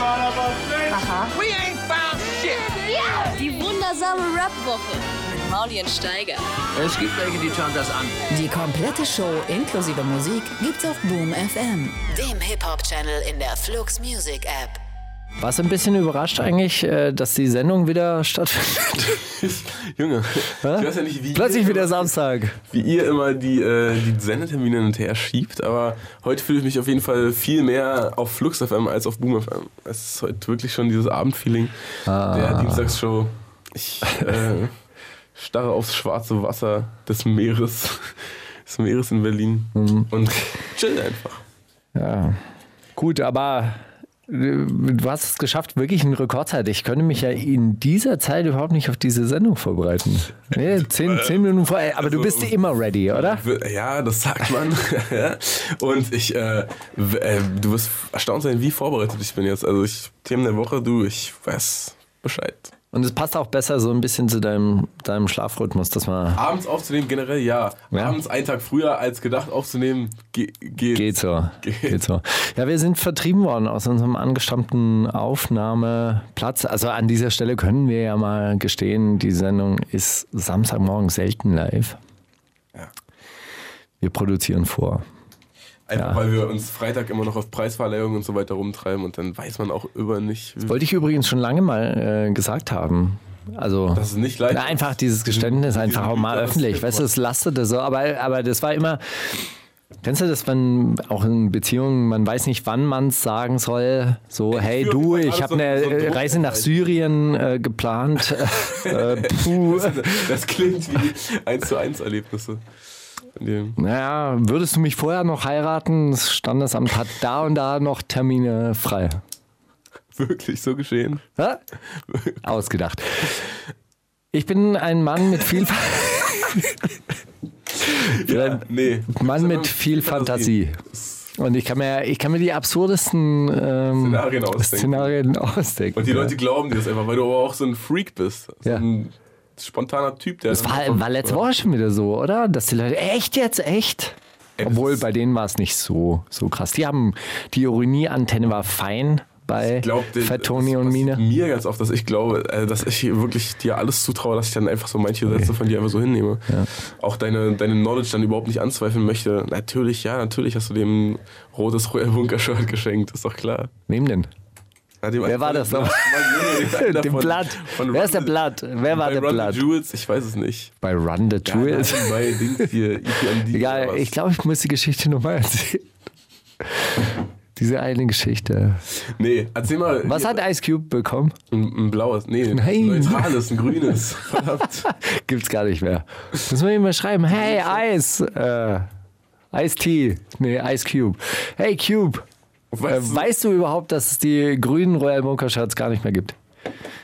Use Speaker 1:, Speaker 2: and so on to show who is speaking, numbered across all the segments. Speaker 1: Aha.
Speaker 2: Die wundersame Rap-Woche mit Maulien Steiger.
Speaker 3: Es gibt welche, die schauen das an.
Speaker 4: Die komplette Show inklusive Musik gibt's auf Boom FM, dem Hip-Hop-Channel in der Flux Music App.
Speaker 5: Warst du ein bisschen überrascht eigentlich, äh, dass die Sendung wieder stattfindet?
Speaker 6: Junge, ich weiß ja nicht, wie
Speaker 5: Plötzlich
Speaker 6: ihr,
Speaker 5: wieder Samstag.
Speaker 6: wie ihr immer die, äh, die Sendetermine hin und her schiebt, aber heute fühle ich mich auf jeden Fall viel mehr auf Flux FM als auf Boom FM. Es ist heute wirklich schon dieses Abendfeeling der Dienstagsshow. Ich äh, starre aufs schwarze Wasser des Meeres, des Meeres in Berlin und chill einfach.
Speaker 5: Ja. Gut, aber äh, du hast es geschafft, wirklich in Rekordzeit. Ich könnte mich ja in dieser Zeit überhaupt nicht auf diese Sendung vorbereiten. Nee, zehn, zehn Minuten vor. Aber du bist immer ready, oder?
Speaker 6: Also, Ja, das sagt man. und ich, äh, w- äh, du wirst erstaunt sein, wie vorbereitet ich bin jetzt. Also ich, Themen der Woche, du, ich weiß Bescheid.
Speaker 5: Und es passt auch besser so ein bisschen zu deinem, deinem Schlafrhythmus, dass man
Speaker 6: Abends aufzunehmen generell, ja.
Speaker 5: Ja.
Speaker 6: Abends einen Tag früher als gedacht aufzunehmen, ge geht.
Speaker 5: Geht so.
Speaker 6: Geht.
Speaker 5: Geht so. Ja, wir sind vertrieben worden aus unserem angestammten Aufnahmeplatz. Also an dieser Stelle können wir ja mal gestehen, die Sendung ist Samstagmorgen selten live.
Speaker 6: Ja.
Speaker 5: Wir produzieren vor.
Speaker 6: Einfach
Speaker 5: Ja.
Speaker 6: weil wir uns Freitag immer noch auf Preisverleihungen und so weiter rumtreiben und dann weiß man auch über nicht, wie-
Speaker 5: Wollte ich übrigens schon lange mal äh, gesagt haben. Also
Speaker 6: dass es nicht leicht
Speaker 5: Na, einfach dieses Geständnis, einfach auch mal
Speaker 6: Ja, das
Speaker 5: öffentlich.
Speaker 6: stimmt.
Speaker 5: Weißt du, es lastete so, aber, aber das war immer. Kennst du das, wenn auch in Beziehungen, man weiß nicht, wann man es sagen soll? So, hey
Speaker 6: fühle
Speaker 5: du,
Speaker 6: gerade
Speaker 5: ich habe
Speaker 6: so-
Speaker 5: eine
Speaker 6: so einen
Speaker 5: äh,
Speaker 6: Druck
Speaker 5: Reise nach
Speaker 6: erreicht.
Speaker 5: Syrien äh, geplant. äh, puh.
Speaker 6: Das klingt wie 1 zu 1 Erlebnisse. In dem-
Speaker 5: Naja, würdest du mich vorher noch heiraten? Das Standesamt hat da und da noch Termine frei.
Speaker 6: Wirklich so geschehen.
Speaker 5: Hä? Ausgedacht. Ich bin ein Mann mit viel.
Speaker 6: Ja, nee.
Speaker 5: Mann mit viel Fantasie. Und ich kann mir, ich kann mir die absurdesten ähm,
Speaker 6: Szenarien ausdenken.
Speaker 5: Szenarien ausdenken.
Speaker 6: Und die Leute glauben dir das einfach, weil du aber auch so ein Freak bist. So
Speaker 5: Ja.
Speaker 6: ein spontaner Typ, der.
Speaker 5: das war, war letzte Woche schon wieder so, oder? Dass die Leute, echt jetzt, echt?
Speaker 6: Ey, das
Speaker 5: Obwohl
Speaker 6: ist-
Speaker 5: bei denen war es nicht so, so krass. Die haben, die Ironieantenne war fein bei
Speaker 6: Ich glaub, das-
Speaker 5: Fatoni
Speaker 6: das
Speaker 5: und
Speaker 6: passiert
Speaker 5: Mine.
Speaker 6: Mir ganz oft, dass ich glaube, äh, dass ich hier wirklich dir alles zutraue, dass ich dann einfach so manche Sätze von dir einfach so hinnehme. Auch deine, deine Knowledge dann überhaupt nicht anzweifeln möchte. Natürlich, ja, natürlich hast du dem rotes Royal Bunker Shirt geschenkt, ist doch klar.
Speaker 5: Wem denn?
Speaker 6: Na, dem
Speaker 5: Wer
Speaker 6: einen-
Speaker 5: war das
Speaker 6: Na,
Speaker 5: noch?
Speaker 6: Mann, nee, einer
Speaker 5: Dem
Speaker 6: von-
Speaker 5: Blatt.
Speaker 6: von
Speaker 5: Wer ist der
Speaker 6: Run the-
Speaker 5: Blatt? Wer war
Speaker 6: bei
Speaker 5: der
Speaker 6: Run the
Speaker 5: Blatt?
Speaker 6: Jewels, ich weiß es nicht.
Speaker 5: Bei Run the Jewels.
Speaker 6: Nein, Bei Dings hier, E EPMD. oder
Speaker 5: Egal,
Speaker 6: was.
Speaker 5: ich glaube, ich muss die Geschichte nochmal erzählen. Diese eine Geschichte.
Speaker 6: Nee, erzähl mal.
Speaker 5: Was hat Ice Cube bekommen?
Speaker 6: Ein, ein blaues, nee,
Speaker 5: Nein.
Speaker 6: ein neutrales, ein grünes. Verdammt.
Speaker 5: Gibt's gar nicht mehr. Müssen wir ihm mal schreiben. Hey, Ice. Äh, Ice Tea. Nee, Ice Cube. Hey, Cube. Äh,
Speaker 6: Weißt du-
Speaker 5: weißt du überhaupt, dass es die grünen Royal Bunker Shirts gar nicht mehr gibt?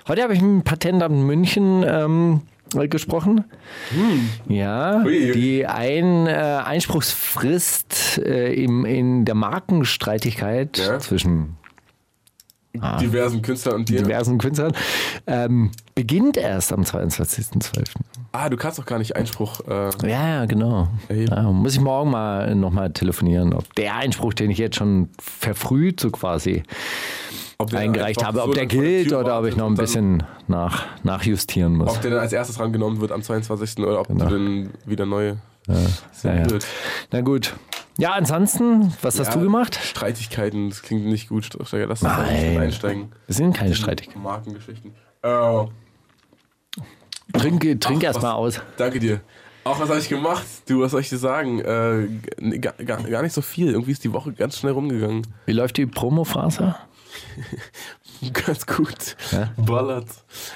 Speaker 5: Heute habe ich mit dem Patentamt München ähm, gesprochen. Hm. Ja,
Speaker 6: Ui.
Speaker 5: die ein, äh, Einspruchsfrist äh, im, in der Markenstreitigkeit
Speaker 6: Ja.
Speaker 5: zwischen Ah.
Speaker 6: diversen Künstlern und dir.
Speaker 5: diversen Künstlern ähm, beginnt erst am 22.12.
Speaker 6: Ah, du kannst doch gar nicht Einspruch. Äh,
Speaker 5: Ja, ja, genau.
Speaker 6: Erheben.
Speaker 5: Ja, muss ich morgen mal nochmal telefonieren, ob der Einspruch, den ich jetzt schon verfrüht so quasi
Speaker 6: ob der
Speaker 5: eingereicht
Speaker 6: einfach
Speaker 5: habe, ob
Speaker 6: so
Speaker 5: der
Speaker 6: dann vor der
Speaker 5: gilt
Speaker 6: Tür
Speaker 5: oder ob
Speaker 6: wartet
Speaker 5: ich noch
Speaker 6: und
Speaker 5: ein
Speaker 6: dann-
Speaker 5: bisschen nach, nachjustieren muss.
Speaker 6: Ob der dann als erstes rangenommen wird am 22. oder ob du dann wieder neue.
Speaker 5: Genau. Ja, ja.
Speaker 6: blöd.
Speaker 5: Na gut. Ja, ansonsten, was hast du gemacht?
Speaker 6: Streitigkeiten, das klingt nicht gut. Steiger, Lass uns da
Speaker 5: Nein.
Speaker 6: nicht einsteigen.
Speaker 5: Wir sind keine Streitig.
Speaker 6: Markengeschichten. Äh,
Speaker 5: Trink, trink
Speaker 6: Ach,
Speaker 5: erst
Speaker 6: was-
Speaker 5: mal aus.
Speaker 6: Danke dir. Auch was habe ich gemacht? Du, was soll ich dir sagen? Äh, g- gar, gar gar nicht so viel. Irgendwie ist die Woche ganz schnell rumgegangen.
Speaker 5: Wie läuft die Promophase?
Speaker 6: Ganz gut.
Speaker 5: Ja?
Speaker 6: Ballert.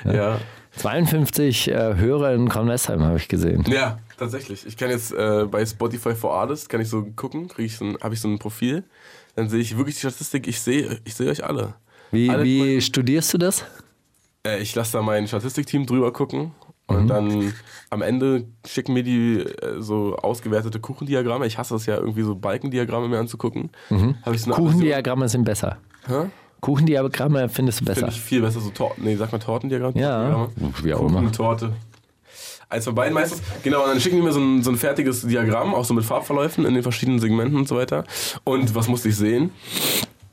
Speaker 6: ja.
Speaker 5: 52 äh, Hörer in Kornwestheim habe ich gesehen.
Speaker 6: Ja, tatsächlich. Ich kann jetzt äh, bei Spotify for Artists, kann ich so gucken, krieg ich so ein, habe ich so ein Profil, dann sehe ich wirklich die Statistik, ich sehe ich sehe euch alle.
Speaker 5: Wie,
Speaker 6: alle
Speaker 5: wie studierst du das?
Speaker 6: Äh, ich lasse da mein Statistikteam drüber gucken und dann am Ende schicken mir die äh, so ausgewertete Kuchendiagramme. Ich hasse es ja irgendwie so Balkendiagramme mir anzugucken. Hab ich so eine Aversion-
Speaker 5: Kuchendiagramme sind besser.
Speaker 6: Hä?
Speaker 5: Kuchendiagramme findest du besser.
Speaker 6: Finde ich viel besser, so Torten. Nee, sag mal Tortendiagramm.
Speaker 5: Ja,
Speaker 6: Tortendiagramme.
Speaker 5: wie auch
Speaker 6: Kuchen,
Speaker 5: immer.
Speaker 6: Torte. Eins von beiden meistens. Genau, und dann schicken die mir so ein, so ein fertiges Diagramm, auch so mit Farbverläufen in den verschiedenen Segmenten und so weiter. Und was musste ich sehen?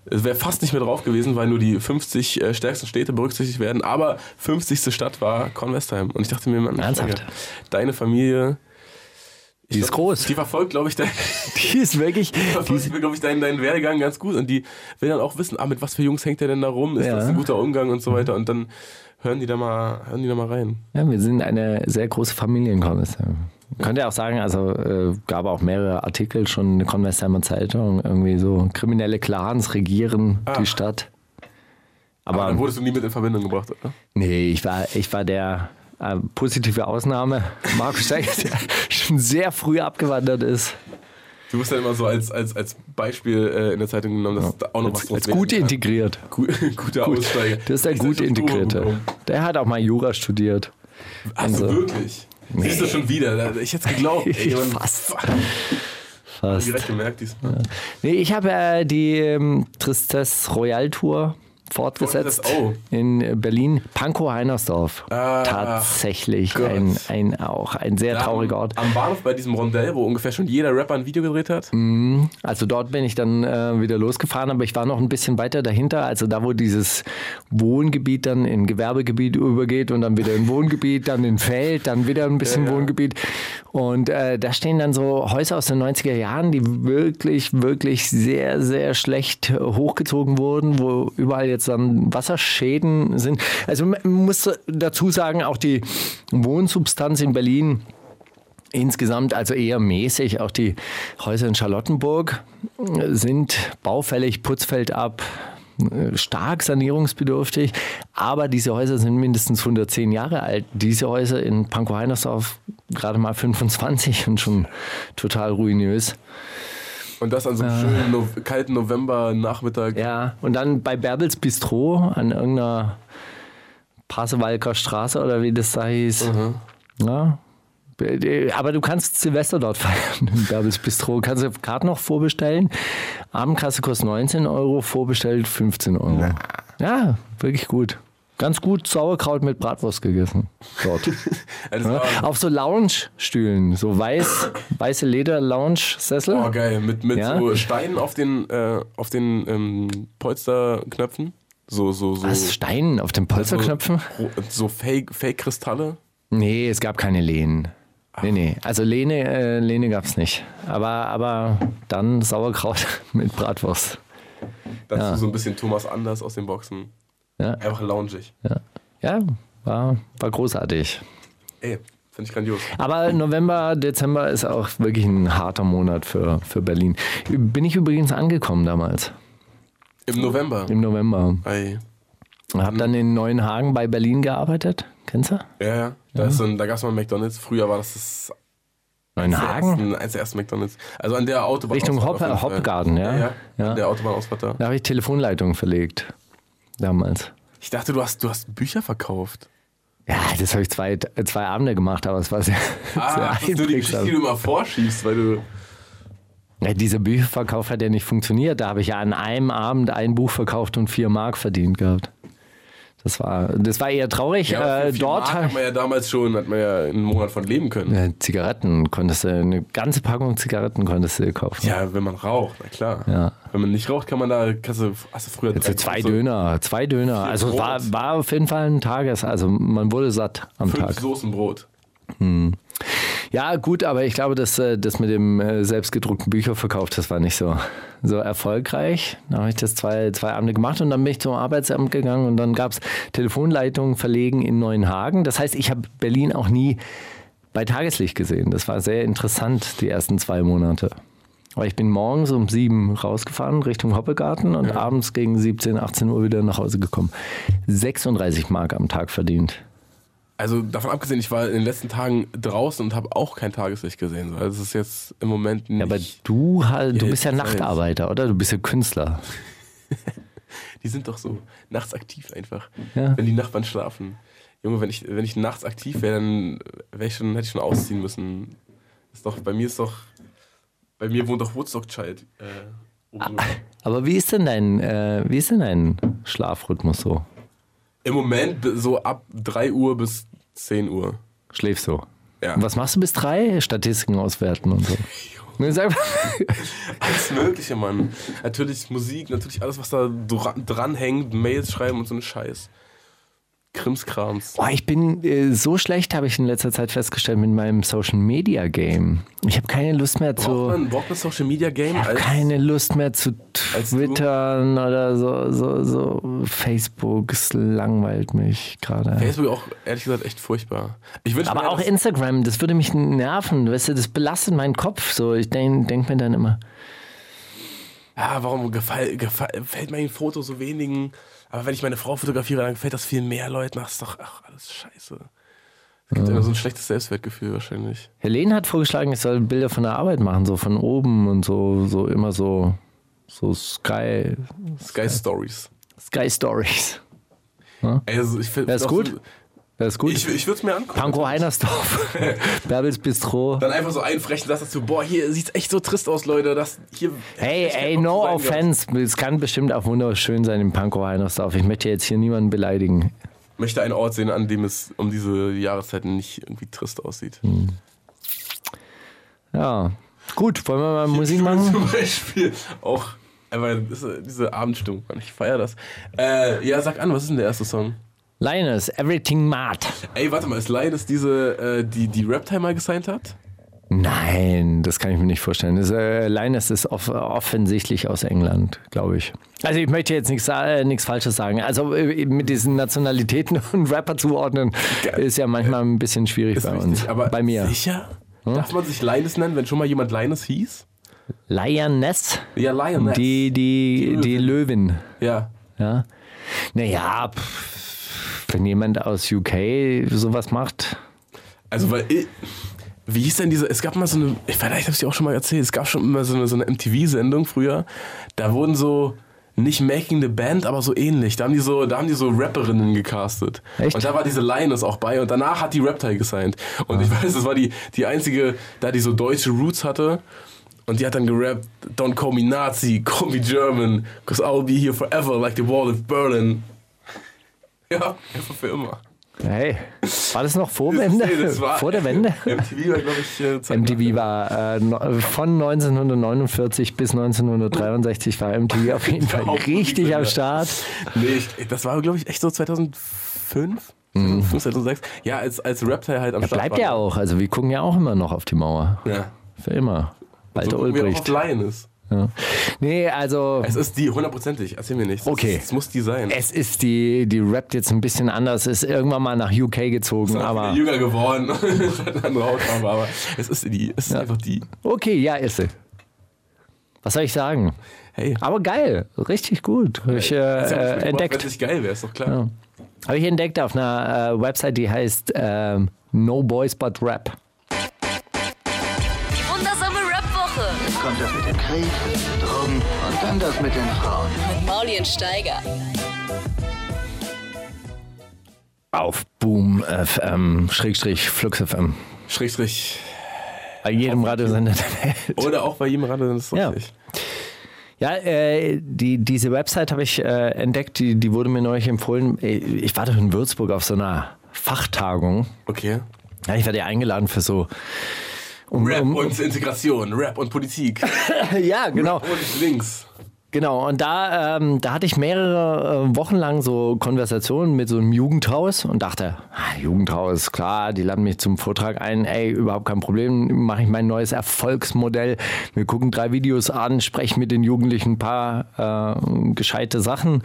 Speaker 6: Es wäre fast nicht mehr drauf gewesen, weil nur die 50 äh, stärksten Städte berücksichtigt werden. Aber 50. Stadt war Convestheim. Und ich dachte mir, Mann,
Speaker 5: Ernsthaft?
Speaker 6: deine Familie. ich
Speaker 5: Die ist groß.
Speaker 6: Die verfolgt, glaube ich, dein,
Speaker 5: Die ist wirklich.
Speaker 6: verfolgt, glaub ich, deinen, deinen Werdegang ganz gut. Und die will dann auch wissen, ah, mit was für Jungs hängt der denn da rum? Ist
Speaker 5: Ja.
Speaker 6: das ein guter Umgang und so weiter? Und dann hören die da mal, hören die da mal rein.
Speaker 5: Ja, wir sind eine sehr große Familienkonversation. Könnt ihr auch sagen, also äh, gab auch mehrere Artikel schon in der Conversheimer Zeitung, irgendwie so kriminelle Clans regieren die Stadt.
Speaker 6: Ah. Aber
Speaker 5: Aber,
Speaker 6: dann wurdest du nie mit in Verbindung gebracht, oder?
Speaker 5: nee, ich war, ich war der äh, positive Ausnahme. Markus Steig, der schon sehr früh abgewandert ist.
Speaker 6: Du wirst dann immer so als, als, als Beispiel äh, in der Zeitung genommen, dass da auch noch was
Speaker 5: Als,
Speaker 6: draus
Speaker 5: als
Speaker 6: werden
Speaker 5: gut
Speaker 6: kann.
Speaker 5: integrierte.
Speaker 6: Gu- guter Aussteiger.
Speaker 5: Das ist der
Speaker 6: Ich
Speaker 5: gut
Speaker 6: sag, ich hab Jura
Speaker 5: integrierte.
Speaker 6: bekommen.
Speaker 5: Der hat auch mal Jura studiert.
Speaker 6: Also
Speaker 5: Also-
Speaker 6: wirklich. Siehst du schon wieder? Ich hätte es geglaubt. Ey, Mann.
Speaker 5: Fast.
Speaker 6: Fuck,
Speaker 5: Fast.
Speaker 6: Direkt gemerkt diesmal.
Speaker 5: Nee, ich habe äh, die ähm, Tristesse Royal Tour fortgesetzt
Speaker 6: Fortgesetzt,
Speaker 5: in äh, Berlin. Pankow-Heinersdorf.
Speaker 6: Oh, Ah,
Speaker 5: Tatsächlich
Speaker 6: Gott.
Speaker 5: ein, ein, auch ein sehr
Speaker 6: Da
Speaker 5: trauriger
Speaker 6: am-
Speaker 5: Ort.
Speaker 6: Am Bahnhof bei diesem Rondell, wo ungefähr schon jeder Rapper ein Video gedreht hat.
Speaker 5: Also dort bin ich dann äh, wieder losgefahren, aber ich war noch ein bisschen weiter dahinter, also da, wo dieses Wohngebiet dann in Gewerbegebiet übergeht und dann wieder in Wohngebiet, dann in Feld, dann wieder ein bisschen
Speaker 6: Ja, ja.
Speaker 5: Wohngebiet. Und äh, da stehen dann so Häuser aus den 90er Jahren, die wirklich, wirklich sehr, sehr schlecht äh, hochgezogen wurden, wo überall jetzt dann Wasserschäden sind. Also man muss dazu sagen, auch die Wohnsubstanz in Berlin Insgesamt also eher mäßig. Auch die Häuser in Charlottenburg äh, sind baufällig, Putzfeld ab, äh, stark sanierungsbedürftig. Aber diese Häuser sind mindestens 110 Jahre alt. Diese Häuser in Pankow-Heinersdorf gerade mal 25 und schon total ruinös.
Speaker 6: Und das an so einem schönen no kalten November-Nachmittag.
Speaker 5: Ja, und dann bei Bärbels Bistro an irgendeiner Pasewalker Straße oder wie das da hieß. Ja. Aber du kannst Silvester dort feiern im Bärbels Bistro. Kannst du Karten noch vorbestellen. Abendkasse kostet 19 Euro, vorbestellt 15 Euro. Ja, wirklich gut. Ganz gut Sauerkraut mit Bratwurst gegessen dort.
Speaker 6: Ey, das
Speaker 5: Ja.
Speaker 6: war-
Speaker 5: Auf so Lounge-Stühlen, so weiß, weiße Leder-Lounge-Sessel.
Speaker 6: Oh, geil. Mit, mit
Speaker 5: Ja.
Speaker 6: so Steinen auf den, äh, auf den ähm, Polsterknöpfen. So, so, so.
Speaker 5: Was? Steinen auf den
Speaker 6: Also
Speaker 5: Polsterknöpfen?
Speaker 6: So, so Fake- Fake-Kristalle.
Speaker 5: Nee, es gab keine Lehnen. Nee, nee. Also Lehne, äh, Lehne gab es nicht. Aber, aber dann Sauerkraut mit Bratwurst.
Speaker 6: Dazu so ein bisschen Thomas Anders aus den Boxen.
Speaker 5: Ja.
Speaker 6: Einfach loungig.
Speaker 5: Ja, war, war großartig.
Speaker 6: Ey, finde ich grandios.
Speaker 5: Aber November, Dezember ist auch wirklich ein harter Monat für, für Berlin. Bin ich übrigens angekommen damals,
Speaker 6: Im November.
Speaker 5: im November.
Speaker 6: Ey.
Speaker 5: Hab dann in Neuenhagen bei Berlin gearbeitet. Kennst du?
Speaker 6: Ja, ja. Da, ist so ein- da gab es mal ein McDonalds. Früher war das das
Speaker 5: Neuenhagen?
Speaker 6: ersten, eins der ersten McDonalds. Also an der Autobahn.
Speaker 5: Richtung Hopp,
Speaker 6: Ausfahrt auf jeden Fall.
Speaker 5: Hopgarten, ja?
Speaker 6: Ja, ja.
Speaker 5: Ja.
Speaker 6: An der Autobahnausfahrt da.
Speaker 5: Da habe ich Telefonleitung verlegt. Damals.
Speaker 6: Ich dachte, du hast, du hast Bücher verkauft.
Speaker 5: Ja, das habe ich zwei, zwei Abende gemacht, aber es war sehr, sehr
Speaker 6: Ah, das ist nur die Geschichte,
Speaker 5: einprägsam. Äh,
Speaker 6: die du immer vorschiebst, weil du.
Speaker 5: Ja, dieser Bücherverkauf hat ja nicht funktioniert. Da habe ich ja an einem Abend ein Buch verkauft und vier Mark verdient gehabt. Das war, das war eher traurig.
Speaker 6: Ja,
Speaker 5: äh,
Speaker 6: für vier
Speaker 5: dort
Speaker 6: Mark
Speaker 5: ha-
Speaker 6: hat man ja damals schon, hat man ja einen Monat von leben können.
Speaker 5: äh, Zigaretten konntest du, eine ganze Packung Zigaretten konntest du dir kaufen.
Speaker 6: Ja, wenn man raucht, na klar.
Speaker 5: Ja.
Speaker 6: Wenn man nicht raucht, kann man da, kannst du, hast du früher
Speaker 5: Also zwei
Speaker 6: so
Speaker 5: Döner, zwei Döner.
Speaker 6: Vier
Speaker 5: Also es war,
Speaker 6: Brot.
Speaker 5: war auf jeden Fall ein Tages, also man wurde satt am
Speaker 6: fünf
Speaker 5: Tag.
Speaker 6: Soßen Brot.
Speaker 5: Ja, gut, aber ich glaube, dass äh, das mit dem äh, selbstgedruckten Bücherverkauf, das war nicht so, so erfolgreich. Dann habe ich das zwei, zwei Abende gemacht und dann bin ich zum Arbeitsamt gegangen und dann gab es Telefonleitungen verlegen in Neuenhagen. Das heißt, ich habe Berlin auch nie bei Tageslicht gesehen. Das war sehr interessant, die ersten zwei Monate. Weil ich bin morgens um sieben rausgefahren Richtung Hoppegarten und abends gegen 17, 18 Uhr wieder nach Hause gekommen. 36 Mark am Tag verdient.
Speaker 6: Also davon abgesehen, ich war in den letzten Tagen draußen und habe auch kein Tageslicht gesehen. Also es ist jetzt im Moment nicht.
Speaker 5: Ja, aber du, halt- du
Speaker 6: Ja,
Speaker 5: bist ja
Speaker 6: ich weiß.
Speaker 5: Nachtarbeiter, oder? Du bist ja Künstler.
Speaker 6: die sind doch so nachts aktiv einfach.
Speaker 5: Ja.
Speaker 6: Wenn die Nachbarn schlafen. Junge, wenn ich, wenn ich nachts aktiv wäre, dann wär ich schon, hätte ich schon ausziehen müssen. Ist doch, bei mir ist doch. Bei mir wohnt doch Woodstock Child. Äh, oben
Speaker 5: Ah.
Speaker 6: drüber.
Speaker 5: Aber wie ist denn dein, äh, wie ist denn dein Schlafrhythmus so?
Speaker 6: Im Moment so ab 3 Uhr bis 10 Uhr.
Speaker 5: Schläfst du?
Speaker 6: Ja.
Speaker 5: Und was machst du bis drei? Statistiken auswerten und so. Ne, sag mal.
Speaker 6: Alles Mögliche, Mann. Natürlich Musik, natürlich alles, was da dra dranhängt, Mails schreiben und so ein Scheiß. Krimskrams.
Speaker 5: Boah, ich bin äh, so schlecht, habe ich in letzter Zeit festgestellt mit meinem Social Media Game. Ich habe keine Lust mehr
Speaker 6: Braucht
Speaker 5: zu.
Speaker 6: man, braucht man Social Media Game?
Speaker 5: Ich habe
Speaker 6: als-
Speaker 5: keine Lust mehr zu
Speaker 6: Als du?
Speaker 5: twittern oder so, so, so. Facebook, es langweilt mich gerade.
Speaker 6: Facebook auch, ehrlich gesagt, echt furchtbar. Ich wünsche mir,
Speaker 5: Aber auch
Speaker 6: dass-
Speaker 5: Instagram, das würde mich nerven, weißt du, das belastet meinen Kopf. So, ich denke denk mir dann immer,
Speaker 6: ja, warum gefall, gefall, fällt mein Foto so wenigen? Aber wenn ich meine Frau fotografiere, dann gefällt das viel mehr Leuten. Ach, ist doch ach, alles scheiße. Es gibt immer so ein schlechtes Selbstwertgefühl wahrscheinlich.
Speaker 5: Helene hat vorgeschlagen, ich soll Bilder von der Arbeit machen, so von oben und so, so immer so, so Sky,
Speaker 6: Sky Stories.
Speaker 5: Sky Stories.
Speaker 6: Also, ich find,
Speaker 5: Ja, ist
Speaker 6: auch
Speaker 5: gut.
Speaker 6: So,
Speaker 5: Das ist gut.
Speaker 6: ich ich würde es mir angucken.
Speaker 5: Pankow Heinersdorf, Bärbels Bistro.
Speaker 6: Dann einfach so einfrechen, sagst dazu, boah, hier sieht's echt so trist aus, Leute. Das hier.
Speaker 5: Hey,
Speaker 6: ich hab
Speaker 5: ey,
Speaker 6: auch
Speaker 5: no
Speaker 6: so sein gehabt.
Speaker 5: offense. Es kann bestimmt auch wunderschön sein in Pankow Heinersdorf. Ich möchte jetzt hier niemanden beleidigen.
Speaker 6: Ich möchte einen Ort sehen, an dem es um diese Jahreszeiten nicht irgendwie trist aussieht.
Speaker 5: Hm. Ja. Gut, wollen wir mal Musik
Speaker 6: Schule
Speaker 5: machen?
Speaker 6: Zum Beispiel auch. Aber das ist diese Abendstimmung, Mann, ich feier das. Äh, ja, sag an, was ist denn der erste Song?
Speaker 5: Linus, Everything Mart.
Speaker 6: Ey, warte mal, ist Linus diese, äh, die, die Rap-Time mal gesigned hat?
Speaker 5: Nein, das kann ich mir nicht vorstellen. Das, äh, Linus ist off offensichtlich aus England, glaube ich. Also ich möchte jetzt nichts sa- äh, nichts Falsches sagen. Also äh, mit diesen Nationalitäten und Rapper zuordnen ist ja manchmal ein bisschen schwierig bei uns.
Speaker 6: aber
Speaker 5: bei mir. Hm?
Speaker 6: Sicher? Darf man sich Linus nennen, wenn schon mal jemand Linus hieß?
Speaker 5: Lioness,
Speaker 6: Ja, Lioness.
Speaker 5: die, die, die Löwin.
Speaker 6: Ja.
Speaker 5: Ja. Naja, pff, wenn jemand aus UK sowas macht.
Speaker 6: Also, weil. Ich, wie hieß denn diese? Es gab mal so eine. ich- Vielleicht hab's dir auch schon mal erzählt. Es gab schon immer so eine, so eine MTV-Sendung früher. Da wurden so. Nicht Making the Band, aber so ähnlich. Da haben die so, da haben die so Rapperinnen gecastet.
Speaker 5: Echt?
Speaker 6: Und da war diese Linus auch bei und danach hat die Reptile gesigned. Und ich weiß, das war die, die einzige, da die so deutsche Roots hatte. Und die hat dann gerappt, Don't call me Nazi, call me German, cause I'll be here forever like the wall of Berlin. Ja, einfach für immer.
Speaker 5: Hey, war das noch vor,
Speaker 6: Das-
Speaker 5: Wende?
Speaker 6: nee, das war-
Speaker 5: vor der Wende?
Speaker 6: MTV war, glaube ich, äh, Zeit-
Speaker 5: MTV war äh, no- von 1949 bis 1963 war MTV auf jeden Fall
Speaker 6: Hauptmusik-
Speaker 5: richtig am
Speaker 6: Sender.
Speaker 5: Start.
Speaker 6: Nee, ich, das war, glaube ich, echt so 2005, 2005 2006. Ja, als, als Rapteil halt am Start
Speaker 5: Mhm. Bleibt
Speaker 6: war.
Speaker 5: ja auch. Also wir gucken ja auch immer noch auf die Mauer.
Speaker 6: Ja.
Speaker 5: Für immer. Walter
Speaker 6: So gucken wir auch auf
Speaker 5: Ulbricht.
Speaker 6: Lioness.
Speaker 5: Ja. Nee, also
Speaker 6: Es ist die, hundertprozentig. Erzähl mir nichts.
Speaker 5: Okay.
Speaker 6: Es, es muss die sein.
Speaker 5: es ist die, die rappt jetzt ein bisschen anders, ist irgendwann mal nach UK gezogen,
Speaker 6: Dann
Speaker 5: aber
Speaker 6: bin ich jünger geworden. Hat eine andere Hautfarbe, aber es ist die. Es ist einfach die.
Speaker 5: okay, ja, ist sie. Was soll ich sagen?
Speaker 6: Hey.
Speaker 5: Aber geil, richtig gut. Habe ich äh,
Speaker 6: Das ist ja
Speaker 5: äh,
Speaker 6: nicht gemacht,
Speaker 5: entdeckt.
Speaker 6: Wenn es nicht geil wäre, ist doch klar.
Speaker 5: Ja. Habe ich entdeckt auf einer äh, Website, die heißt ähm, No Boys But Rap.
Speaker 2: Die wundersame Rap-Woche
Speaker 1: Kommt das mit dem Krieg, Drogen und dann das mit den Frauen.
Speaker 2: mit Maulien Steiger.
Speaker 5: Auf Boom FM, Schrägstrich Flux FM.
Speaker 6: Schrägstrich.
Speaker 5: Bei jedem Radiosender der Welt.
Speaker 6: Oder auch bei jedem Rande, das ist
Speaker 5: Ja.
Speaker 6: richtig.
Speaker 5: Ja, äh, die, diese Website habe ich äh, entdeckt, die, die wurde mir neulich empfohlen. Äh, Ich war doch in Würzburg auf so einer Fachtagung.
Speaker 6: Okay.
Speaker 5: Ja, ich war ja eingeladen für so. um-
Speaker 6: Rap
Speaker 5: um-
Speaker 6: und Integration, Rap und Politik
Speaker 5: ja, genau.
Speaker 6: und links.
Speaker 5: Genau, und da, ähm, da hatte ich mehrere äh, Wochen lang so Konversationen mit so einem Jugendhaus und dachte, ah, Jugendhaus, klar, die laden mich zum Vortrag ein, ey, überhaupt kein Problem, mache ich mein neues Erfolgsmodell. Wir gucken drei Videos an, sprechen mit den Jugendlichen ein paar äh, gescheite Sachen.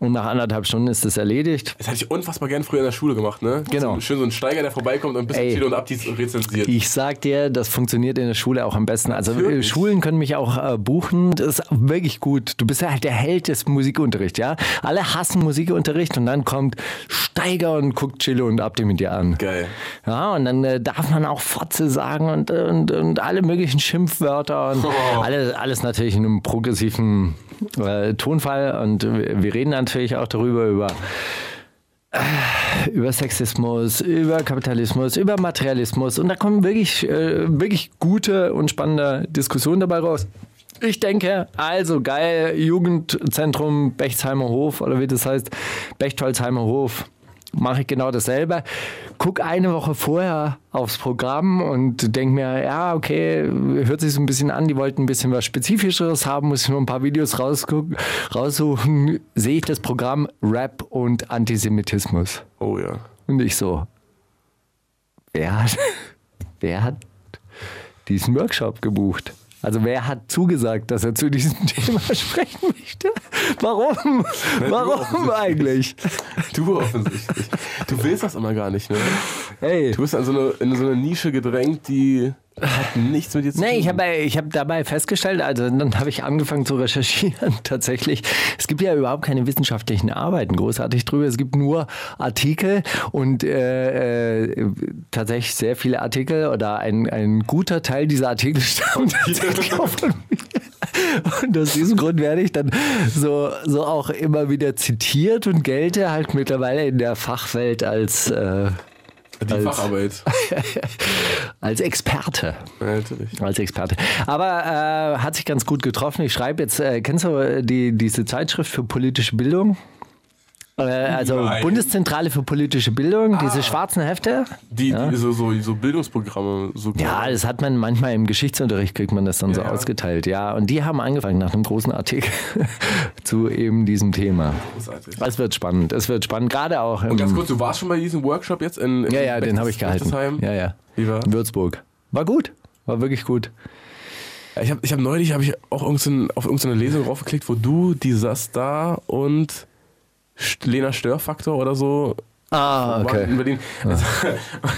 Speaker 5: Und nach anderthalb Stunden ist das erledigt.
Speaker 6: Das hätte ich unfassbar gern früher in der Schule gemacht, ne?
Speaker 5: Genau.
Speaker 6: So, schön so ein Steiger, der vorbeikommt und ein bisschen
Speaker 5: Ey.
Speaker 6: Tilo und Abdi rezensiert.
Speaker 5: Ich sag dir, das funktioniert in der Schule auch am besten. Also äh,
Speaker 6: Natürlich.
Speaker 5: Schulen können mich auch äh, buchen. Das ist wirklich gut. Du bist ja halt der Held des Musikunterrichts, ja? Alle hassen Musikunterricht und dann kommt Steiger und guckt Chillo und Abdi mit dir an.
Speaker 6: Geil.
Speaker 5: Ja, und dann äh, darf man auch Fotze sagen und, äh, und, und alle möglichen Schimpfwörter und alles, alles natürlich in einem progressiven äh, Tonfall. Und wir wir reden natürlich auch darüber, über, äh, über Sexismus, über Kapitalismus, über Materialismus. Und da kommen wirklich, äh, wirklich gute und spannende Diskussionen dabei raus. Ich denke, also geil, Jugendzentrum Bechtsheimer Hof oder wie das heißt, Bechtolzheimer Hof mache ich genau dasselbe. Guck eine Woche vorher aufs Programm und denk mir, ja, okay, hört sich so ein bisschen an, die wollten ein bisschen was Spezifischeres haben, muss ich nur ein paar Videos rausgucken, raussuchen, sehe ich das Programm Rap und Antisemitismus.
Speaker 6: Oh ja.
Speaker 5: Und ich so, wer hat, wer hat diesen Workshop gebucht? Also wer hat zugesagt, dass er zu diesem Thema sprechen möchte? Warum? Warum eigentlich?
Speaker 6: Du offensichtlich. Du willst das immer gar nicht, ne?
Speaker 5: Hey.
Speaker 6: Du bist an so eine, in so eine Nische gedrängt, die hat nichts mit dir zu tun.
Speaker 5: Nee, ich habe ich hab dabei festgestellt, also dann habe ich angefangen zu recherchieren tatsächlich. Es gibt ja überhaupt keine wissenschaftlichen Arbeiten großartig drüber. Es gibt nur Artikel und äh, äh, tatsächlich sehr viele Artikel oder ein, ein guter Teil dieser Artikel stammt tatsächlich auch von mir. Und aus diesem Grund werde ich dann so, so auch immer wieder zitiert und gelte halt mittlerweile in der Fachwelt als, äh,
Speaker 6: die
Speaker 5: als-
Speaker 6: Facharbeit.
Speaker 5: als Experte.
Speaker 6: Ja, natürlich.
Speaker 5: Als Experte. Aber äh, hat sich ganz gut getroffen. Ich schreibe jetzt, äh, kennst du äh, die, diese Zeitschrift für politische Bildung? Äh, also
Speaker 6: Nein. Ah.
Speaker 5: Bundeszentrale für politische Bildung, diese schwarzen Hefte.
Speaker 6: Die, die so, so, so Bildungsprogramme. So
Speaker 5: Ja, das hat man manchmal im Geschichtsunterricht, kriegt man das dann so
Speaker 6: Ja.
Speaker 5: ausgeteilt. Ja, und die haben angefangen nach einem großen Artikel zu eben diesem Thema.
Speaker 6: großartig.
Speaker 5: Es wird spannend, es wird spannend, gerade auch im,
Speaker 6: Und ganz kurz, du warst schon bei diesem Workshop jetzt in. in
Speaker 5: Ja, ja, den
Speaker 6: Bechts-
Speaker 5: habe ich gehalten.
Speaker 6: Bechtesheim?
Speaker 5: Ja, ja.
Speaker 6: Wie war?
Speaker 5: In Würzburg. War gut, war wirklich gut.
Speaker 6: Ich habe ich hab neulich hab ich auch irgendein, auf irgendeine Lesung raufgeklickt, wo du, Disaster und St- Lena Störfaktor oder so
Speaker 5: Ah,
Speaker 6: waren in
Speaker 5: okay.
Speaker 6: Berlin. Also,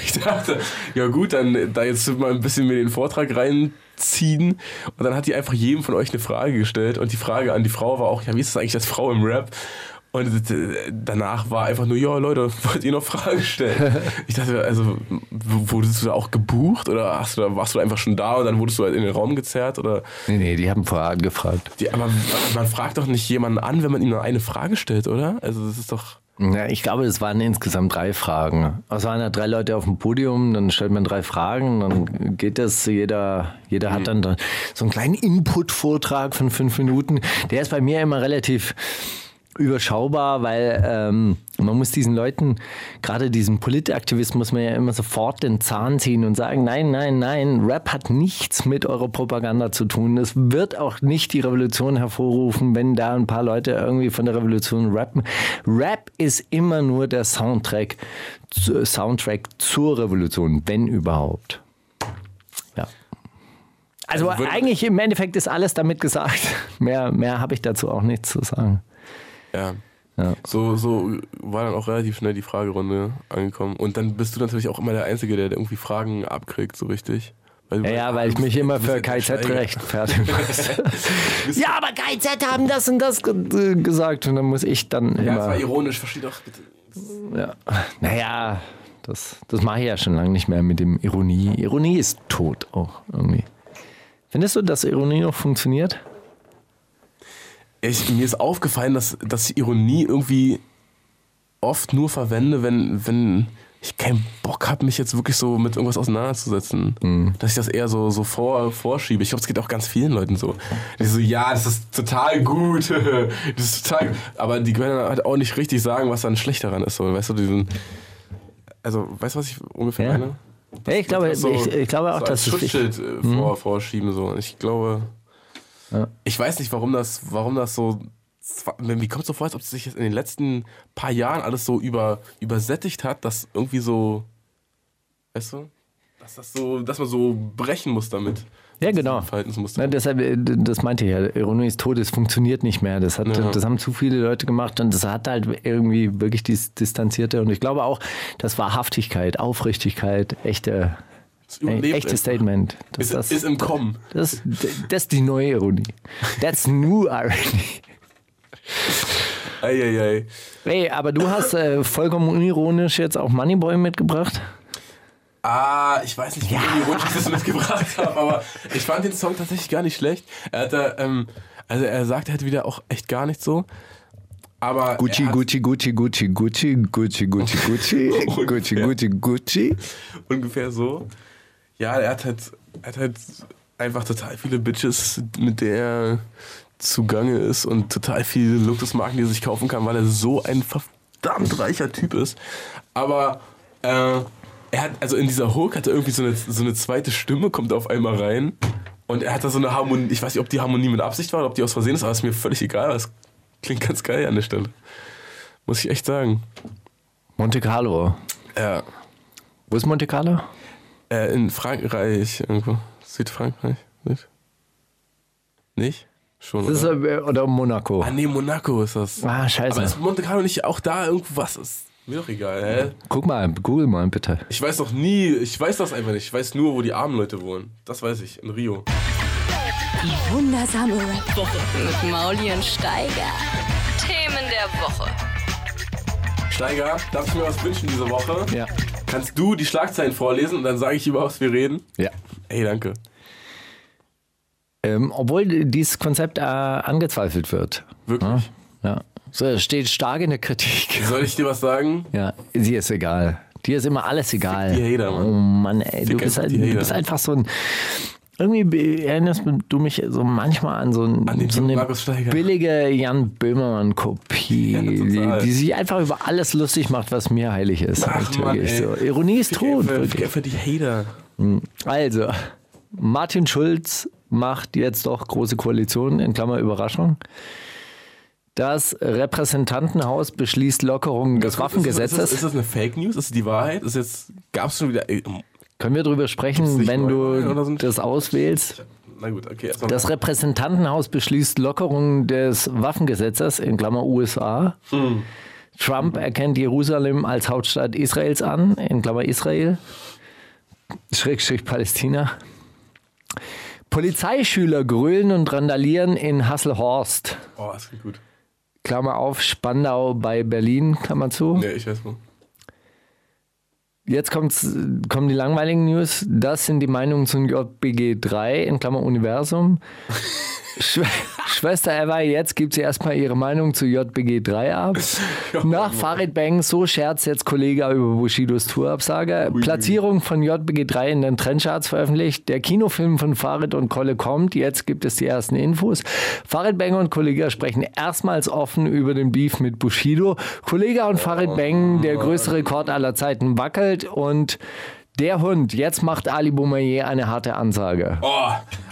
Speaker 6: ich dachte, ja gut, dann da jetzt mal ein bisschen mir den Vortrag reinziehen. Und dann hat die einfach jedem von euch eine Frage gestellt. Und die Frage an die Frau war auch, ja, wie ist das eigentlich als Frau im Rap? Und äh, danach war einfach nur, ja, Leute, wollt ihr noch Fragen stellen? Ich dachte, also, w- wurdest du da auch gebucht oder hast du da, warst du einfach schon da und dann wurdest du halt in den Raum gezerrt? Oder
Speaker 5: Nee, nee, die haben vorher angefragt.
Speaker 6: die, aber man fragt doch nicht jemanden an, wenn man ihm nur eine Frage stellt, oder? Also, das ist doch.
Speaker 5: Ja, ich glaube, es waren insgesamt drei Fragen. Es waren ja drei Leute auf dem Podium, dann stellt man drei Fragen, dann geht das, jeder, jeder hat dann da so einen kleinen Input-Vortrag von fünf Minuten. Der ist bei mir immer relativ überschaubar, weil ähm, man muss diesen Leuten, gerade diesen Politaktivismus, man ja immer sofort den Zahn ziehen und sagen, nein, nein, nein, Rap hat nichts mit eurer Propaganda zu tun. Es wird auch nicht die Revolution hervorrufen, wenn da ein paar Leute irgendwie von der Revolution rappen. Rap ist immer nur der Soundtrack, zu- Soundtrack zur Revolution, wenn überhaupt. Ja. Also,
Speaker 6: Also wird-
Speaker 5: eigentlich im Endeffekt ist alles damit gesagt. Mehr, mehr habe ich dazu auch nichts zu sagen.
Speaker 6: Ja.
Speaker 5: Ja.
Speaker 6: So, so war dann auch relativ schnell die Fragerunde angekommen. Und dann bist du natürlich auch immer der Einzige, der irgendwie Fragen abkriegt, so richtig. Weil du-
Speaker 5: Ja, Ja, weil ich mich
Speaker 6: du
Speaker 5: immer
Speaker 6: bist
Speaker 5: für
Speaker 6: ja der
Speaker 5: KZ
Speaker 6: Steiger.
Speaker 5: rechtfertigen muss. ja, aber KZ haben das und das ge- äh, gesagt und dann muss ich dann
Speaker 6: Ja, das war
Speaker 5: immer.
Speaker 6: ironisch, versteh doch bitte.
Speaker 5: Ja. Naja, das, das mache ich ja schon lange nicht mehr mit dem Ironie. Ironie ist tot auch irgendwie. Findest du, dass Ironie noch funktioniert?
Speaker 6: Ich, mir ist aufgefallen, dass, dass ich Ironie irgendwie oft nur verwende, wenn, wenn ich keinen Bock habe, mich jetzt wirklich so mit irgendwas auseinanderzusetzen. Dass ich das eher so, so vor, vorschiebe. Ich glaube, es geht auch ganz vielen Leuten so. Die so, ja, das ist total gut. das ist total gut. Aber die können dann halt auch nicht richtig sagen, was dann schlecht daran ist. So, weißt du, diesen. Also, weißt du, was ich ungefähr
Speaker 5: Ja.
Speaker 6: meine?
Speaker 5: Ja, ich, glaube,
Speaker 6: Das so-
Speaker 5: ich, ich glaube auch,
Speaker 6: so
Speaker 5: dass
Speaker 6: als
Speaker 5: es dich-
Speaker 6: Schutzschild äh, vor, vorschieben so. Und Ich glaube,
Speaker 5: Ja.
Speaker 6: ich weiß nicht, warum das, warum das so. Mir kommt so vor, als ob es sich jetzt in den letzten paar Jahren alles so über, übersättigt hat, dass irgendwie so, weißt du, dass das so, dass man so brechen muss damit.
Speaker 5: Ja, genau.
Speaker 6: Verhaltensmuster.
Speaker 5: Na, deshalb, äh, d- das meinte ich ja, Ironie ist tot, es funktioniert nicht mehr. Das, hat,
Speaker 6: Ja.
Speaker 5: das haben zu viele Leute gemacht und das hat halt irgendwie wirklich dieses Distanzierte. Und ich glaube auch, dass Wahrhaftigkeit, Aufrichtigkeit, echte,
Speaker 6: Das
Speaker 5: äh,
Speaker 6: überlebt
Speaker 5: echtes
Speaker 6: einfach.
Speaker 5: Statement. Das,
Speaker 6: Ist,
Speaker 5: das,
Speaker 6: ist im Kommen.
Speaker 5: das, d- das ist die neue Ironie. That's new irony.
Speaker 6: Eieiei.
Speaker 5: Ey, aber du hast äh, vollkommen unironisch jetzt auch Moneyboy mitgebracht.
Speaker 6: Ah, ich weiß nicht, wie ironisch ich das mitgebracht habe, aber ich fand den Song tatsächlich gar nicht schlecht. Er hat da, ähm, also er sagt, er hat wieder auch echt gar nichts so. Aber er hat,
Speaker 5: Gucci, Gucci, Gucci, Gucci, Gucci, Gucci,
Speaker 6: Gucci,
Speaker 5: Gucci, Gucci.
Speaker 6: ungefähr so. Ja, er hat halt, er hat halt einfach total viele Bitches, mit der er zugange ist und total viele Luxusmarken, die er sich kaufen kann, weil er so ein ver verdammt reicher Typ ist. Aber äh, er hat, also in dieser Hook hat er irgendwie so eine, so eine zweite Stimme, kommt auf einmal rein. Und er hat da so eine Harmonie, ich weiß nicht, ob die Harmonie mit Absicht war oder ob die aus Versehen ist, aber ist mir völlig egal. aber Es klingt ganz geil an der Stelle. Muss ich echt sagen.
Speaker 5: Monte Carlo.
Speaker 6: Ja.
Speaker 5: Wo ist Monte Carlo?
Speaker 6: Äh, in Frankreich irgendwo. Südfrankreich. Nicht? Nicht? Schon.
Speaker 5: Das ist,
Speaker 6: oder?
Speaker 5: äh, oder Monaco.
Speaker 6: ah, nee, Monaco ist das.
Speaker 5: Ah, scheiße.
Speaker 6: Aber ist Monte Carlo nicht auch da irgendwo was? Ist mir doch egal, hä?
Speaker 5: Guck mal, google mal bitte.
Speaker 6: Ich weiß noch nie, ich weiß das einfach nicht. Ich weiß nur, wo die armen Leute wohnen. Das weiß ich, in Rio.
Speaker 2: Die wundersame Rap-Woche mit Mauli und Steiger. Themen der Woche.
Speaker 6: Steiger, darf ich mir was wünschen diese Woche?
Speaker 5: Ja.
Speaker 6: Kannst du die Schlagzeilen vorlesen und dann sage ich, über was wir reden?
Speaker 5: Ja.
Speaker 6: Ey, danke.
Speaker 5: Ähm, obwohl dieses Konzept äh, angezweifelt wird.
Speaker 6: Wirklich.
Speaker 5: Ja. So, es steht stark in der Kritik.
Speaker 6: Soll ich dir was sagen?
Speaker 5: Ja, dir ist egal. Dir ist immer alles egal.
Speaker 6: die Hater, Mann.
Speaker 5: Oh Mann, ey, du
Speaker 6: Fick
Speaker 5: bist,
Speaker 6: einfach
Speaker 5: halt,
Speaker 6: die
Speaker 5: du
Speaker 6: Hater.
Speaker 5: bist einfach so ein. Irgendwie erinnerst du mich so manchmal an so, ein,
Speaker 6: An den
Speaker 5: so eine
Speaker 6: Markus Steiger.
Speaker 5: billige Jan Böhmermann-Kopie,
Speaker 6: Ja, total.
Speaker 5: die, die sich einfach über alles lustig macht, was mir heilig ist.
Speaker 6: Ach,
Speaker 5: Echt,
Speaker 6: Mann,
Speaker 5: wirklich
Speaker 6: ey.
Speaker 5: so. Ironie ist tot.
Speaker 6: Für,
Speaker 5: wirklich.
Speaker 6: für, für die Hater.
Speaker 5: Also, Martin Schulz macht jetzt doch große Koalition, in Klammer Überraschung. Das Repräsentantenhaus beschließt Lockerungen des
Speaker 6: Ist das,
Speaker 5: Waffengesetzes.
Speaker 6: ist das eine Fake News? Ist das die Wahrheit? Ist jetzt, gab's schon wieder. ey, oh,
Speaker 5: Können wir darüber sprechen,
Speaker 6: nicht
Speaker 5: wenn
Speaker 6: Neuwahlen oder so
Speaker 5: du
Speaker 6: ein
Speaker 5: das auswählst?
Speaker 6: Na gut, okay, erstmal.
Speaker 5: Das Repräsentantenhaus beschließt Lockerungen des Waffengesetzes, in Klammer USA. Trump erkennt Jerusalem als Hauptstadt Israels an, in Klammer Israel. Schrägstrich Palästina. Polizeischüler grölen und randalieren in Hasselhorst.
Speaker 6: oh, das klingt gut.
Speaker 5: Klammer auf, Spandau bei Berlin, Klammer zu.
Speaker 6: Nee, ich weiß mal.
Speaker 5: Jetzt kommt's, kommen die langweiligen News. Das sind die Meinungen zum JBG 3 in Klammer Universum. Schw Schwester Eva, jetzt gibt sie erstmal ihre Meinung zu JBG 3 ab. Nach Farid Bang, so scherzt jetzt Kollege über Bushidos Tourabsage. Platzierung von JBG 3 in den Trendcharts veröffentlicht. Der Kinofilm von Farid und Kolle kommt. Jetzt gibt es die ersten Infos. Farid Bang und Kollege sprechen erstmals offen über den Beef mit Bushido. Kollege und Farid Bang, der größte Rekord aller Zeiten, wackelt und der Hund, jetzt macht Ali Boumaier eine harte Ansage.
Speaker 6: Oh,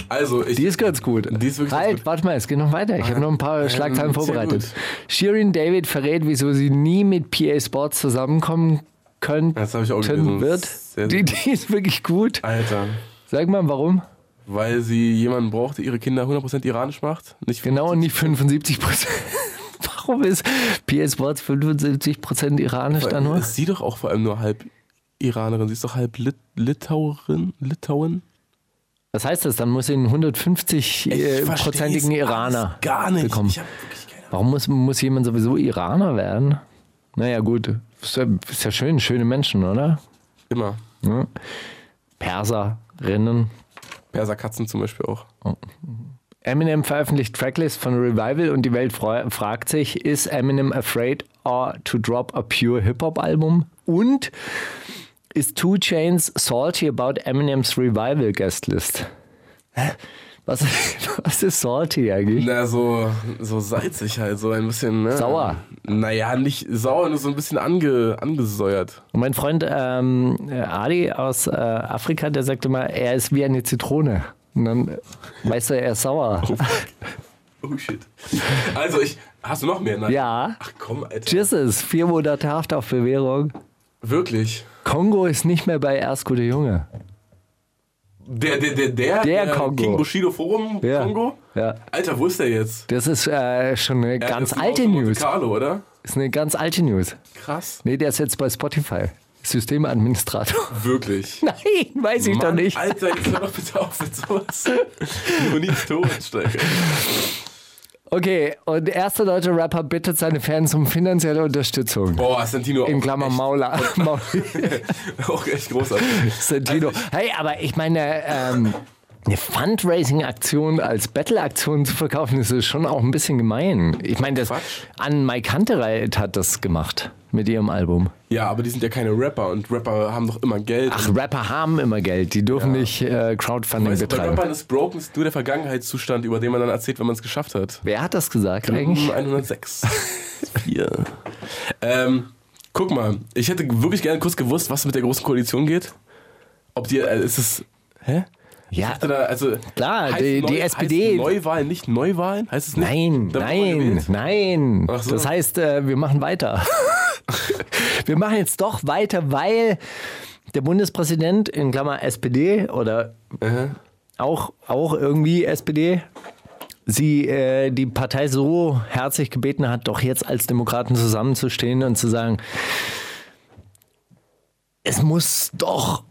Speaker 6: also ich.
Speaker 5: Die ist ganz gut.
Speaker 6: Die ist wirklich
Speaker 5: halt,
Speaker 6: ganz gut.
Speaker 5: warte mal, es geht noch weiter. Ich habe noch ein paar
Speaker 6: ähm,
Speaker 5: Schlagzeilen
Speaker 6: ist ja
Speaker 5: vorbereitet. Shirin David verrät, wieso sie nie mit PA Sports zusammenkommen könnten
Speaker 6: Das habe ich auch gelesen.
Speaker 5: wird.
Speaker 6: Sehr, sehr
Speaker 5: Die, die ist wirklich gut.
Speaker 6: Alter.
Speaker 5: Sag mal, warum?
Speaker 6: Weil sie jemanden braucht, der ihre Kinder 100% iranisch macht. Nicht
Speaker 5: Genau, und nicht 75 Prozent. Warum ist PA Sports 75 Prozent iranisch da nur?
Speaker 6: Ist sie doch auch vor allem nur halb Iranerin. Sie ist doch halb Lit Litauerin. Litauen?
Speaker 5: Was heißt das? Dann muss sie einen 150-prozentigen
Speaker 6: versteh's
Speaker 5: Iraner
Speaker 6: alles Gar nicht.
Speaker 5: bekommen.
Speaker 6: Ich hab wirklich keine
Speaker 5: Warum muss, muss jemand sowieso Iraner werden? Naja, gut. Ist ja, ist ja schön, schöne Menschen, oder?
Speaker 6: Immer.
Speaker 5: Ne? Perserinnen.
Speaker 6: Perserkatzen zum Beispiel auch.
Speaker 5: Eminem veröffentlicht Tracklist von Revival und die Welt fra fragt sich, ist Eminem afraid or to drop a pure Hip-Hop-Album? Und ist Two Chains salty about Eminems Revival Guestlist? Was, was ist salty eigentlich?
Speaker 6: Na, so, so salzig halt, so ein bisschen. Ne?
Speaker 5: Sauer.
Speaker 6: Naja, nicht sauer, nur so ein bisschen ange, angesäuert.
Speaker 5: Und mein Freund ähm, Ali aus äh, Afrika, der sagte mal, er ist wie eine Zitrone. Und dann äh, weißt du, er ist sauer.
Speaker 6: Oh shit. Also ich. Hast du noch mehr? Nein.
Speaker 5: Ja.
Speaker 6: Ach komm, Alter.
Speaker 5: Jesus, vier Monate Haft auf Bewährung.
Speaker 6: Wirklich.
Speaker 5: Kongo ist nicht mehr bei Erst Gute Junge.
Speaker 6: Der, der, der, der,
Speaker 5: Der Kongo.
Speaker 6: King Bushido Forum
Speaker 5: Ja.
Speaker 6: Kongo?
Speaker 5: Ja.
Speaker 6: Alter, wo ist der jetzt?
Speaker 5: Das ist äh, schon eine
Speaker 6: Ja,
Speaker 5: ganz
Speaker 6: das ist
Speaker 5: alte
Speaker 6: aus Monte
Speaker 5: News.
Speaker 6: Carlo, oder?
Speaker 5: ist eine ganz alte News.
Speaker 6: Krass.
Speaker 5: Nee, der ist jetzt bei Spotify. Systemadministrator.
Speaker 6: Wirklich.
Speaker 5: Nein, weiß ich doch
Speaker 6: Mann,
Speaker 5: nicht.
Speaker 6: Alter, jetzt hör doch bitte auf mit sowas. Ironie ist tot, Steiger.
Speaker 5: Okay, und erster deutsche Rapper bittet seine Fans um finanzielle Unterstützung.
Speaker 6: Boah, Santino.
Speaker 5: In
Speaker 6: auch
Speaker 5: Klammer
Speaker 6: echt,
Speaker 5: Maula. Maul
Speaker 6: Auch echt großartig. Also
Speaker 5: Santino. Hey, aber ich meine, ähm, eine Fundraising-Aktion als Battle-Aktion zu verkaufen, das ist schon auch ein bisschen gemein. Ich meine, das
Speaker 6: Quatsch.
Speaker 5: an Mike Huntereit hat das gemacht mit ihrem Album.
Speaker 6: Ja, aber die sind ja keine Rapper und Rapper haben doch immer Geld.
Speaker 5: Ach, Rapper haben immer Geld, die dürfen nicht äh, Crowdfunding
Speaker 6: Weißt du, bei
Speaker 5: betreiben.
Speaker 6: Rappern ist Broken ist nur der Vergangenheitszustand, über den man dann erzählt, wenn man es geschafft hat.
Speaker 5: Wer hat das gesagt
Speaker 6: Hm,
Speaker 5: eigentlich?
Speaker 6: 106. 4. Ähm, guck mal, ich hätte wirklich gerne kurz gewusst, was mit der Großen Koalition geht. Ob die, äh, ist es, hä?
Speaker 5: Ja,
Speaker 6: Oder, also,
Speaker 5: Klar,
Speaker 6: heißt
Speaker 5: die- die SPD.
Speaker 6: Heißt Neuwahlen, nicht Neuwahlen? Heißt es nicht?
Speaker 5: Nein,
Speaker 6: Da wird man
Speaker 5: nein,
Speaker 6: gewählt?
Speaker 5: nein.
Speaker 6: Ach so.
Speaker 5: Das heißt, äh, wir machen weiter. wir machen jetzt doch weiter, weil der Bundespräsident in Klammer SPD oder auch, auch irgendwie SPD sie äh, die Partei so herzlich gebeten hat, doch jetzt als Demokraten zusammenzustehen und zu sagen, es muss doch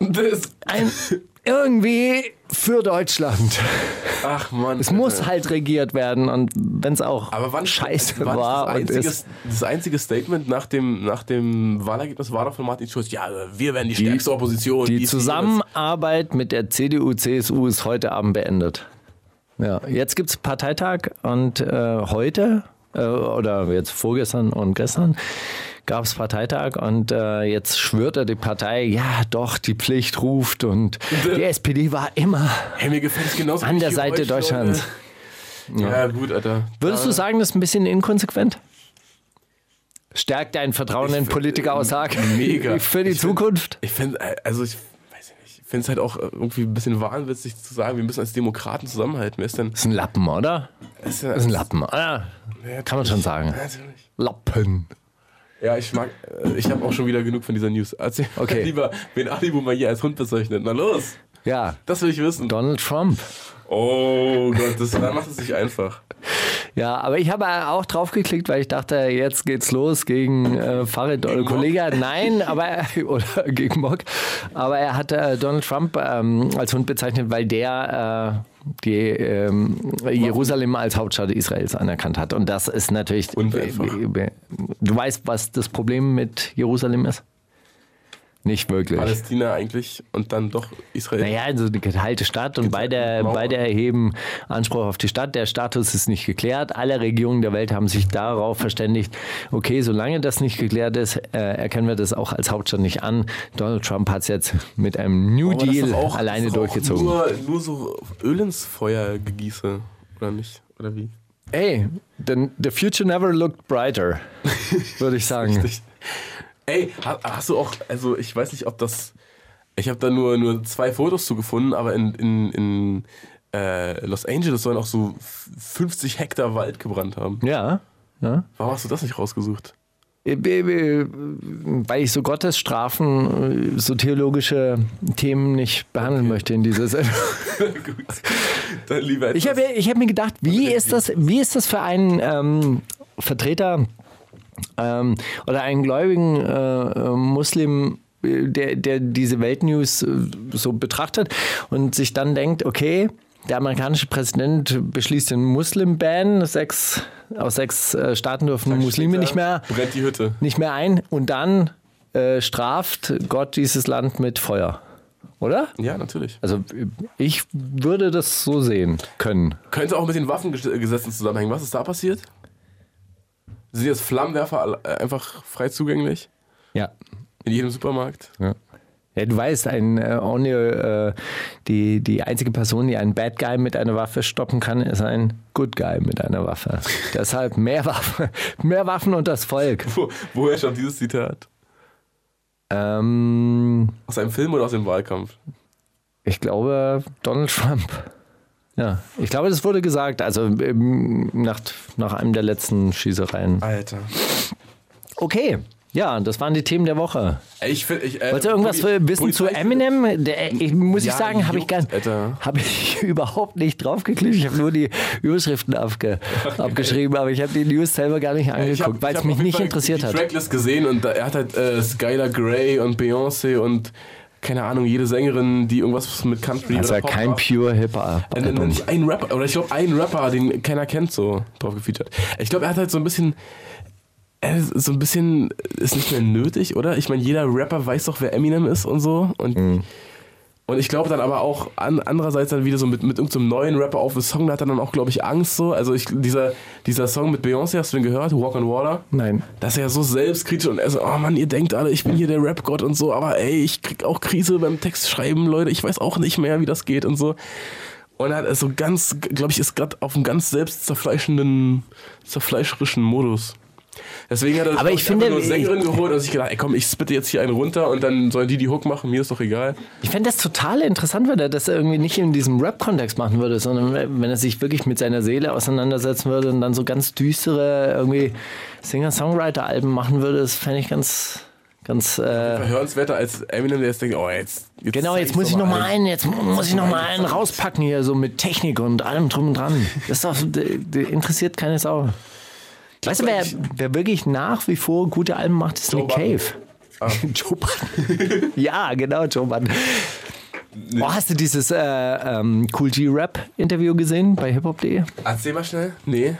Speaker 6: Das,
Speaker 5: ein, irgendwie für Deutschland.
Speaker 6: ach man.
Speaker 5: Es muss halt regiert werden und wenn es auch
Speaker 6: Aber wann
Speaker 5: scheiße
Speaker 6: wann
Speaker 5: war
Speaker 6: das,
Speaker 5: und
Speaker 6: einzige,
Speaker 5: ist.
Speaker 6: das einzige Statement nach dem, nach dem Wahlergebnis war doch von Martin Schulz, ja, wir werden die, stärkste Opposition.
Speaker 5: Die
Speaker 6: dies,
Speaker 5: Zusammenarbeit mit der CDU, CSU ist heute Abend beendet. Ja, jetzt gibt es Parteitag und äh, heute äh, oder jetzt vorgestern und gestern gab es Parteitag und äh, jetzt schwört er die Partei, ja doch, die Pflicht ruft und die SPD war immer
Speaker 6: jenes. Hey, mir gefällt es genauso.
Speaker 5: an
Speaker 6: wie
Speaker 5: der
Speaker 6: hier
Speaker 5: Seite
Speaker 6: euch,
Speaker 5: Deutschlands.
Speaker 6: Leute. Ja. gut, Alter.
Speaker 5: Würdest du sagen, das ist ein bisschen inkonsequent? Stärkt dein Vertrauen in
Speaker 6: Ich-
Speaker 5: Politikeraussagen
Speaker 6: Mega.
Speaker 5: für die
Speaker 6: Ich find-
Speaker 5: Zukunft?
Speaker 6: Ich finde, also ich weiß ich nicht, ich finde es halt auch äh, irgendwie ein bisschen wahnwitzig zu sagen, wir müssen als Demokraten zusammenhalten. Wer ist denn?
Speaker 5: Ist ein Lappen, oder?
Speaker 6: Ist, denn-
Speaker 5: Ist ein Lappen. Ah, kann man schon sagen.
Speaker 6: Natürlich.
Speaker 5: Lappen.
Speaker 6: Ja, ich mag, äh, ich habe auch schon wieder genug von dieser News. Erzähl
Speaker 5: Okay.
Speaker 6: okay. lieber, wen Ali Boomer hier als Hund bezeichnet. Na los,
Speaker 5: Ja.
Speaker 6: das will ich wissen.
Speaker 5: Donald Trump.
Speaker 6: Oh Gott, das dann macht es sich einfach.
Speaker 5: Ja, aber ich habe auch drauf geklickt, weil ich dachte, jetzt geht's los gegen äh, Farid oder Kollege. Nein, aber oder gegen Mock. Aber er hat äh, Donald Trump ähm, als Hund bezeichnet, weil der äh, die ähm, Jerusalem als Hauptstadt Israels anerkannt hat. Und das ist natürlich. äh,
Speaker 6: Unvereinbar.
Speaker 5: Du weißt, was das Problem mit Jerusalem ist? Nicht wirklich.
Speaker 6: Palästina eigentlich und dann doch Israel.
Speaker 5: Naja, also eine geteilte Stadt und beide,
Speaker 6: Mauer.
Speaker 5: beide erheben Anspruch auf die Stadt. Der Status ist nicht geklärt. Alle Regierungen der Welt haben sich darauf verständigt, okay, solange das nicht geklärt ist, äh, erkennen wir das auch als Hauptstadt nicht an. Donald Trump hat es jetzt mit einem New
Speaker 6: Aber das ist
Speaker 5: Deal
Speaker 6: doch auch-
Speaker 5: alleine
Speaker 6: das ist doch auch
Speaker 5: durchgezogen.
Speaker 6: Nur, nur so Öl ins Feuer gegieße, oder nicht? Oder wie?
Speaker 5: Ey, denn the future never looked brighter, würde ich sagen.
Speaker 6: Richtig. Ey, ha- hast du auch, also ich weiß nicht, ob das. Ich habe da nur, nur zwei Fotos zu gefunden, aber in, in, in äh, Los Angeles sollen auch so f- 50 Hektar Wald gebrannt haben.
Speaker 5: Ja. ja.
Speaker 6: Warum hast du das nicht rausgesucht?
Speaker 5: Äh, äh, äh, Weil ich so Gottesstrafen, äh, so theologische Themen nicht behandeln möchte in dieser Sendung.
Speaker 6: Gut. Dann lieber
Speaker 5: Ich habe ich hab eh mir gedacht, wie ist das, wie ist das für einen ähm, Vertreter ähm, oder einen gläubigen äh, äh, Muslim, äh, der, der diese Weltnews äh, so betrachtet und sich dann denkt, okay, der amerikanische Präsident beschließt den Muslim-Ban, sechs, aus sechs äh, Staaten dürfen Muslime nicht mehr,
Speaker 6: Brennt die Hütte.
Speaker 5: nicht mehr ein und dann äh, straft Gott dieses Land mit Feuer. Oder?
Speaker 6: Ja, natürlich.
Speaker 5: Also ich würde das so sehen können.
Speaker 6: Könnte auch mit den Waffengesetzen zusammenhängen. Was ist da passiert? Sind jetzt Flammenwerfer alle- äh, einfach frei zugänglich?
Speaker 5: Ja.
Speaker 6: In jedem Supermarkt?
Speaker 5: Ja. du weißt, ein äh, only, äh, die, die einzige Person, die einen Bad Guy mit einer Waffe stoppen kann, ist ein Good Guy mit einer Waffe. Deshalb mehr Waffen, mehr Waffen und das Volk.
Speaker 6: Wo, woher stammt dieses Zitat?
Speaker 5: Ähm,
Speaker 6: Aus einem Film oder aus dem Wahlkampf?
Speaker 5: ich glaube Donald Trump. Ja, ich glaube, das wurde gesagt, also ähm, nach, nach einem der letzten Schießereien.
Speaker 6: Alter.
Speaker 5: Okay, ja, das waren die Themen der Woche.
Speaker 6: Ey, Ich find, ich, äh,
Speaker 5: Wolltest du irgendwas
Speaker 6: Poli-
Speaker 5: wissen zu
Speaker 6: Polizei-
Speaker 5: Eminem? Der, ich, muss
Speaker 6: Ja,
Speaker 5: ich sagen, habe ich,
Speaker 6: juckt,
Speaker 5: gar-
Speaker 6: Alter.
Speaker 5: hab ich überhaupt nicht draufgeklickt. Ich habe nur die Überschriften abge, abgeschrieben, aber ich habe die News selber gar nicht
Speaker 6: Ich hab-
Speaker 5: angeguckt, weil
Speaker 6: ich
Speaker 5: es
Speaker 6: hab
Speaker 5: mich
Speaker 6: auf jeden
Speaker 5: nicht
Speaker 6: Fall
Speaker 5: interessiert
Speaker 6: die
Speaker 5: hat.
Speaker 6: Tracklist gesehen und da, er hat halt äh, Skylar Grey und Beyoncé und keine Ahnung, jede Sängerin, die irgendwas mit Country
Speaker 5: Also
Speaker 6: Pop
Speaker 5: kein
Speaker 6: macht.
Speaker 5: pure Hip-Hop.
Speaker 6: Äh, n- Nicht ein Rapper, oder ich glaube, ein Rapper, den keiner kennt, so drauf gefeatured. Ich glaube, er hat halt so ein bisschen. äh, So ein bisschen ist nicht mehr nötig, oder? Ich meine, jeder Rapper weiß doch, wer Eminem ist und so. Und Und ich glaube dann aber auch an, andererseits dann wieder so mit, mit irgendeinem neuen Rapper auf dem Song, da hat er dann auch, glaube ich, Angst so. Also ich, dieser, dieser Song mit Beyoncé, hast du den gehört? Walk on Water?
Speaker 5: Nein.
Speaker 6: Das ist ja so selbstkritisch und er so, oh Mann, ihr denkt alle, ich bin hier der Rap-Gott und so, aber ey, ich krieg auch Krise beim Text schreiben, Leute, ich weiß auch nicht mehr, wie das geht und so. Und er hat also ganz, glaube ich, ist gerade auf einem ganz selbst zerfleischenden, zerfleischerischen Modus. Deswegen hat er
Speaker 5: Aber
Speaker 6: glaub
Speaker 5: ich finde,
Speaker 6: einfach nur
Speaker 5: ich-
Speaker 6: Sängerin geholt und sich gedacht, ey komm, ich spitte jetzt hier einen runter und dann sollen die die Hook machen, mir ist doch egal.
Speaker 5: Ich fände das total interessant, wenn er das irgendwie nicht in diesem Rap-Kontext machen würde, sondern wenn er sich wirklich mit seiner Seele auseinandersetzen würde und dann so ganz düstere irgendwie Singer-Songwriter-Alben machen würde. Das fände ich ganz, ganz. Äh,
Speaker 6: Hörenswerter als Eminem, der jetzt denkt, oh jetzt. jetzt
Speaker 5: genau,
Speaker 6: zeig
Speaker 5: jetzt
Speaker 6: ich's
Speaker 5: muss ich
Speaker 6: noch mal
Speaker 5: nochmal
Speaker 6: allen.
Speaker 5: einen, jetzt muss ich nochmal einen rauspacken hier, so mit Technik und allem drum und dran. Das ist doch, d- d- interessiert keine Sau. Weißt du, wer, wer wirklich nach wie vor gute Alben macht, ist
Speaker 6: Joe
Speaker 5: Nick
Speaker 6: Budden. Ah.
Speaker 5: Cave. Joe Budden. ja, genau, Joe Budden. Oh, hast du dieses äh, ähm, Cool G-Rap-Interview gesehen bei hiphop.de?
Speaker 6: Erzähl mal schnell. Nee.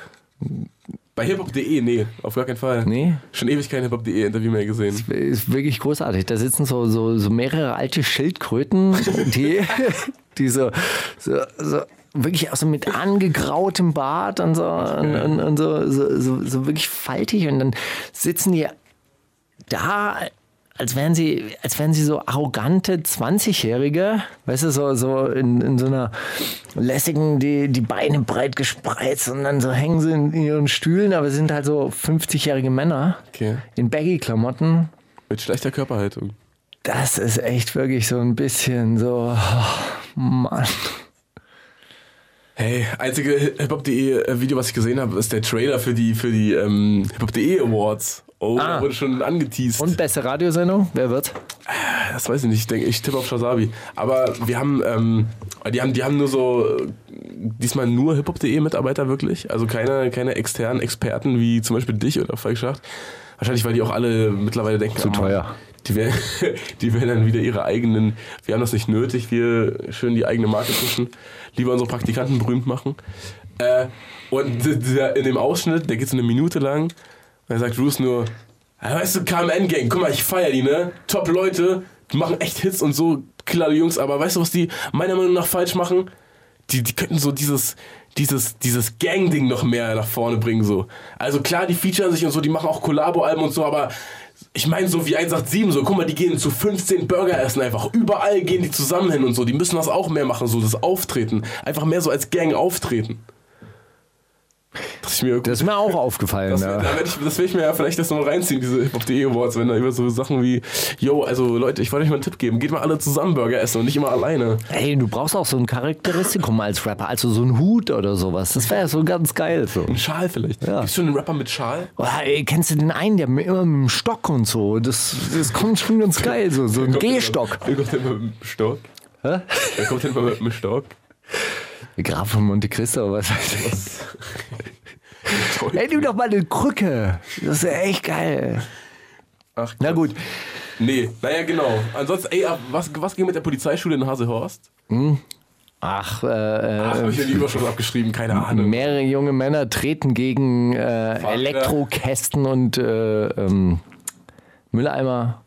Speaker 6: Bei hiphop.de, nee, auf gar keinen Fall.
Speaker 5: Nee.
Speaker 6: Schon ewig kein hiphop.de Interview mehr gesehen.
Speaker 5: Ist wirklich großartig. Da sitzen so, so, so mehrere alte Schildkröten, die, die so, so, so wirklich auch so mit angegrautem Bart und so und, und, und so, so, so, so wirklich faltig. Und dann sitzen die da, als wären sie, als wären sie so arrogante 20-Jährige, weißt du, so, so in, in so einer lässigen, die, die Beine breit gespreizt und dann so hängen sie in ihren Stühlen, aber sind halt so 50-jährige Männer
Speaker 6: Okay.
Speaker 5: in Baggy-Klamotten.
Speaker 6: Mit schlechter Körperhaltung.
Speaker 5: Das ist echt wirklich so ein bisschen so, oh, Mann.
Speaker 6: Hey, einzige hiphop.de äh, Video, was ich gesehen habe, ist der Trailer für die, für die ähm, hiphop.de Awards. Oh,
Speaker 5: Ah.
Speaker 6: da wurde schon angeteased.
Speaker 5: Und beste Radiosendung? Wer wird?
Speaker 6: Das weiß ich nicht, ich denke, ich tippe auf Shazabi. Aber wir haben, ähm, die haben, die haben nur so, äh, diesmal nur hiphop.de Mitarbeiter wirklich. Also keine, keine externen Experten wie zum Beispiel dich oder Falk Schacht. Wahrscheinlich, weil die auch alle mittlerweile denken, zu
Speaker 5: teuer.
Speaker 6: Die werden, die werden dann wieder ihre eigenen, wir haben das nicht nötig, wir schön die eigene Marke pushen, lieber unsere Praktikanten berühmt machen. Äh, und d- dieser, in dem Ausschnitt, der geht so eine Minute lang, und dann sagt Bruce nur, "Ja, weißt du, KMN-Gang, guck mal, ich feier die, ne? Top Leute, die machen echt Hits und so, klare Jungs, aber weißt du, was die meiner Meinung nach falsch machen? die, die könnten so dieses, dieses, dieses Gang-Ding noch mehr nach vorne bringen. So. Also klar, die featuren sich und so, die machen auch Kollabo-Alben und so, aber ich meine so wie 187, so, guck mal, die gehen zu 15 Burger essen einfach. Überall gehen die zusammen hin und so. Die müssen das auch mehr machen, so das Auftreten. Einfach mehr so als Gang auftreten. Das ist mir
Speaker 5: Das ist ne? mir auch aufgefallen.
Speaker 6: das,
Speaker 5: ja.
Speaker 6: da werd ich, das will ich mir ja vielleicht erst noch mal reinziehen, diese Hip-Hop.de Awards, wenn da über so Sachen wie, yo, also Leute, ich wollte euch mal einen Tipp geben, geht mal alle zusammen Burger essen und nicht immer alleine.
Speaker 5: Ey, du brauchst auch so ein Charakteristikum als Rapper, also so ein Hut oder sowas. Das wäre ja so ganz geil. So.
Speaker 6: Ein Schal vielleicht.
Speaker 5: Ja.
Speaker 6: Gibt's schon einen Rapper mit Schal?
Speaker 5: Oh, ey, kennst du den einen, der mit- immer mit dem Stock und so? Das, das kommt schon ganz geil, so, so ein Gehstock.
Speaker 6: Er kommt immer mit dem Stock.
Speaker 5: Genau. Hä?
Speaker 6: Er kommt immer mit dem Stock.
Speaker 5: Der Graf von Monte Cristo, was weiß ich. Ey, nimm doch mal eine Krücke. Das ist ja echt geil.
Speaker 6: Ach,
Speaker 5: Na gut,
Speaker 6: Nee, naja, genau. Ansonsten, ey, ab- was, was ging mit der Polizeischule in Hasehorst?
Speaker 5: ach, äh, äh,
Speaker 6: Ach, hab ich ja die Überschrift abgeschrieben, keine Ahnung.
Speaker 5: mehrere junge Männer treten gegen äh, Elektrokästen und äh, ähm, Mülleimer.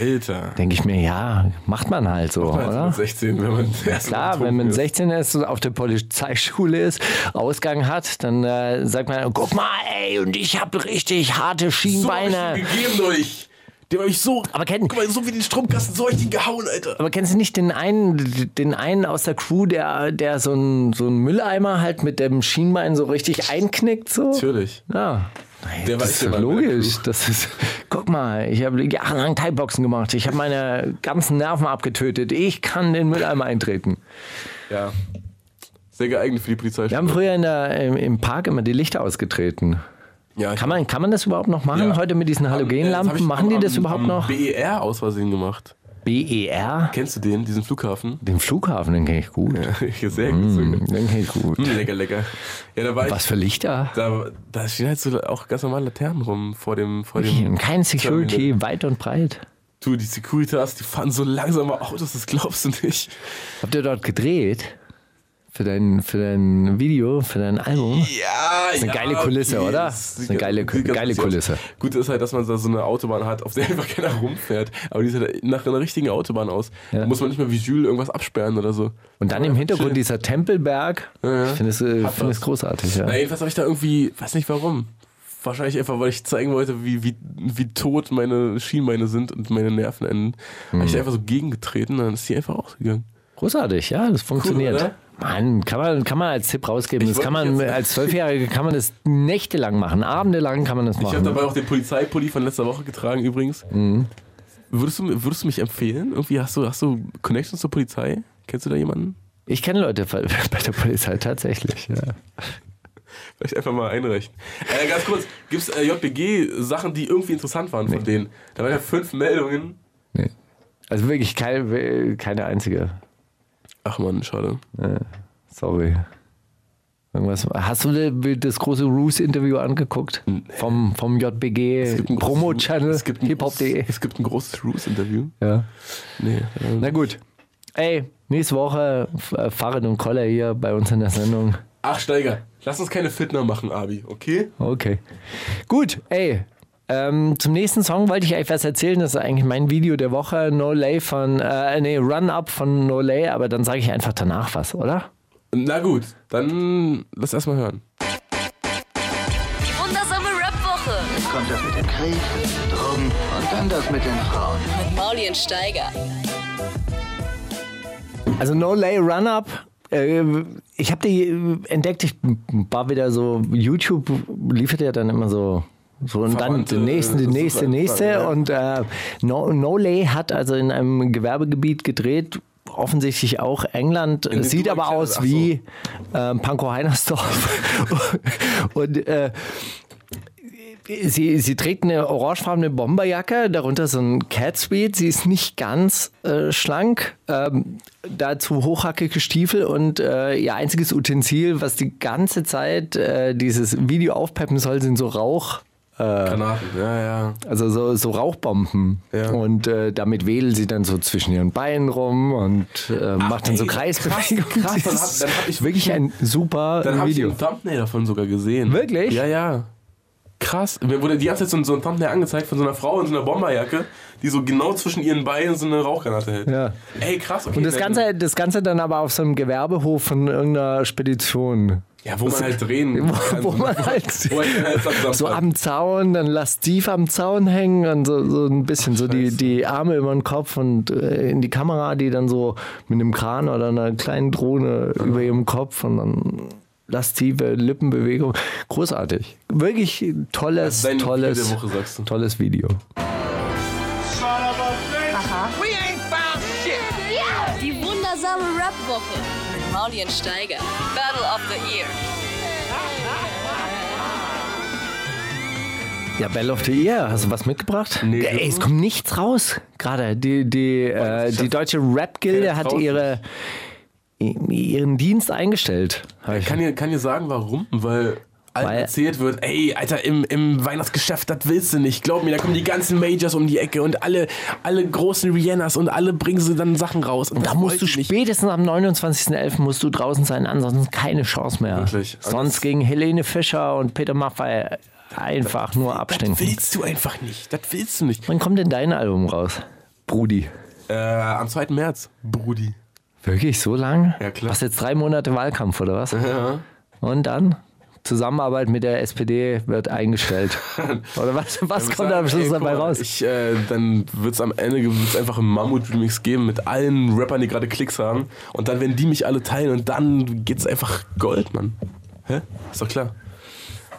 Speaker 6: Alter.
Speaker 5: Denke ich mir, ja, macht man halt so,
Speaker 6: Also
Speaker 5: oder?
Speaker 6: mit 16, wenn man das erste Mal
Speaker 5: Klar,
Speaker 6: betrunken
Speaker 5: wenn man
Speaker 6: ist.
Speaker 5: 16 ist und auf der Polizeischule ist, Ausgang hat, dann äh, sagt man, guck mal, ey, und ich habe richtig harte
Speaker 6: so hab ich
Speaker 5: Schienbeine.
Speaker 6: den gegeben euch. Dem hab ich so.
Speaker 5: Aber kenn-
Speaker 6: Guck mal, so wie den Stromkasten, so hab ich den gehauen, Alter.
Speaker 5: Aber kennst du nicht den einen, den einen aus der Crew, der, der so einen so einen Mülleimer halt mit dem Schienbein so richtig einknickt? So?
Speaker 6: Natürlich.
Speaker 5: Ja.
Speaker 6: Der
Speaker 5: das
Speaker 6: weiß
Speaker 5: ist
Speaker 6: ja,
Speaker 5: doch
Speaker 6: wann er
Speaker 5: logisch. Das ist, guck mal, ich habe jahrelang Thai-Boxen gemacht. Ich habe meine ganzen Nerven abgetötet. Ich kann den Mülleimer eintreten.
Speaker 6: Ja. Sehr geeignet für die
Speaker 5: Wir
Speaker 6: Polizeischule.
Speaker 5: haben früher in der, im, im Park immer die Lichter ausgetreten.
Speaker 6: Ja, ich-
Speaker 5: Kann man, kann man das überhaupt noch machen?
Speaker 6: Ja.
Speaker 5: Heute mit diesen
Speaker 6: Am- äh, hab ich
Speaker 5: Halogenlampen, machen die
Speaker 6: am-
Speaker 5: das
Speaker 6: am-
Speaker 5: überhaupt
Speaker 6: am
Speaker 5: noch?
Speaker 6: BER aus Versehen gemacht.
Speaker 5: BER?
Speaker 6: Kennst du den, diesen Flughafen?
Speaker 5: Den Flughafen, den kenne ich gut. Hm,
Speaker 6: Sehr gut. sogar.
Speaker 5: Den kenne ich gut.
Speaker 6: Mm, lecker, lecker. Ja, da war
Speaker 5: Was
Speaker 6: ich.
Speaker 5: für Lichter?
Speaker 6: Da, da stehen halt so auch ganz normale Laternen rum vor dem. Vor dem
Speaker 5: Und kein Security,
Speaker 6: Terminal.
Speaker 5: weit und breit.
Speaker 6: Du, die Securitas, die fahren so langsame Autos, das glaubst du nicht.
Speaker 5: Habt ihr dort gedreht? Für dein, für dein Video, für dein Album.
Speaker 6: Ja,
Speaker 5: ist eine geile Kulisse, oder?
Speaker 6: Das
Speaker 5: Ist eine geile- geile Kulisse.
Speaker 6: Gut ist halt, dass man da so eine Autobahn hat, auf der einfach keiner rumfährt. Aber die sieht halt nach einer richtigen Autobahn aus. Da muss man nicht mal wie Jules irgendwas absperren oder so.
Speaker 5: Und dann im Hintergrund dieser Tempelberg.
Speaker 6: ja.
Speaker 5: Ich finde es, äh,
Speaker 6: Hat
Speaker 5: finde
Speaker 6: was.
Speaker 5: es großartig, ja.
Speaker 6: Na, jedenfalls habe ich da irgendwie, weiß nicht warum. Wahrscheinlich einfach, weil ich zeigen wollte, wie, wie, wie tot meine Schienbeine sind und meine Nerven enden. Habe
Speaker 5: Hm.
Speaker 6: ich da einfach so gegengetreten, dann ist die einfach ausgegangen.
Speaker 5: Großartig, ja, das funktioniert.
Speaker 6: oder?
Speaker 5: Mann, kann man, kann man als Tipp rausgeben.
Speaker 6: Ich
Speaker 5: Das kann
Speaker 6: wollte
Speaker 5: man
Speaker 6: jetzt-
Speaker 5: als Zwölfjährige kann man das nächtelang machen, abendelang kann man das
Speaker 6: Ich habe
Speaker 5: machen. Mhm.
Speaker 6: dabei auch den Polizeipulli von letzter Woche getragen übrigens. Würdest, du, würdest du mich empfehlen? Irgendwie hast du, hast du Connections zur Polizei? Kennst du da jemanden?
Speaker 5: Ich kenne Leute bei bei der Polizei tatsächlich. Ja.
Speaker 6: Vielleicht einfach mal einreichen. Äh, ganz kurz, gibt es äh, JBG-Sachen, die irgendwie interessant waren von denen? Da waren ja fünf Meldungen.
Speaker 5: Nee. Also wirklich keine, keine einzige.
Speaker 6: Ach man, schade.
Speaker 5: Sorry. Irgendwas. Hast du de- das große Roos-Interview angeguckt? Vom, vom JBG
Speaker 6: ein großes-
Speaker 5: Promo-Channel
Speaker 6: es gibt ein
Speaker 5: hiphop.de.
Speaker 6: großes- Es gibt ein großes Roos-Interview.
Speaker 5: Ja.
Speaker 6: Nee, äh,
Speaker 5: Na gut. Ey, nächste Woche F- äh, Farid und Koller hier bei uns in der Sendung.
Speaker 6: Ach, Steiger, lass uns keine Fitner machen, Abi, okay?
Speaker 5: Okay. Gut, ey. Ähm, zum nächsten Song wollte ich euch was erzählen. Das ist eigentlich mein Video der Woche. No Lay von, äh, nee, Run Up von No Lay. Aber dann sage ich einfach danach was, oder?
Speaker 6: Na gut, dann lass erstmal hören.
Speaker 2: Die wundersame Rap-Woche
Speaker 1: Kommt das mit dem Krieg, Drogen und dann das mit den Frauen.
Speaker 2: mit Mauli und Steiger.
Speaker 5: Also No Lay Run Up. äh, Ich habe die äh, entdeckt, ich war wieder so, YouTube liefert ja dann immer so, so und dann
Speaker 6: Verwandte,
Speaker 5: die nächste, die
Speaker 6: äh,
Speaker 5: nächste,
Speaker 6: sozusagen,
Speaker 5: nächste.
Speaker 6: ja.
Speaker 5: Und äh, no, no Lay hat also in einem Gewerbegebiet gedreht, offensichtlich auch England,
Speaker 6: dem
Speaker 5: sieht
Speaker 6: du
Speaker 5: aber
Speaker 6: erklärt-
Speaker 5: aus
Speaker 6: ach so.
Speaker 5: wie äh, Pankow Heinersdorf. und äh, Sie, sie trägt eine orangefarbene Bomberjacke, darunter so ein Catsuit. Sie ist nicht ganz äh, schlank, ähm, dazu hochhackige Stiefel und äh, ihr einziges Utensil, was die ganze Zeit äh, dieses Video aufpeppen soll, sind so Rauch,
Speaker 6: Granaten, ja, ja.
Speaker 5: also so, so Rauchbomben.
Speaker 6: Ja.
Speaker 5: Und äh, damit wedelt sie dann so zwischen ihren Beinen rum und äh, macht dann so
Speaker 6: ey, krass,
Speaker 5: Kreisbewegungen.
Speaker 6: krass, dann hab-
Speaker 5: Das
Speaker 6: dann hab ich-
Speaker 5: ist wirklich ein super
Speaker 6: Dann habe ich
Speaker 5: Video.
Speaker 6: ein Thumbnail davon sogar gesehen.
Speaker 5: Wirklich?
Speaker 6: Ja, ja. Krass. Mir wurde die ganze Zeit so ein, so ein Thumbnail angezeigt von so einer Frau in so einer Bomberjacke, die so genau zwischen ihren Beinen so eine Rauchgranate hält.
Speaker 5: Ja.
Speaker 6: Ey, krass. Okay,
Speaker 5: Und das
Speaker 6: dann-
Speaker 5: Ganze, halt das Ganze dann aber auf so einem Gewerbehof von irgendeiner Spedition.
Speaker 6: Ja, wo man halt drehen kann.
Speaker 5: wo, wo
Speaker 6: so-
Speaker 5: man halt
Speaker 6: wo man halt zusammen-
Speaker 5: so am Zaun, dann lass tief am Zaun hängen und so, so ein bisschen so die, die Arme über den Kopf und äh, in die Kamera, die dann so mit einem Kran oder einer kleinen Drohne über ihrem Kopf und dann lastive Lippenbewegung. Großartig. Wirklich tolles,
Speaker 6: Dein Video
Speaker 5: tolles,
Speaker 6: der Woche, sagst du.
Speaker 5: tolles Video.
Speaker 2: Die wundersame Rap-Woche mit Mauli und Steiger. Battle of the Year.
Speaker 5: Ja, Bell of the Year, hast du was mitgebracht?
Speaker 6: Nee.
Speaker 5: Ey, es kommt nichts raus gerade. Die, die, äh, die deutsche Rap-Gilde
Speaker 6: Keiner
Speaker 5: hat
Speaker 6: traut
Speaker 5: ihre, ihren Dienst eingestellt. hab ich-
Speaker 6: Kann dir, kann dir sagen, warum? Weil allen
Speaker 5: Weil-
Speaker 6: erzählt wird, ey, Alter, im, im Weihnachtsgeschäft, das willst du nicht. Glaub mir, da kommen die ganzen Majors um die Ecke und alle, alle großen Rihannas und alle bringen sie dann Sachen raus. Und
Speaker 5: Da
Speaker 6: das
Speaker 5: musst du
Speaker 6: wollt ihr nicht.
Speaker 5: spätestens am 29.11. musst du draußen sein, ansonsten keine Chance mehr.
Speaker 6: Wirklich. Also
Speaker 5: Sonst gegen Helene Fischer und Peter Maffay einfach nur
Speaker 6: Das
Speaker 5: abstinken.
Speaker 6: willst du einfach nicht. Das willst du nicht.
Speaker 5: Wann kommt denn dein Album raus? Brudi.
Speaker 6: Äh, am 2. März, Brudi.
Speaker 5: Wirklich so lang?
Speaker 6: Ja, klar.
Speaker 5: Was jetzt drei Monate Wahlkampf oder was? Und dann? Zusammenarbeit mit der SPD wird eingestellt. Oder was, was kommt am Schluss dabei raus?
Speaker 6: Ich, äh, dann wird es am Ende wird's einfach einen Mammut-Remix geben mit allen Rappern, die gerade Klicks haben. Und dann werden die mich alle teilen und dann geht's einfach Gold, Mann. Hä? Ist doch klar.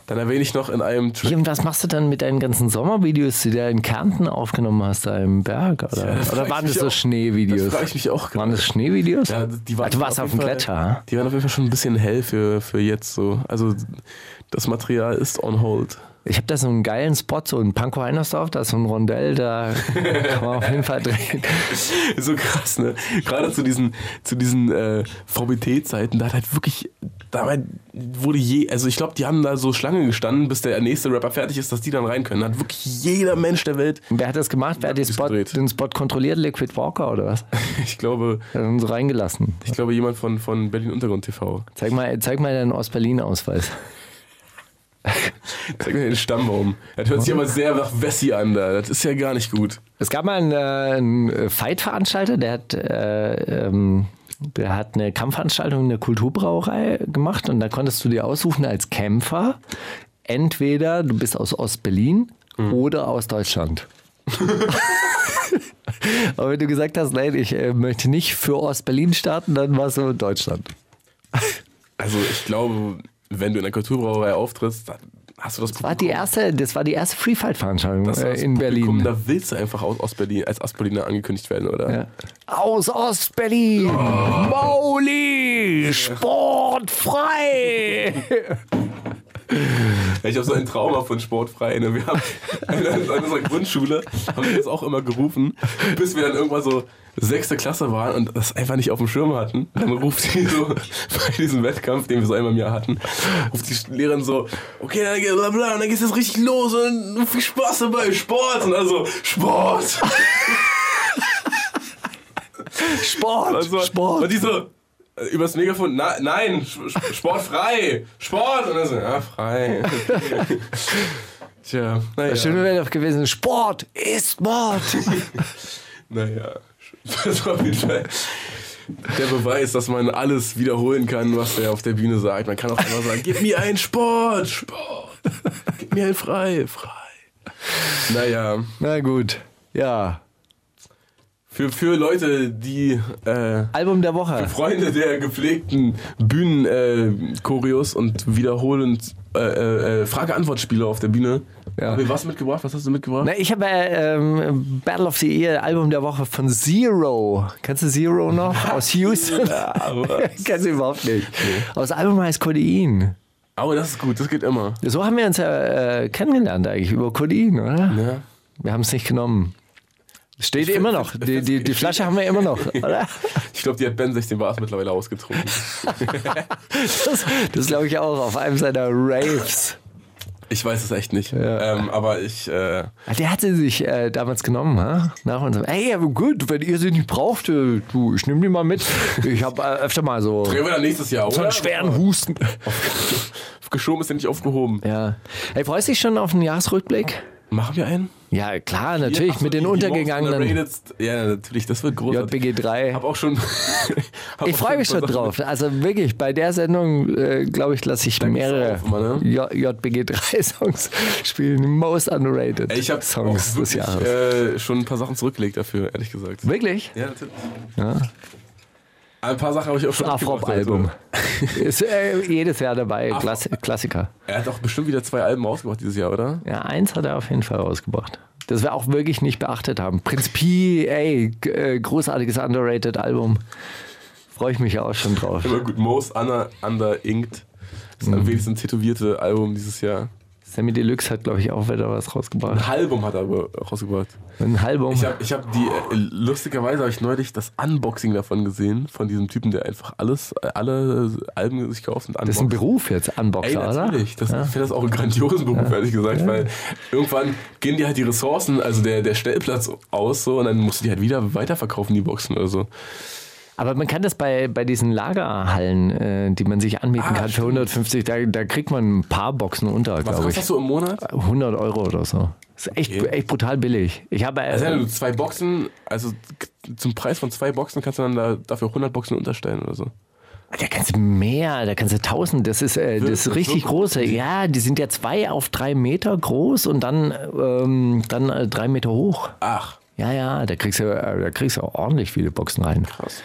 Speaker 6: Dann erwähne ich noch in einem Track.
Speaker 5: Ja, und was machst du dann mit deinen ganzen Sommervideos, die du in Kärnten aufgenommen hast, da im Berg? Oder,
Speaker 6: Ja, das
Speaker 5: oder
Speaker 6: frag
Speaker 5: waren das
Speaker 6: ich mich
Speaker 5: so
Speaker 6: auch.
Speaker 5: Schneevideos?
Speaker 6: Das frag ich mich auch gerade.
Speaker 5: Waren das Schneevideos?
Speaker 6: Ja, die
Speaker 5: Ach,
Speaker 6: waren
Speaker 5: du warst auf,
Speaker 6: jeden
Speaker 5: dem
Speaker 6: Fall-
Speaker 5: Gletscher.
Speaker 6: Die waren auf jeden Fall schon ein bisschen hell für, für jetzt so. Also das Material ist on hold.
Speaker 5: Ich habe da so einen geilen Spot, so in Pankow-Heinersdorf, da ist so ein Rondell, da kann man auf jeden Fall drehen.
Speaker 6: so krass, ne? Gerade zu diesen, zu diesen äh, VBT-Zeiten, da hat halt wirklich, dabei wurde je, also ich glaube, die haben da so Schlange gestanden, bis der nächste Rapper fertig ist, dass die dann rein können. Da hat wirklich jeder Mensch der Welt,
Speaker 5: Und Wer hat das gemacht? Wer hat den
Speaker 6: Ist
Speaker 5: Spot,
Speaker 6: gedreht.
Speaker 5: den Spot kontrolliert? Liquid Walker oder was?
Speaker 6: ich glaube,
Speaker 5: Hat uns reingelassen.
Speaker 6: ich glaube jemand von, von Berlin Untergrund TV.
Speaker 5: Zeig mal, zeig mal deinen Ostberlin-Ausweis.
Speaker 6: Zeig mir den Stammbaum. Das hört sich aber sehr nach Wessi an da. Das ist ja gar nicht gut.
Speaker 5: Es gab mal einen, äh, einen Fight-Veranstalter, der hat, äh, ähm, der hat eine Kampfveranstaltung in der Kulturbrauerei gemacht und da konntest du dir aussuchen als Kämpfer, entweder du bist aus Ostberlin
Speaker 6: Mhm.
Speaker 5: oder aus Deutschland. Aber wenn du gesagt hast, nein, ich äh, möchte nicht für Ostberlin starten, dann warst du in Deutschland.
Speaker 6: Also ich glaube, wenn du in der Kulturbrauerei auftrittst, dann hast du das
Speaker 5: War die erste, das war die erste Free Fight Veranstaltung
Speaker 6: das
Speaker 5: äh,
Speaker 6: das
Speaker 5: in
Speaker 6: Publikum,
Speaker 5: Berlin.
Speaker 6: Da willst du einfach aus Ostberlin, als Ostberliner angekündigt werden, oder?
Speaker 5: Ja. Aus Ostberlin. Mauli, sportfrei.
Speaker 6: Ich habe so ein Trauma von Sportfrei. Ne? Wir haben an an unserer Grundschule haben wir das auch immer gerufen, bis wir dann irgendwann so sechste Klasse waren und das einfach nicht auf dem Schirm hatten. Dann ruft die so bei diesem Wettkampf, den wir so einmal im Jahr hatten, ruft die Lehrerin so, okay, dann, geht- bla, bla, und dann geht's jetzt richtig los und viel Spaß dabei, Sport und also Sport.
Speaker 5: Sport,
Speaker 6: Also,
Speaker 5: Sport.
Speaker 6: Und die so, äh, übers Megafon, na, nein, Sch- Sch- Sport frei, Sport. Und dann so, ja, frei. Tja, naja.
Speaker 5: Das Schöne wäre doch gewesen, Sport ist Mord.
Speaker 6: Naja, das war auf jeden Fall der Beweis, dass man alles wiederholen kann, was er auf der Bühne sagt. Man kann auch immer sagen, gib mir einen Sport, Sport. Gib mir einen frei, frei. Naja,
Speaker 5: Na gut, ja.
Speaker 6: für, für Leute, die äh,
Speaker 5: Album der Woche.
Speaker 6: Freunde der gepflegten Bühnen äh, Choreos und wiederholend äh, äh, Frage-Antwort-Spiele auf der Bühne.
Speaker 5: Ja.
Speaker 6: Hab ich was mitgebracht? Was hast du mitgebracht?
Speaker 5: Na, ich habe äh, ähm, Battle of the Year, Album der Woche von Zero. Kennst du Zero noch? Aus Houston? Kennst du überhaupt nicht. Aus Album heißt Codein.
Speaker 6: Aber das ist gut, das geht immer.
Speaker 5: So haben wir uns ja äh, kennengelernt eigentlich, über Codein, oder?
Speaker 6: Ja.
Speaker 5: Wir haben es nicht genommen. Steht immer noch. Die, die, die Flasche haben wir immer noch, oder?
Speaker 6: Ich glaube, die hat Ben 16 Bars mittlerweile ausgetrunken.
Speaker 5: Das, das glaube ich auch, auf einem seiner Raves.
Speaker 6: Ich weiß es echt nicht. Ähm, aber ich. Äh,
Speaker 5: Ah, Der hatte sich äh, damals genommen, ha? nach unserem. Ey, ja, gut, wenn ihr sie nicht braucht, äh, du, ich nehme die mal mit. Ich habe äh, öfter mal so, so
Speaker 6: drehen wir dann nächstes Jahr, oder?
Speaker 5: einen schweren Husten.
Speaker 6: Geschoben ist ja nicht aufgehoben.
Speaker 5: Ja. Ey, freust du dich schon auf einen Jahresrückblick?
Speaker 6: Machen wir einen?
Speaker 5: Ja, klar, natürlich,
Speaker 6: Ach so,
Speaker 5: mit den
Speaker 6: die
Speaker 5: untergegangenen.
Speaker 6: most underrated- Ja, natürlich, das wird großartig.
Speaker 5: JBG 3.
Speaker 6: Hab auch schon. hab
Speaker 5: Ich
Speaker 6: auch
Speaker 5: freue mich schon
Speaker 6: ein paar Sachen
Speaker 5: drauf. Also wirklich, bei der Sendung, äh, glaube ich, lasse ich
Speaker 6: geht's
Speaker 5: mehrere
Speaker 6: auf immer, ne?
Speaker 5: J- JBG 3 Songs spielen. Die Most underrated
Speaker 6: mit. Ey, Ich habe
Speaker 5: Songs des Jahres.
Speaker 6: äh, schon ein paar Sachen zurückgelegt dafür, ehrlich gesagt.
Speaker 5: wirklich?
Speaker 6: Ja, natürlich. Ein paar Sachen habe ich auch schon.
Speaker 5: Afrop-Album.
Speaker 6: mitgebracht,
Speaker 5: Ist äh, jedes Jahr dabei. Klassi Klassiker.
Speaker 6: also. Er hat auch bestimmt wieder zwei Alben rausgebracht dieses Jahr, oder?
Speaker 5: Ja, eins hat er auf jeden Fall rausgebracht. Das wir auch wirklich nicht beachtet haben. Prinz P, ey, g- äh, großartiges underrated Album. Freue ich mich ja auch schon drauf.
Speaker 6: Aber gut, Most Under, Under Inked. Das
Speaker 5: Mhm.
Speaker 6: am wenigsten tätowierte Album dieses Jahr.
Speaker 5: Sammy Deluxe hat, glaube ich, auch wieder was
Speaker 6: Ein
Speaker 5: rausgebracht.
Speaker 6: Album hat er aber rausgebracht.
Speaker 5: Ein Album.
Speaker 6: Ich habe ich hab die, äh, lustigerweise habe ich neulich das Unboxing davon gesehen, von diesem Typen, der einfach alles, äh, alle Alben sich kauft und
Speaker 5: Das
Speaker 6: unboxt.
Speaker 5: ist ein Beruf jetzt, Unboxer,
Speaker 6: Ey,
Speaker 5: oder?
Speaker 6: natürlich. Das, Ich finde das auch einen grandiosen Beruf, ehrlich gesagt, weil irgendwann gehen dir halt die Ressourcen, also der, der Stellplatz aus so und dann musst du die halt wieder weiterverkaufen, die Boxen oder so.
Speaker 5: Aber man kann das bei, bei diesen Lagerhallen, äh, die man sich anmieten kann für 150, da, da kriegt man ein paar Boxen unter,
Speaker 6: Ah, Was
Speaker 5: glaube
Speaker 6: kostet das
Speaker 5: ich.
Speaker 6: so im Monat?
Speaker 5: 100 Euro oder so. ist echt,
Speaker 6: Okay.
Speaker 5: echt brutal billig. Ich habe
Speaker 6: Also wenn
Speaker 5: äh,
Speaker 6: du zwei Boxen, also k- zum Preis von zwei Boxen kannst du dann da, dafür 100 Boxen unterstellen oder so.
Speaker 5: da kannst du mehr, da kannst du 1000, das ist äh, das ist
Speaker 6: Wirklich?
Speaker 5: richtig große. Ja, die sind ja zwei auf drei Meter groß und dann, ähm, dann äh, drei Meter hoch.
Speaker 6: Ach,
Speaker 5: Ja, ja, da kriegst du, äh, da kriegst du auch ordentlich viele Boxen rein.
Speaker 6: krass.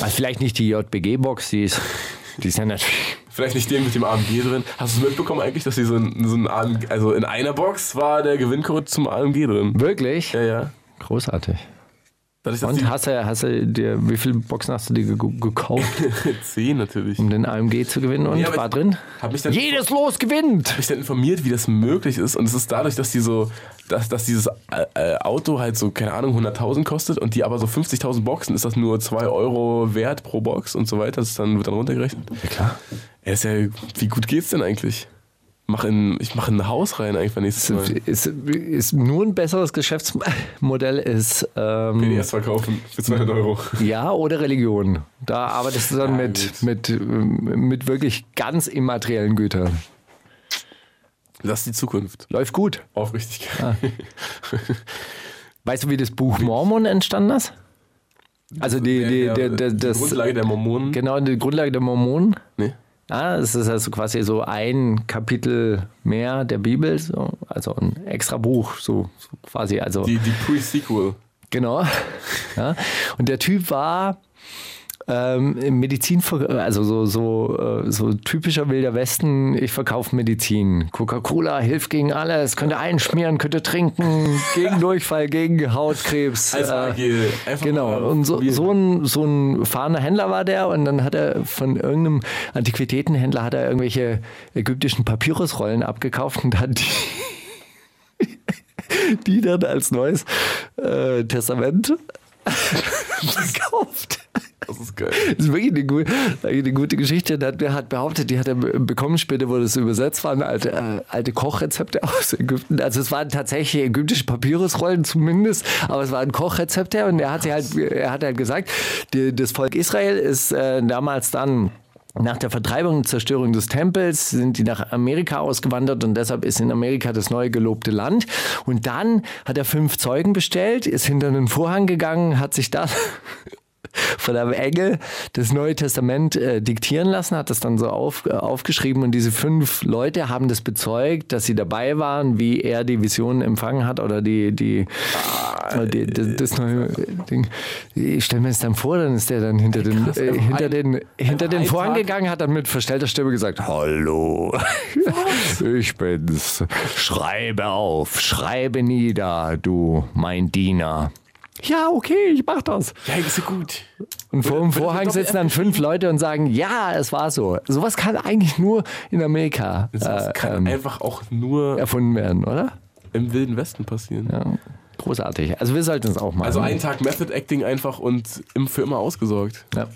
Speaker 5: Also vielleicht nicht die JBG-Box, die ist, die ist ja natürlich
Speaker 6: Vielleicht nicht den mit dem AMG drin. Hast du es mitbekommen eigentlich, dass sie so ein, so ein AMG, also in einer Box war der Gewinncode zum AMG drin?
Speaker 5: wirklich
Speaker 6: Ja, ja.
Speaker 5: großartig.
Speaker 6: Dadurch, dass
Speaker 5: Und
Speaker 6: die
Speaker 5: hast du, hast du dir, wie viele Boxen hast du dir ge gekauft,
Speaker 6: 10 natürlich.
Speaker 5: um den AMG zu gewinnen? Und
Speaker 6: Ja, aber
Speaker 5: war
Speaker 6: ich-
Speaker 5: drin?
Speaker 6: Hab mich dann
Speaker 5: Jedes Los gewinnt!
Speaker 6: mich dann informiert, wie das möglich ist. Und es ist dadurch, dass die so, dass, dass dieses äh, äh, Auto halt so, keine Ahnung, 100.000 kostet und die aber so 50.000 Boxen, ist das nur 2 Euro wert pro Box und so weiter. Das ist dann, wird dann runtergerechnet. Ja, klar. Ja, ist ja, wie gut geht's denn eigentlich? Mach in, ich mache ein Haus rein eigentlich beim nächsten Mal.
Speaker 5: Ist, ist nur ein besseres Geschäftsmodell ist ähm,
Speaker 6: PDS verkaufen für 200 Euro.
Speaker 5: ja oder Religion. Da arbeitest du dann mit, mit, ähm, mit wirklich ganz immateriellen Gütern.
Speaker 6: Das ist die Zukunft.
Speaker 5: Läuft gut.
Speaker 6: Aufrichtigkeit.
Speaker 5: Ah. Weißt du, wie das Buch Mormon entstanden ist? Also die, die, der,
Speaker 6: Der- der-
Speaker 5: der,
Speaker 6: die
Speaker 5: das,
Speaker 6: Grundlage der Mormonen.
Speaker 5: genau die Grundlage der Mormonen.
Speaker 6: Nee.
Speaker 5: Ah, es ist also quasi so ein Kapitel mehr der Bibel, so, also ein extra Buch, so, so quasi. Also
Speaker 6: Die, die Pre-Sequel.
Speaker 5: Genau. Ja. Und der Typ war ähm, im Medizin, also so, so, äh, so typischer Wilder Westen, ich verkaufe Medizin. Coca-Cola hilft gegen alles, könnt ihr einschmieren, könnt ihr trinken, gegen Durchfall, gegen Hautkrebs.
Speaker 6: Als
Speaker 5: äh,
Speaker 6: agil. Einfach mal
Speaker 5: Genau, und so,
Speaker 6: probieren.
Speaker 5: so, ein, so ein fahrender Händler war der und dann hat er von irgendeinem Antiquitätenhändler hat er irgendwelche ägyptischen Papyrusrollen abgekauft und hat die, die dann als neues äh, Testament verkauft.
Speaker 6: Das ist geil.
Speaker 5: Das ist wirklich eine, gu eigentlich eine gute Geschichte. Der hat, der hat behauptet, die hat er be- bekommen. Später wurde es übersetzt, waren alte, äh, alte Kochrezepte aus Ägypten. Also es waren tatsächlich ägyptische Papyrusrollen zumindest, aber es waren Kochrezepte. Und er hat, sie halt, er hat halt gesagt, die, das Volk Israel ist äh, damals dann... Nach der Vertreibung und Zerstörung des Tempels sind die nach Amerika ausgewandert und deshalb ist in Amerika das neue gelobte Land. Und dann hat er fünf Zeugen bestellt, ist hinter einen Vorhang gegangen, hat sich das von einem Engel das Neue Testament äh, diktieren lassen, hat das dann so auf, äh, aufgeschrieben und diese fünf Leute haben das bezeugt, dass sie dabei waren, wie er die Visionen empfangen hat oder die, die, äh, die, die das neue Ding. Ich stelle mir das dann vor, dann ist der dann hinter den,
Speaker 6: Krass,
Speaker 5: äh,
Speaker 6: im
Speaker 5: hinter
Speaker 6: ein-
Speaker 5: den, hinter
Speaker 6: im
Speaker 5: den
Speaker 6: einen
Speaker 5: Vorhang
Speaker 6: Tag-
Speaker 5: gegangen, hat dann mit verstellter Stimme gesagt, Hallo, ich bin's, schreibe auf, schreibe nieder, du, mein Diener. Ja, okay, ich mach das.
Speaker 6: Ja, ist ja gut.
Speaker 5: Und vor dem Vorhang sitzen dann fünf Leute und sagen, ja, es war so. Sowas kann eigentlich nur in Amerika
Speaker 6: Das
Speaker 5: äh,
Speaker 6: kann
Speaker 5: ähm,
Speaker 6: einfach auch nur
Speaker 5: erfunden werden, oder?
Speaker 6: im Wilden Westen passieren.
Speaker 5: Ja. Großartig. Also wir sollten es auch machen.
Speaker 6: Also einen Tag Method Acting einfach und im, für immer ausgesorgt.
Speaker 5: ja.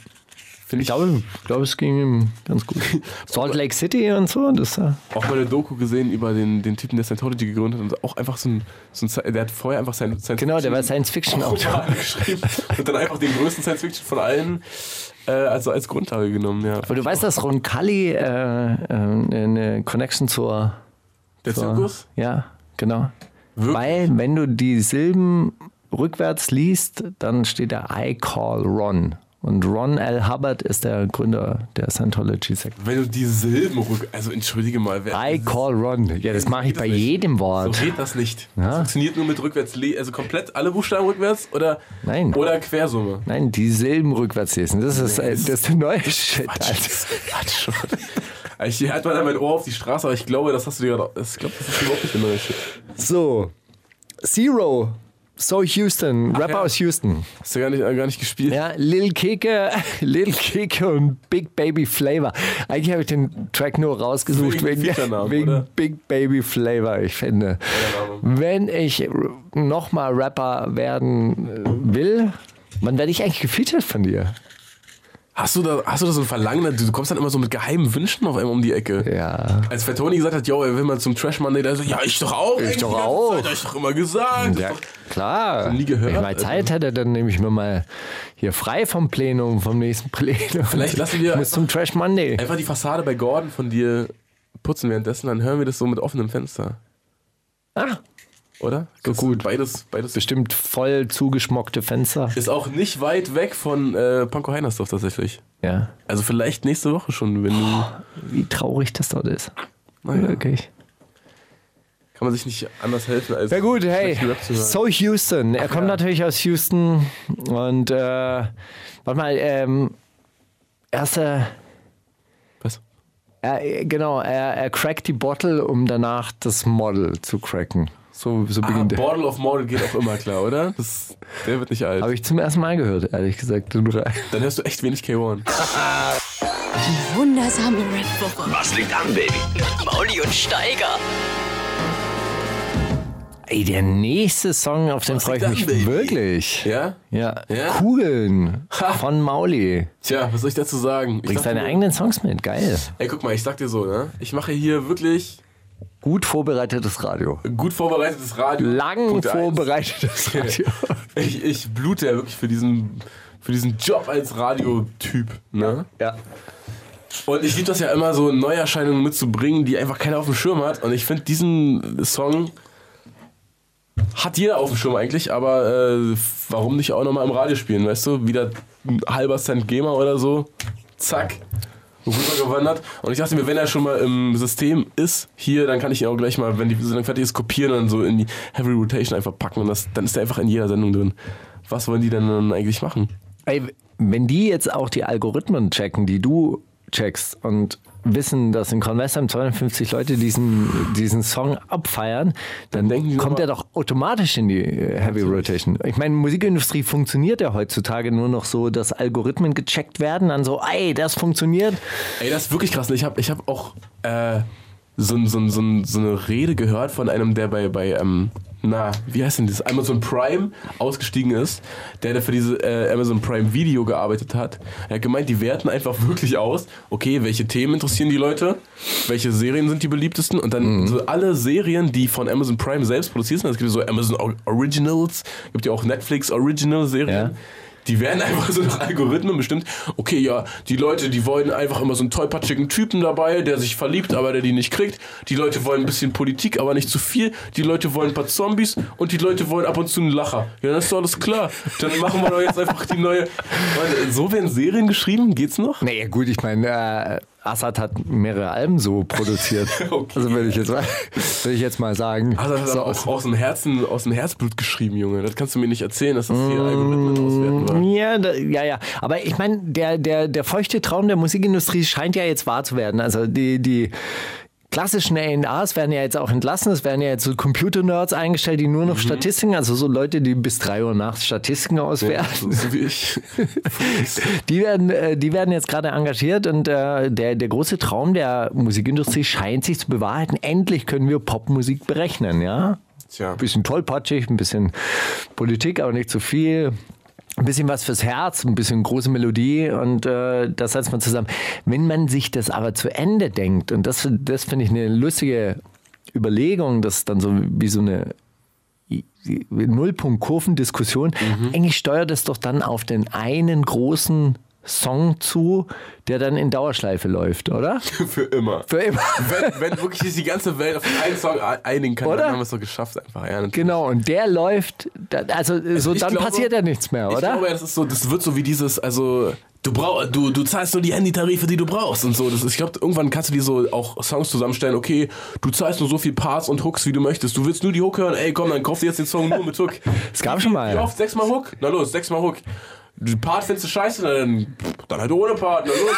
Speaker 6: Finde
Speaker 5: Ich
Speaker 6: ich
Speaker 5: glaube, ich glaube, es ging ihm ganz gut. Salt Lake City und so. Das, äh,
Speaker 6: auch mal eine Doku gesehen über den, den Typen, der Scientology gegründet hat und auch einfach so ein, so ein Sci- der hat vorher einfach sein Science
Speaker 5: genau, der war Science-Fiction-Autor.
Speaker 6: geschrieben und dann einfach den größten Science Fiction von allen äh, also als Grundlage genommen, ja.
Speaker 5: Aber du weißt, dass Ron Cully äh, äh, eine Connection zur...
Speaker 6: der
Speaker 5: zur
Speaker 6: Zirkus
Speaker 5: Ja, genau.
Speaker 6: wirklich
Speaker 5: Weil, wenn du die Silben rückwärts liest, dann steht da I call Ron. Und Ron L. Hubbard ist der Gründer der Scientology-Sekte.
Speaker 6: wenn du die Silben rück also entschuldige mal, wer
Speaker 5: I call Ron. Ja, das mache ich bei jedem
Speaker 6: so
Speaker 5: Wort.
Speaker 6: geht das nicht. Das funktioniert nur mit rückwärts, le- also komplett alle Buchstaben rückwärts oder
Speaker 5: Nein.
Speaker 6: oder Quersumme.
Speaker 5: Nein, die Silben rückwärts lesen. Das ist, äh, das ist der neue Shit.
Speaker 6: Quatsch.
Speaker 5: Alter.
Speaker 6: Quatsch. Ich hatte mal mein Ohr auf die Straße, aber ich glaube, das hast du dir gerade. Ich glaube, das ist überhaupt nicht der neue Shit.
Speaker 5: So. Zero. So Houston. Rapper
Speaker 6: ja.
Speaker 5: aus Houston.
Speaker 6: Hast du gar nicht, äh, gar nicht gespielt?
Speaker 5: Ja, Lil Kicke, Lil Kicke und Big Baby Flavor. Eigentlich habe ich den Track nur rausgesucht
Speaker 6: Wegen
Speaker 5: wegen,
Speaker 6: Feature-Namen,
Speaker 5: wegen,
Speaker 6: oder?
Speaker 5: Big Baby Flavor. Ich finde, wenn ich nochmal Rapper werden äh, will, wann werde ich eigentlich gefeatured von dir?
Speaker 6: Hast, du da, hast du da so ein Verlangen? Du kommst dann immer so mit geheimen Wünschen auf einmal um die Ecke.
Speaker 5: Ja.
Speaker 6: Als Fettoni gesagt hat, yo, er will mal zum Trash Monday, da so, ja, ich doch auch.
Speaker 5: Ich
Speaker 6: ey, die
Speaker 5: doch
Speaker 6: ganze
Speaker 5: auch.
Speaker 6: Zeit, hab ich doch immer gesagt.
Speaker 5: Ja,
Speaker 6: Ist doch-
Speaker 5: klar.
Speaker 6: nie gehört, Also-
Speaker 5: Wenn ich mal Zeit hätte, dann nehme ich mir mal hier frei vom Plenum, vom nächsten Plenum.
Speaker 6: Vielleicht lassen wir
Speaker 5: Bis zum Trash Monday.
Speaker 6: Einfach die Fassade bei Gordon von dir putzen währenddessen, dann hören wir das so mit offenem Fenster. Äh,
Speaker 5: Ah,
Speaker 6: Oder? Das
Speaker 5: gut.
Speaker 6: sind Beides, beides.
Speaker 5: bestimmt voll zugeschmockte Fenster.
Speaker 6: Ist auch nicht weit weg von äh, Panko Heinersdorf tatsächlich.
Speaker 5: Ja.
Speaker 6: Also vielleicht nächste Woche schon, wenn du.
Speaker 5: Wie traurig das dort ist. Oh,
Speaker 6: Naja.
Speaker 5: Wirklich.
Speaker 6: Kann man sich nicht anders helfen als.
Speaker 5: Ja gut, hey,
Speaker 6: schlechten Rap zu hören.
Speaker 5: so Houston. Er kommt natürlich aus Houston und äh, warte mal, ähm, äh, erste,
Speaker 6: Was?
Speaker 5: er, genau, er, er crackt die Bottle, um danach das Model zu cracken. So, so
Speaker 6: Ah,
Speaker 5: beginnt der.
Speaker 6: Bordel of Mordel geht auch immer klar, oder? Das, der wird nicht alt.
Speaker 5: Habe ich zum ersten Mal gehört, ehrlich gesagt. den Re-
Speaker 6: Dann hörst du echt wenig K1.
Speaker 2: Wundersame Red Booker.
Speaker 3: Was liegt an, Baby?
Speaker 2: Mit Mauli und Steiger.
Speaker 5: Ey, der nächste Song, auf den freue ich
Speaker 6: dann,
Speaker 5: mich
Speaker 6: Baby?
Speaker 5: wirklich.
Speaker 6: Ja?
Speaker 5: Ja.
Speaker 6: Ja?
Speaker 5: Kugeln
Speaker 6: Ha.
Speaker 5: von Mauli.
Speaker 6: Tja, was soll ich dazu sagen? Ich
Speaker 5: Bringst
Speaker 6: dachte
Speaker 5: deine
Speaker 6: mir-
Speaker 5: eigenen Songs mit. Geil.
Speaker 6: Ey, guck mal, ich sag dir so, ne? Ich mache hier wirklich
Speaker 5: Gut vorbereitetes Radio.
Speaker 6: gut vorbereitetes Radio.
Speaker 5: Lang
Speaker 6: Punkt eins.
Speaker 5: vorbereitetes Radio.
Speaker 6: Ich, ich blute ja wirklich für diesen, für diesen Job als Radiotyp, ne?
Speaker 5: ja.
Speaker 6: Und ich liebe das ja immer, so Neuerscheinungen mitzubringen, die einfach keiner auf dem Schirm hat. Und ich finde, diesen Song hat jeder auf dem Schirm eigentlich, aber äh, warum nicht auch nochmal im Radio spielen, weißt du? Wieder ein halber Cent GEMA oder so. Zack. Rübergewandert. Und ich dachte mir, wenn er schon mal im System ist, hier, dann kann ich ihn auch gleich mal, wenn die Sendung fertig ist, kopieren und so in die Heavy Rotation einfach packen. Und das, dann ist er einfach in jeder Sendung drin. Was wollen die denn dann eigentlich machen?
Speaker 5: Ey, wenn die jetzt auch die Algorithmen checken, die du checkst und wissen, dass in Convestheim 250 Leute diesen, diesen Song abfeiern, dann,
Speaker 6: Dann denken die
Speaker 5: kommt
Speaker 6: nochmal-
Speaker 5: er doch automatisch in die äh, Heavy Rotation. Ich meine, Musikindustrie funktioniert ja heutzutage nur noch so, dass Algorithmen gecheckt werden, dann so, ey, das funktioniert.
Speaker 6: Ey, das ist wirklich krass. Ich habe ich hab auch äh, so, n- so, n- so, n- so eine Rede gehört von einem, der bei, bei ähm, na, wie heißt denn das? Amazon Prime ausgestiegen ist, der, der für diese äh, Amazon Prime Video gearbeitet hat. Er hat gemeint, die werten einfach wirklich aus, okay, welche Themen interessieren die Leute, welche Serien sind die beliebtesten und dann so alle Serien, die von Amazon Prime selbst produziert sind, es gibt so Amazon O- Originals, gibt ja auch Netflix Original Serien.
Speaker 5: Ja.
Speaker 6: Die werden einfach so nach Algorithmen bestimmt. Okay, ja, die Leute, die wollen einfach immer so einen tollpatschigen Typen dabei, der sich verliebt, aber der die nicht kriegt. Die Leute wollen ein bisschen Politik, aber nicht zu viel. Die Leute wollen ein paar Zombies und die Leute wollen ab und zu einen Lacher. Ja, das ist doch alles klar. Dann machen wir doch jetzt einfach die neue. Warte, so werden Serien geschrieben? Geht's noch?
Speaker 5: Naja, gut, ich meine, äh, Assad hat mehrere Alben so produziert.
Speaker 6: Okay.
Speaker 5: Also würde ich, jetzt mal- würde ich jetzt mal sagen.
Speaker 6: Also, das hat
Speaker 5: So
Speaker 6: aber
Speaker 5: aus-
Speaker 6: auch aus dem, Herzen, aus dem Herzblut geschrieben, Junge. Das kannst du mir nicht erzählen, dass das hier Algorithmen auswerten war.
Speaker 5: Ja, da, ja, ja. Aber ich meine, der, der, der feuchte Traum der Musikindustrie scheint ja jetzt wahr zu werden. Also die, die klassischen A&Rs werden ja jetzt auch entlassen. Es werden ja jetzt so Computer-Nerds eingestellt, die nur noch Statistiken, also so Leute, die bis 3 Uhr nachts Statistiken auswerten.
Speaker 6: So, so wie ich.
Speaker 5: Die werden, äh, die werden jetzt gerade engagiert und äh, der, der große Traum der Musikindustrie scheint sich zu bewahrheiten. Endlich können wir Popmusik berechnen, ja?
Speaker 6: Tja.
Speaker 5: Ein bisschen tollpatschig, ein bisschen Politik, aber nicht zu viel. Ein bisschen was fürs Herz, ein bisschen große Melodie und äh, das setzt man zusammen. Wenn man sich das aber zu Ende denkt, und das, das finde ich eine lustige Überlegung, das ist dann so wie so eine Nullpunkt-Kurven-Diskussion.
Speaker 6: Mhm.
Speaker 5: Eigentlich steuert es doch dann auf den einen großen Song zu, der dann in Dauerschleife läuft, oder?
Speaker 6: Für immer.
Speaker 5: Für immer.
Speaker 6: wenn, wenn wirklich sich die ganze Welt auf einen Song e-, einigen kann,
Speaker 5: Oder?
Speaker 6: dann haben wir es doch geschafft einfach. Ja, natürlich.
Speaker 5: Genau, und der läuft, da- also äh, so
Speaker 6: Ich
Speaker 5: dann
Speaker 6: glaube-
Speaker 5: passiert ja nichts mehr,
Speaker 6: Ich
Speaker 5: oder?
Speaker 6: glaube, das ist so, das wird so wie dieses, also du brauch, du, du zahlst nur die Handytarife, die du brauchst und so. Das, ist- ich glaube, irgendwann kannst du dir so auch Songs zusammenstellen, okay, du zahlst nur so viel Parts und Hooks, wie du möchtest. Du willst nur die Hook hören, ey komm, dann kauf dir jetzt den Song nur mit Hook.
Speaker 5: Es gab schon mal.
Speaker 6: Wie oft? Sechsmal Hook? Na los, sechsmal Hook. Den Part findest du scheiße, na dann, pff, dann halt ohne Part, na los.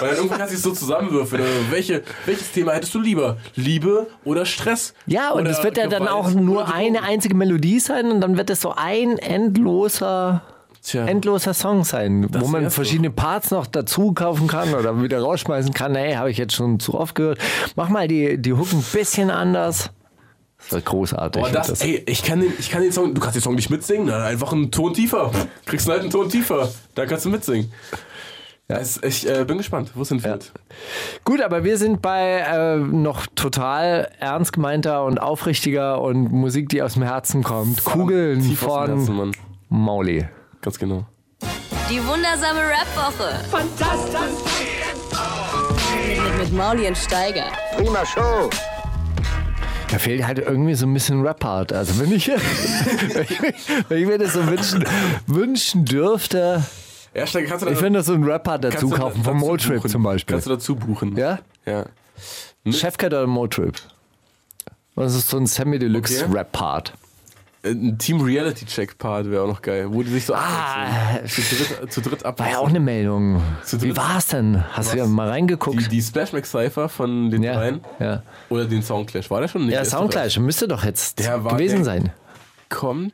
Speaker 6: Weil dann irgendwann kannst du es so zusammenwürfeln. Oder Welche, welches Thema hättest du lieber? Liebe oder Stress?
Speaker 5: Ja, und
Speaker 6: Oder
Speaker 5: es wird ja dann
Speaker 6: Gewalt
Speaker 5: auch nur
Speaker 6: oder
Speaker 5: eine
Speaker 6: Drogen?
Speaker 5: einzige Melodie sein und dann wird es so ein endloser,
Speaker 6: Tja.
Speaker 5: endloser Song sein, wo man
Speaker 6: wär's
Speaker 5: verschiedene Parts noch dazu kaufen kann oder wieder rausschmeißen kann. Hey, habe ich jetzt schon zu oft gehört. Mach mal die, die Hook ein bisschen anders. Das wird großartig.
Speaker 6: Boah, das,
Speaker 5: Das-
Speaker 6: ey, ich kann, den, ich kann den Song, du kannst den Song nicht mitsingen, dann einfach einen Ton tiefer. Kriegst einen alten Ton tiefer, dann kannst du mitsingen. Es, ich äh, bin gespannt, wo es hinführt.
Speaker 5: Gut, aber wir sind bei äh, noch total ernst gemeinter und aufrichtiger und Musik, die aus dem Herzen kommt. Kugeln
Speaker 6: Tief aus dem Herzen,
Speaker 5: von
Speaker 6: Mann.
Speaker 5: Mauli.
Speaker 6: Ganz genau.
Speaker 2: Die wundersame Rap-Woche. Fantastisch. Mit, mit Mauli und Steiger.
Speaker 1: Prima Show.
Speaker 5: Da fehlt halt irgendwie so ein bisschen Rap-Art. Also wenn ich, wenn ich mir das so wünschen, wünschen dürfte,
Speaker 6: Ja, Steiger, kannst du da-
Speaker 5: ich würde noch so einen Rap-Art dazu
Speaker 6: kannst du da-
Speaker 5: kaufen, vom
Speaker 6: dazu
Speaker 5: Motrip
Speaker 6: buchen.
Speaker 5: zum Beispiel.
Speaker 6: Kannst du dazu buchen.
Speaker 5: Ja?
Speaker 6: Ja.
Speaker 5: Chefcat oder Motrip? Das ist so ein Sammy Deluxe
Speaker 6: Okay.
Speaker 5: Rap-Part.
Speaker 6: Äh, Ein Team-Reality-Check-Part wäre auch noch geil, wo die sich so
Speaker 5: Ah.
Speaker 6: abwechseln. zu dritt, zu dritt
Speaker 5: War ja
Speaker 6: abwechseln.
Speaker 5: auch eine Meldung.
Speaker 6: Zu dritt.
Speaker 5: Wie war's denn? Hast du ja mal
Speaker 6: die,
Speaker 5: reingeguckt?
Speaker 6: die Splashback-Cypher von den
Speaker 5: ja,
Speaker 6: dreien
Speaker 5: ja.
Speaker 6: oder den Soundclash. War der schon nicht?
Speaker 5: ja
Speaker 6: Erst
Speaker 5: Soundclash müsste doch jetzt
Speaker 6: Der war-
Speaker 5: gewesen
Speaker 6: der-
Speaker 5: sein.
Speaker 6: Kommt,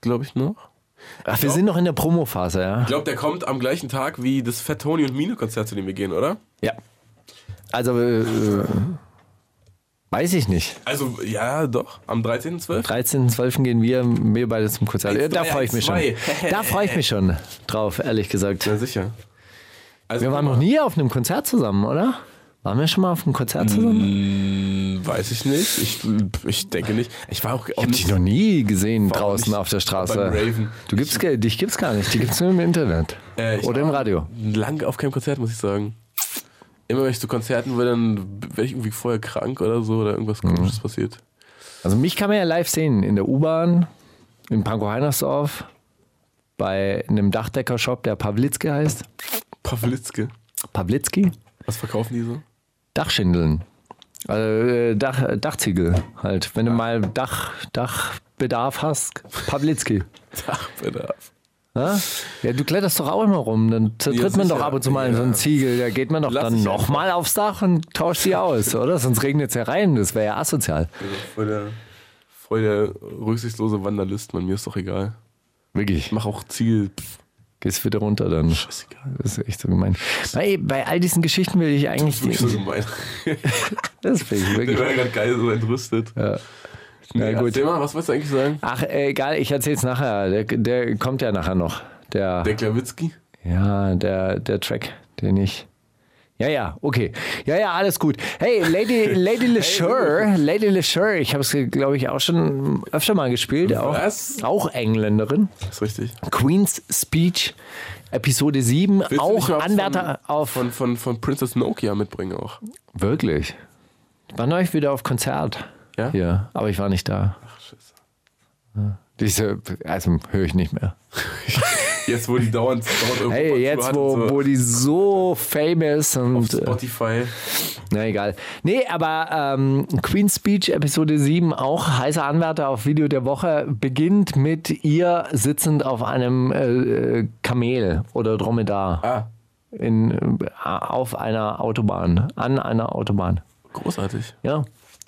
Speaker 6: glaube ich, noch.
Speaker 5: Ach, wir sind noch in der Promophase, ja.
Speaker 6: Ich glaube, der kommt am gleichen Tag wie das Fat Tony und Mine-Konzert, zu dem wir gehen, oder?
Speaker 5: Ja. Also, äh, weiß ich nicht.
Speaker 6: Also, ja, doch. Am 13.12.
Speaker 5: 13.12. gehen wir, wir beide zum Konzert.
Speaker 6: Eins,
Speaker 5: Äh, Da
Speaker 6: drei,
Speaker 5: freue ich mich schon.
Speaker 6: eins, zwei.
Speaker 5: Da freue ich mich schon drauf, ehrlich gesagt.
Speaker 6: Na sicher. Also,
Speaker 5: Wir waren noch nie auf einem Konzert zusammen, oder? Waren wir schon mal auf einem
Speaker 6: Mm.
Speaker 5: Konzert zusammen?
Speaker 6: Weiß ich nicht. Ich, ich denke nicht. Ich war auch.
Speaker 5: Ich habe dich noch nie gesehen
Speaker 6: War
Speaker 5: draußen
Speaker 6: nicht
Speaker 5: auf der Straße.
Speaker 6: beim Raven.
Speaker 5: Du gibst, ge- dich gibt's gar nicht. Die gibt's nur im Internet
Speaker 6: Äh, ich
Speaker 5: oder im Radio.
Speaker 6: lange auf keinem Konzert, muss ich sagen. Immer wenn ich zu Konzerten will, dann wäre ich irgendwie vorher krank oder so oder irgendwas
Speaker 5: Mhm.
Speaker 6: komisches passiert.
Speaker 5: Also mich kann man ja live sehen in der U-Bahn, in Pankow-Heinersdorf, bei einem Dachdecker-Shop, der Pawlitzki heißt.
Speaker 6: Pawlitzke.
Speaker 5: Pawlitzki?
Speaker 6: Was verkaufen die so?
Speaker 5: Dachschindeln. Also äh, Dach, Dachziegel halt. Wenn du mal Dach, Dachbedarf hast, Pawlitzki.
Speaker 6: Dachbedarf.
Speaker 5: Ja? ja, du kletterst doch auch immer rum. Dann zertritt
Speaker 6: Ja,
Speaker 5: man
Speaker 6: sicher.
Speaker 5: doch ab und zu mal
Speaker 6: Ja.
Speaker 5: so einen Ziegel. Da geht man doch
Speaker 6: Lass
Speaker 5: dann
Speaker 6: ich
Speaker 5: nochmal aufs Dach und tauscht die aus, oder? Sonst regnet es ja rein. Das wäre ja asozial.
Speaker 6: Also voll der, voll der rücksichtslose Wanderlist, man, mir ist doch egal.
Speaker 5: Wirklich.
Speaker 6: Mach auch Ziel. Pff,
Speaker 5: Gehst wieder runter dann.
Speaker 6: ist egal.
Speaker 5: Das ist echt so gemein. Bei, bei all diesen Geschichten will ich eigentlich.
Speaker 6: Wirklich so gemein.
Speaker 5: das finde ich
Speaker 6: Der
Speaker 5: wirklich.
Speaker 6: war gerade geil so entrüstet.
Speaker 5: Ja. Ja,
Speaker 6: Nee,
Speaker 5: gut.
Speaker 6: Erzähl mal, was wolltest du eigentlich sagen?
Speaker 5: Ach, äh, egal, ich erzähl's nachher. Der, der kommt ja nachher noch. Der,
Speaker 6: Der Klawitzki?
Speaker 5: ja, der, der Track, den ich. Ja, ja, okay. Ja, ja, alles gut. Hey, Lady, Lady LeSure, Lady LeSure, ich habe es, glaube ich, auch schon öfter mal gespielt. Auch,
Speaker 6: Was?
Speaker 5: auch Engländerin.
Speaker 6: Ist richtig.
Speaker 5: Queen's Speech, Episode 7,
Speaker 6: Willst du
Speaker 5: auch
Speaker 6: nicht mal
Speaker 5: Anwärter
Speaker 6: von,
Speaker 5: auf.
Speaker 6: Von, von, von Princess Nokia mitbringen auch.
Speaker 5: Wirklich? Ich war neulich wieder auf Konzert.
Speaker 6: Ja?
Speaker 5: Hier, aber ich war nicht da.
Speaker 6: Ach, scheiße.
Speaker 5: Diese, also höre ich nicht mehr.
Speaker 6: Jetzt, wo die dauernd, dauernd Europa
Speaker 5: Hey, jetzt, wo, wo die so famous
Speaker 6: auf
Speaker 5: und. äh,
Speaker 6: Spotify.
Speaker 5: Na egal. Nee, aber ähm, Queen's Speech Episode 7, auch heißer Anwärter auf Video der Woche, beginnt mit ihr sitzend auf einem äh, äh, Kamel oder Dromedar
Speaker 6: Ah,
Speaker 5: in, äh, auf einer Autobahn, an einer Autobahn.
Speaker 6: großartig.
Speaker 5: Ja,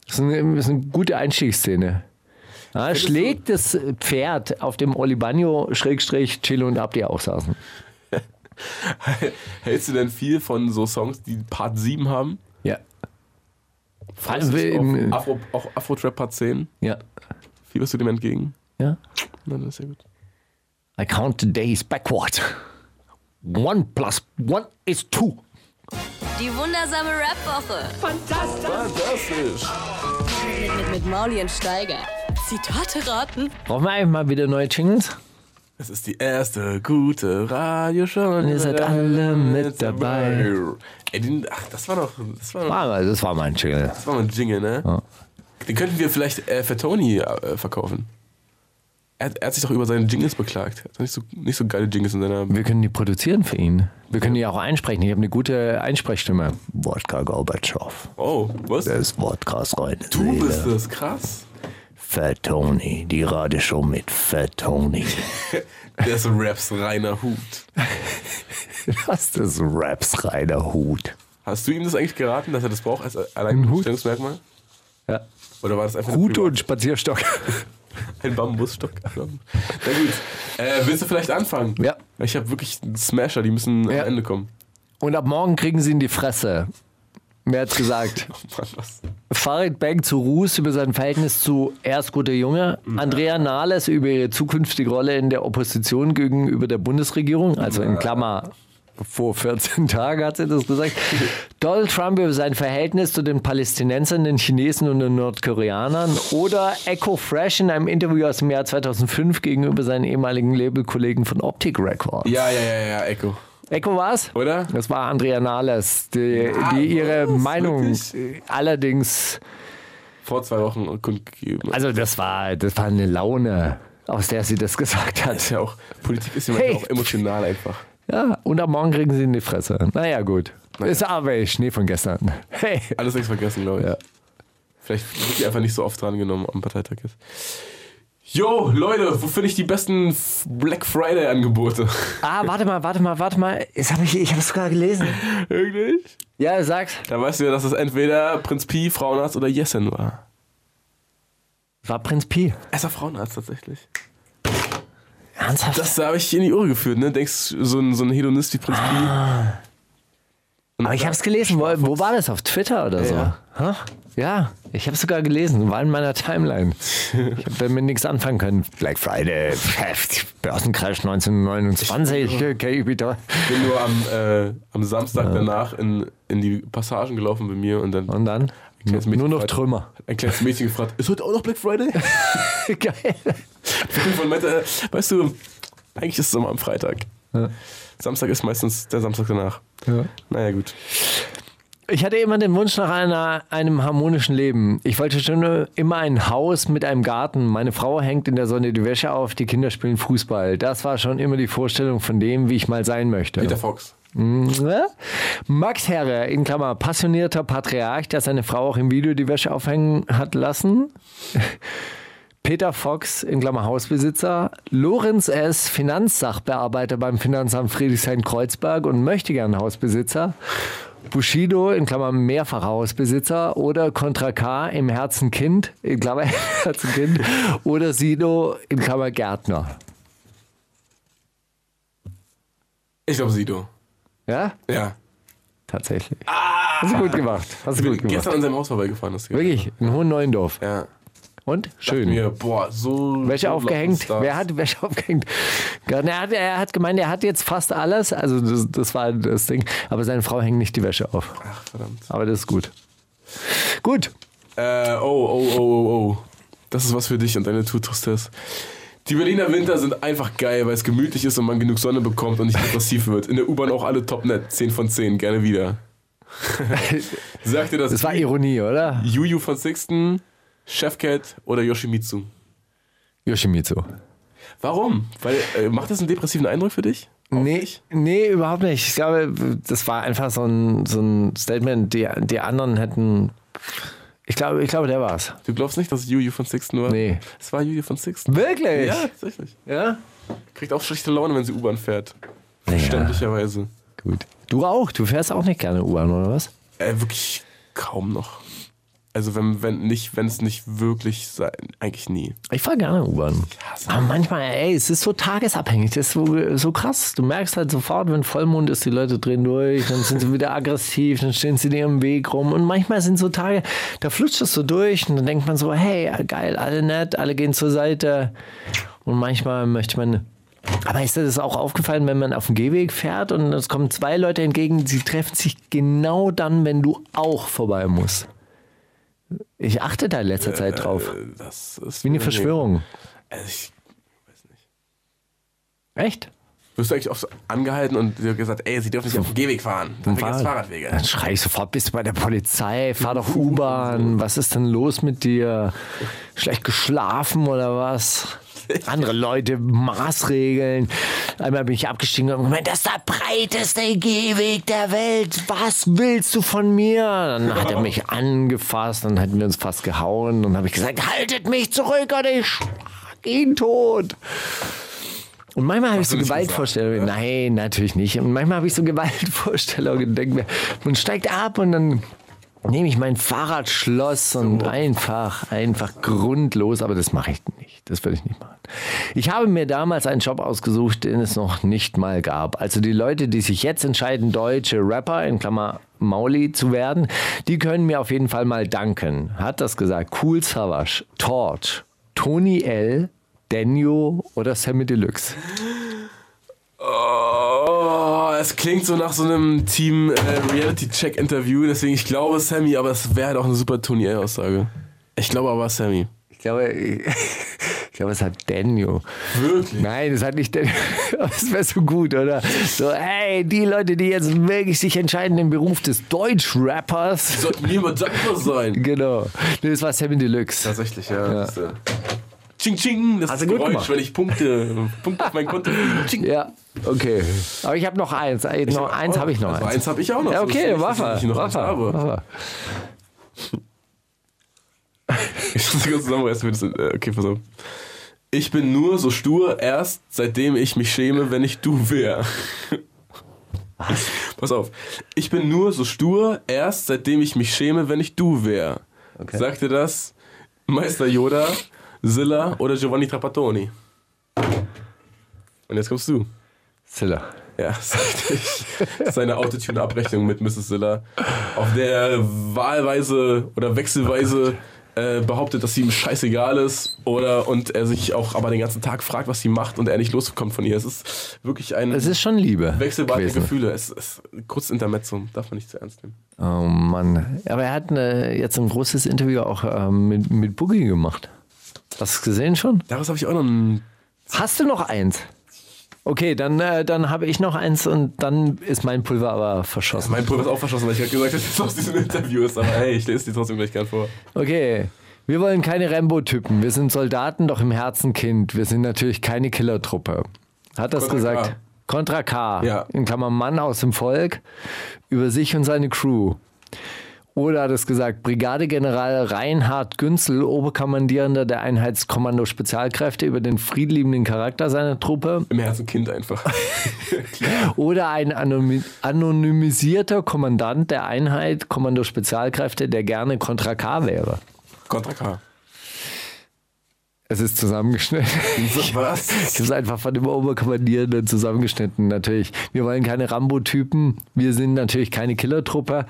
Speaker 5: das ist eine, das ist eine gute Einstiegsszene. Ja, schlägt das Pferd, auf dem Olibagno Schrägstrich Chilo und Abdi auch saßen.
Speaker 6: Hältst du denn viel von so Songs, die Part 7 haben?
Speaker 5: Ja.
Speaker 6: Freust du
Speaker 5: in-
Speaker 6: dich auf Afro, auch Afro-Trap Part 10?
Speaker 5: Ja.
Speaker 6: Fieberst du dem entgegen?
Speaker 5: Ja.
Speaker 6: Nein, das ist ja gut.
Speaker 5: I count the days backward. One plus one is two.
Speaker 2: Die wundersame Rap-Woche
Speaker 6: Fantastisch!
Speaker 2: mit, mit, mit Mauli und Steiger. Zitate raten.
Speaker 5: Brauchen wir eigentlich mal wieder neue Jingles?
Speaker 6: Es ist die erste gute Radioshow.
Speaker 5: Ihr seid alle mit dabei.
Speaker 6: Ey, den, ach, das war doch. Das war,
Speaker 5: Ah, aber das war mein Jingle.
Speaker 6: das war mal ein Jingle, ne? Den könnten wir vielleicht äh, für Tony äh, verkaufen. Er, hat- er hat sich doch über seine Jingles beklagt. Er hat nicht so, nicht so geile Jingles in seiner.
Speaker 5: Wir können die produzieren für ihn. Wir können die auch einsprechen. Ich habe eine gute Einsprechstimme. Wodka Gorbatschow.
Speaker 6: Oh, was?
Speaker 5: Das Wodkas reine
Speaker 6: Du
Speaker 5: Seele.
Speaker 6: bist das, krass.
Speaker 5: Fat Tony. Die Radioshow mit Fat Tony.
Speaker 6: Der ist Raps reiner Hut.
Speaker 5: Das ist Raps reiner Hut.
Speaker 6: Hast du ihm das eigentlich geraten, dass er das braucht als äh, Alleinstellungsmerkmal?
Speaker 5: Ja.
Speaker 6: Oder war das einfach eine
Speaker 5: Hut
Speaker 6: Privat-
Speaker 5: und Spazierstock.
Speaker 6: Ein Bambusstock. Na gut. Äh, willst du vielleicht anfangen?
Speaker 5: Ja.
Speaker 6: Ich habe wirklich einen Smasher, die müssen
Speaker 5: Ja.
Speaker 6: am Ende kommen.
Speaker 5: Und ab morgen kriegen sie in die Fresse. Wer hat's gesagt?
Speaker 6: Oh Mann, was?
Speaker 5: Farid Bang zu Ruß über sein Verhältnis zu erst guter Junge,
Speaker 6: Mhm.
Speaker 5: Andrea Nahles über ihre zukünftige Rolle in der Opposition gegenüber der Bundesregierung, also in Klammer vor 14 Tagen hat sie das gesagt, Donald Trump über sein Verhältnis zu den Palästinensern, den Chinesen und den Nordkoreanern oder Echo Fresh in einem Interview aus dem Jahr 2005 gegenüber seinen ehemaligen Labelkollegen von Optic Records.
Speaker 6: Ja, ja, ja, ja, Echo.
Speaker 5: Echo war's?
Speaker 6: Oder?
Speaker 5: Das war Andrea Nahles, die, die ihre
Speaker 6: was?
Speaker 5: Meinung
Speaker 6: Wirklich?
Speaker 5: allerdings
Speaker 6: Vor zwei Wochen kundgegeben.
Speaker 5: Also das war, das war eine Laune, aus der sie das gesagt
Speaker 6: ist
Speaker 5: hat.
Speaker 6: ja auch, Politik ist ja manchmal
Speaker 5: Hey.
Speaker 6: auch emotional einfach.
Speaker 5: Ja, und am Morgen kriegen sie in die Fresse. Naja, gut. Ist aber eh Schnee von gestern. Hey.
Speaker 6: Alles nichts vergessen, glaube ich.
Speaker 5: Ja.
Speaker 6: Vielleicht wird die einfach nicht so oft dran genommen am Parteitag jetzt. Yo, Leute, wo finde ich die besten F- Black Friday-Angebote?
Speaker 5: Ah, warte mal, warte mal, warte mal. Jetzt hab ich ich habe es sogar gelesen.
Speaker 6: Wirklich?
Speaker 5: Ja, sag's.
Speaker 6: Da weißt du ja, dass es entweder Prinz Pi, Frauenarzt oder Jessen war.
Speaker 5: War Prinz Pi.
Speaker 6: Es war Frauenarzt tatsächlich.
Speaker 5: Ernsthaft?
Speaker 6: Das habe ich in die Irre geführt, ne? Denkst du, so ein, so ein Hedonist wie Prinz
Speaker 5: Ah.
Speaker 6: Pi?
Speaker 5: Aber ich habe es gelesen. Wo, wo war das? Auf Twitter oder so?
Speaker 6: Ja.
Speaker 5: Hä? Ja, ich habe es sogar gelesen. War in meiner Timeline. Ich habe damit nichts anfangen können. Black Friday, Geschäft, Börsencrash 1929. Okay, bitte.
Speaker 6: bin nur am, äh, am Samstag danach in, in die Passagen gelaufen bei mir und dann
Speaker 5: Und dann?
Speaker 6: kleines Mädchen
Speaker 5: Nur noch
Speaker 6: gefragt-
Speaker 5: Trümmer.
Speaker 6: ein kleines Mädchen gefragt, ist heute auch noch Black Friday?
Speaker 5: Geil.
Speaker 6: Von meinte, äh, weißt du, eigentlich ist es immer am Freitag. Samstag ist meistens der Samstag danach.
Speaker 5: Ja.
Speaker 6: Naja, gut.
Speaker 5: Ich hatte immer den Wunsch nach einer, einem harmonischen Leben. Ich wollte schon immer ein Haus mit einem Garten. Meine Frau hängt in der Sonne die Wäsche auf, die Kinder spielen Fußball. Das war schon immer die Vorstellung von dem, wie ich mal sein möchte.
Speaker 6: Peter Fox.
Speaker 5: Ne? Max Herre, in Klammer, passionierter Patriarch, der seine Frau auch im Video die Wäsche aufhängen hat lassen. Peter Fox, in Klammer Hausbesitzer. Lorenz S., Finanzsachbearbeiter beim Finanzamt Friedrichshain-Kreuzberg und möchte gern Hausbesitzer. Bushido, in Klammer mehrfacher Hausbesitzer. Oder Contra K, im Herzen Kind, in Klammer Herzen Kind. Oder Sido, in Klammer Gärtner.
Speaker 6: Ich glaube Sido.
Speaker 5: Ja,
Speaker 6: Ja.
Speaker 5: tatsächlich. Hast du gut gemacht. Hast
Speaker 6: Ich
Speaker 5: du
Speaker 6: Ah! bin
Speaker 5: gut gemacht.
Speaker 6: gestern an seinem Haus vorbeigefahren. Das
Speaker 5: Wirklich, in Hohen Neuendorf.
Speaker 6: Ja.
Speaker 5: Und?
Speaker 6: Schön.
Speaker 5: Schön.
Speaker 6: Mir, boah, so.
Speaker 5: Wäsche
Speaker 6: so
Speaker 5: aufgehängt.
Speaker 6: Stars.
Speaker 5: Wer hat Wäsche aufgehängt? Ja, Er hat, er hat gemeint, er hat jetzt fast alles. Also das, das war das Ding. Aber seine Frau hängt nicht die Wäsche auf.
Speaker 6: Ach, verdammt.
Speaker 5: Aber das ist gut. Gut.
Speaker 6: Äh, oh, oh, oh, oh, oh. Das ist was für dich und deine Tutrustes. Die Berliner Winter sind einfach geil, weil es gemütlich ist und man genug Sonne bekommt und nicht depressiv wird. In der U-Bahn auch alle topnet. 10 von 10, gerne wieder. Sagt dir das,
Speaker 5: Das war Ironie, oder?
Speaker 6: Juju von Sixten, Chefcat oder Yoshimitsu?
Speaker 5: Yoshimitsu.
Speaker 6: Warum? Weil, äh, macht das einen depressiven Eindruck für dich?
Speaker 5: Nee, nee, überhaupt nicht. Ich glaube, das war einfach so ein, so ein Statement. Die, die anderen hätten. Ich glaube, ich glaube, der war's.
Speaker 6: Du glaubst nicht, dass es Juju von Sixten war?
Speaker 5: Nee.
Speaker 6: Es war Juju von Sixten.
Speaker 5: Wirklich?
Speaker 6: Ja, tatsächlich.
Speaker 5: ja?
Speaker 6: Kriegt auch schlechte Laune, wenn sie U-Bahn fährt.
Speaker 5: Naja,
Speaker 6: Verständlicherweise.
Speaker 5: gut. Du auch? Du fährst auch nicht gerne U-Bahn, oder was?
Speaker 6: Äh, wirklich kaum noch. Also wenn wenn nicht, wenn es nicht wirklich sein, eigentlich nie.
Speaker 5: Ich fahre gerne U-Bahn.
Speaker 6: hasse
Speaker 5: Aber manchmal, ey, es ist so tagesabhängig. Das ist so, so krass. Du merkst halt sofort, wenn Vollmond ist, die Leute drehen durch, dann sind sie wieder aggressiv, dann stehen sie dir im Weg rum. Und manchmal sind so Tage, da flutscht es so durch und dann denkt man so, hey, geil, alle nett, alle gehen zur Seite. Und manchmal möchte man. Aber ist dir das auch aufgefallen, wenn man auf dem Gehweg fährt und es kommen zwei Leute entgegen, sie treffen sich genau dann, wenn du auch vorbei musst. Ich achte da in letzter Zeit drauf.
Speaker 6: Äh, Das ist
Speaker 5: Wie eine
Speaker 6: nee.
Speaker 5: Verschwörung.
Speaker 6: Also ich weiß nicht.
Speaker 5: Echt?
Speaker 6: Wirst du eigentlich oft so angehalten und dir gesagt, ey, sie dürfen nicht auf dem Gehweg fahren. Dann vergessen Fahrradwege.
Speaker 5: Dann schrei ich sofort, bist du bei der Polizei, fahr doch U-Bahn, was ist denn los mit dir? Schlecht geschlafen oder was? Andere Leute, Maßregeln. Einmal bin ich abgestiegen und hab gemeint, das ist der breiteste Gehweg der Welt. Was willst du von mir? Dann hat er mich angefasst, dann hätten wir uns fast gehauen. Dann habe ich gesagt, haltet mich zurück oder ich schlag ihn tot. Und manchmal habe ich so
Speaker 6: du nicht
Speaker 5: Gewaltvorstellungen. Nein, natürlich nicht. Und manchmal habe ich so Gewaltvorstellungen. Denke mir, man steigt ab und dann nehme ich mein Fahrradschloss und einfach, einfach grundlos. Aber das mache ich nicht. Das würde ich nicht machen. Ich habe mir damals einen Job ausgesucht, den es noch nicht mal gab. Also die Leute, die sich jetzt entscheiden, deutsche Rapper, in Klammer Mauli zu werden, die können mir auf jeden Fall mal danken. Hat das gesagt? Cool Savage, Torch, Tony L., Denio oder Sammy Deluxe?
Speaker 6: Oh, es klingt so nach so einem Team äh, Reality Check Interview, deswegen ich glaube Sammy, aber es wäre halt auch eine super Tony L Aussage. Ich glaube aber Sammy.
Speaker 5: Ich glaube, ich, glaube, es hat Denio.
Speaker 6: Wirklich?
Speaker 5: Nein, es hat nicht Denio. Aber Es wäre so gut, oder? So, hey, die Leute, die jetzt wirklich sich entscheiden, den Beruf des Deutschrappers.
Speaker 6: Sollten wir mal dankbar sein.
Speaker 5: Genau. Nee, das war Sammy Deluxe.
Speaker 6: Tatsächlich, ja. Das, äh, ching ching, das
Speaker 5: Hast
Speaker 6: ist
Speaker 5: du gut
Speaker 6: Geräusch,
Speaker 5: gemacht.
Speaker 6: wenn ich Punkte, Punkte auf mein Konto. Ching.
Speaker 5: Ja, okay. Aber ich habe noch eins. Äh, noch eins habe ich noch.
Speaker 6: Also
Speaker 5: eins.
Speaker 6: eins habe ich auch noch.
Speaker 5: Ja,
Speaker 6: So ist
Speaker 5: okay,
Speaker 6: nicht, dass
Speaker 5: Waffe.
Speaker 6: Ich noch eins
Speaker 5: Waffe.
Speaker 6: habe.
Speaker 5: Waffe.
Speaker 6: Ich muss ganz zusammenreißen, wie das. äh, Okay, pass auf. Ich bin nur so stur, erst seitdem ich mich schäme, wenn ich du wär. Pass auf. Ich bin nur so stur, erst seitdem ich mich schäme, wenn ich du wär. Sagte das Meister Yoda, Silla oder Giovanni Trapattoni? Und jetzt kommst du.
Speaker 5: Ziller.
Speaker 6: Ja, sagte ich. Seine Autotune-Abrechnung mit Mrs. Silla, auf der er wahlweise oder wechselweise äh, behauptet, dass sie ihm scheißegal ist oder und er sich auch aber den ganzen Tag fragt, was sie macht und er nicht loskommt von ihr. Es ist wirklich ein
Speaker 5: Es ist schon Liebe.
Speaker 6: wechselbare
Speaker 5: gewesen.
Speaker 6: Gefühle. Es ist kurz Intermezzo, darf man nicht zu ernst nehmen.
Speaker 5: Oh Mann. Aber er hat eine, jetzt ein großes Interview auch ähm, mit, mit Boogie gemacht. Hast du es gesehen schon?
Speaker 6: Daraus habe ich auch noch ein.
Speaker 5: Hast du noch eins? Okay, dann, äh, dann habe ich noch eins und dann ist mein Pulver aber verschossen.
Speaker 6: Mein Pulver ist auch verschossen, weil ich gerade gesagt habe, dass es aus diesem Interview ist. Aber hey, ich lese die trotzdem gleich gern vor.
Speaker 5: Okay. Wir wollen keine Rambo-Typen. Wir sind Soldaten, doch im Herzen Kind. Wir sind natürlich keine Killertruppe. Hat das
Speaker 6: Contra
Speaker 5: gesagt?
Speaker 6: K.
Speaker 5: Contra K.
Speaker 6: Ja.
Speaker 5: In Klammern Mann aus dem Volk über sich und seine Crew. Oder hat es gesagt, Brigadegeneral Reinhard Günzel, Oberkommandierender der Einheitskommando Spezialkräfte über den friedliebenden Charakter seiner Truppe.
Speaker 6: Im Herzen Kind einfach. Klar.
Speaker 5: Oder ein anony- anonymisierter Kommandant der Einheit Kommando Spezialkräfte, der gerne Contra K wäre.
Speaker 6: Contra K.
Speaker 5: Es ist zusammengeschnitten. Ich
Speaker 6: Was?
Speaker 5: habe es einfach von dem Oberkommandierenden zusammengeschnitten, natürlich. Wir wollen keine Rambo-Typen, wir sind natürlich keine Killertruppe,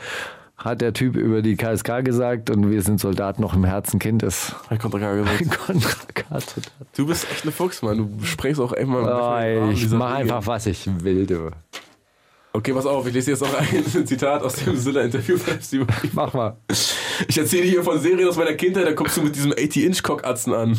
Speaker 5: hat der Typ über die KSK gesagt und wir sind Soldaten noch im Herzen Kind, ist
Speaker 6: Hat Contra K gesagt.
Speaker 5: Kontrakarte.
Speaker 6: Du bist echt eine Fuchsmann. Du sprengst auch einfach mal.
Speaker 5: Oh, ich mache einfach, was ich will, du.
Speaker 6: Okay, pass auf, ich lese jetzt noch ein Zitat aus dem Silla-Interview von Steve Aoki.
Speaker 5: Mach mal.
Speaker 6: Ich erzähle dir hier von Serien aus meiner Kindheit, da kommst du mit diesem 80-Inch-Cockatzen an.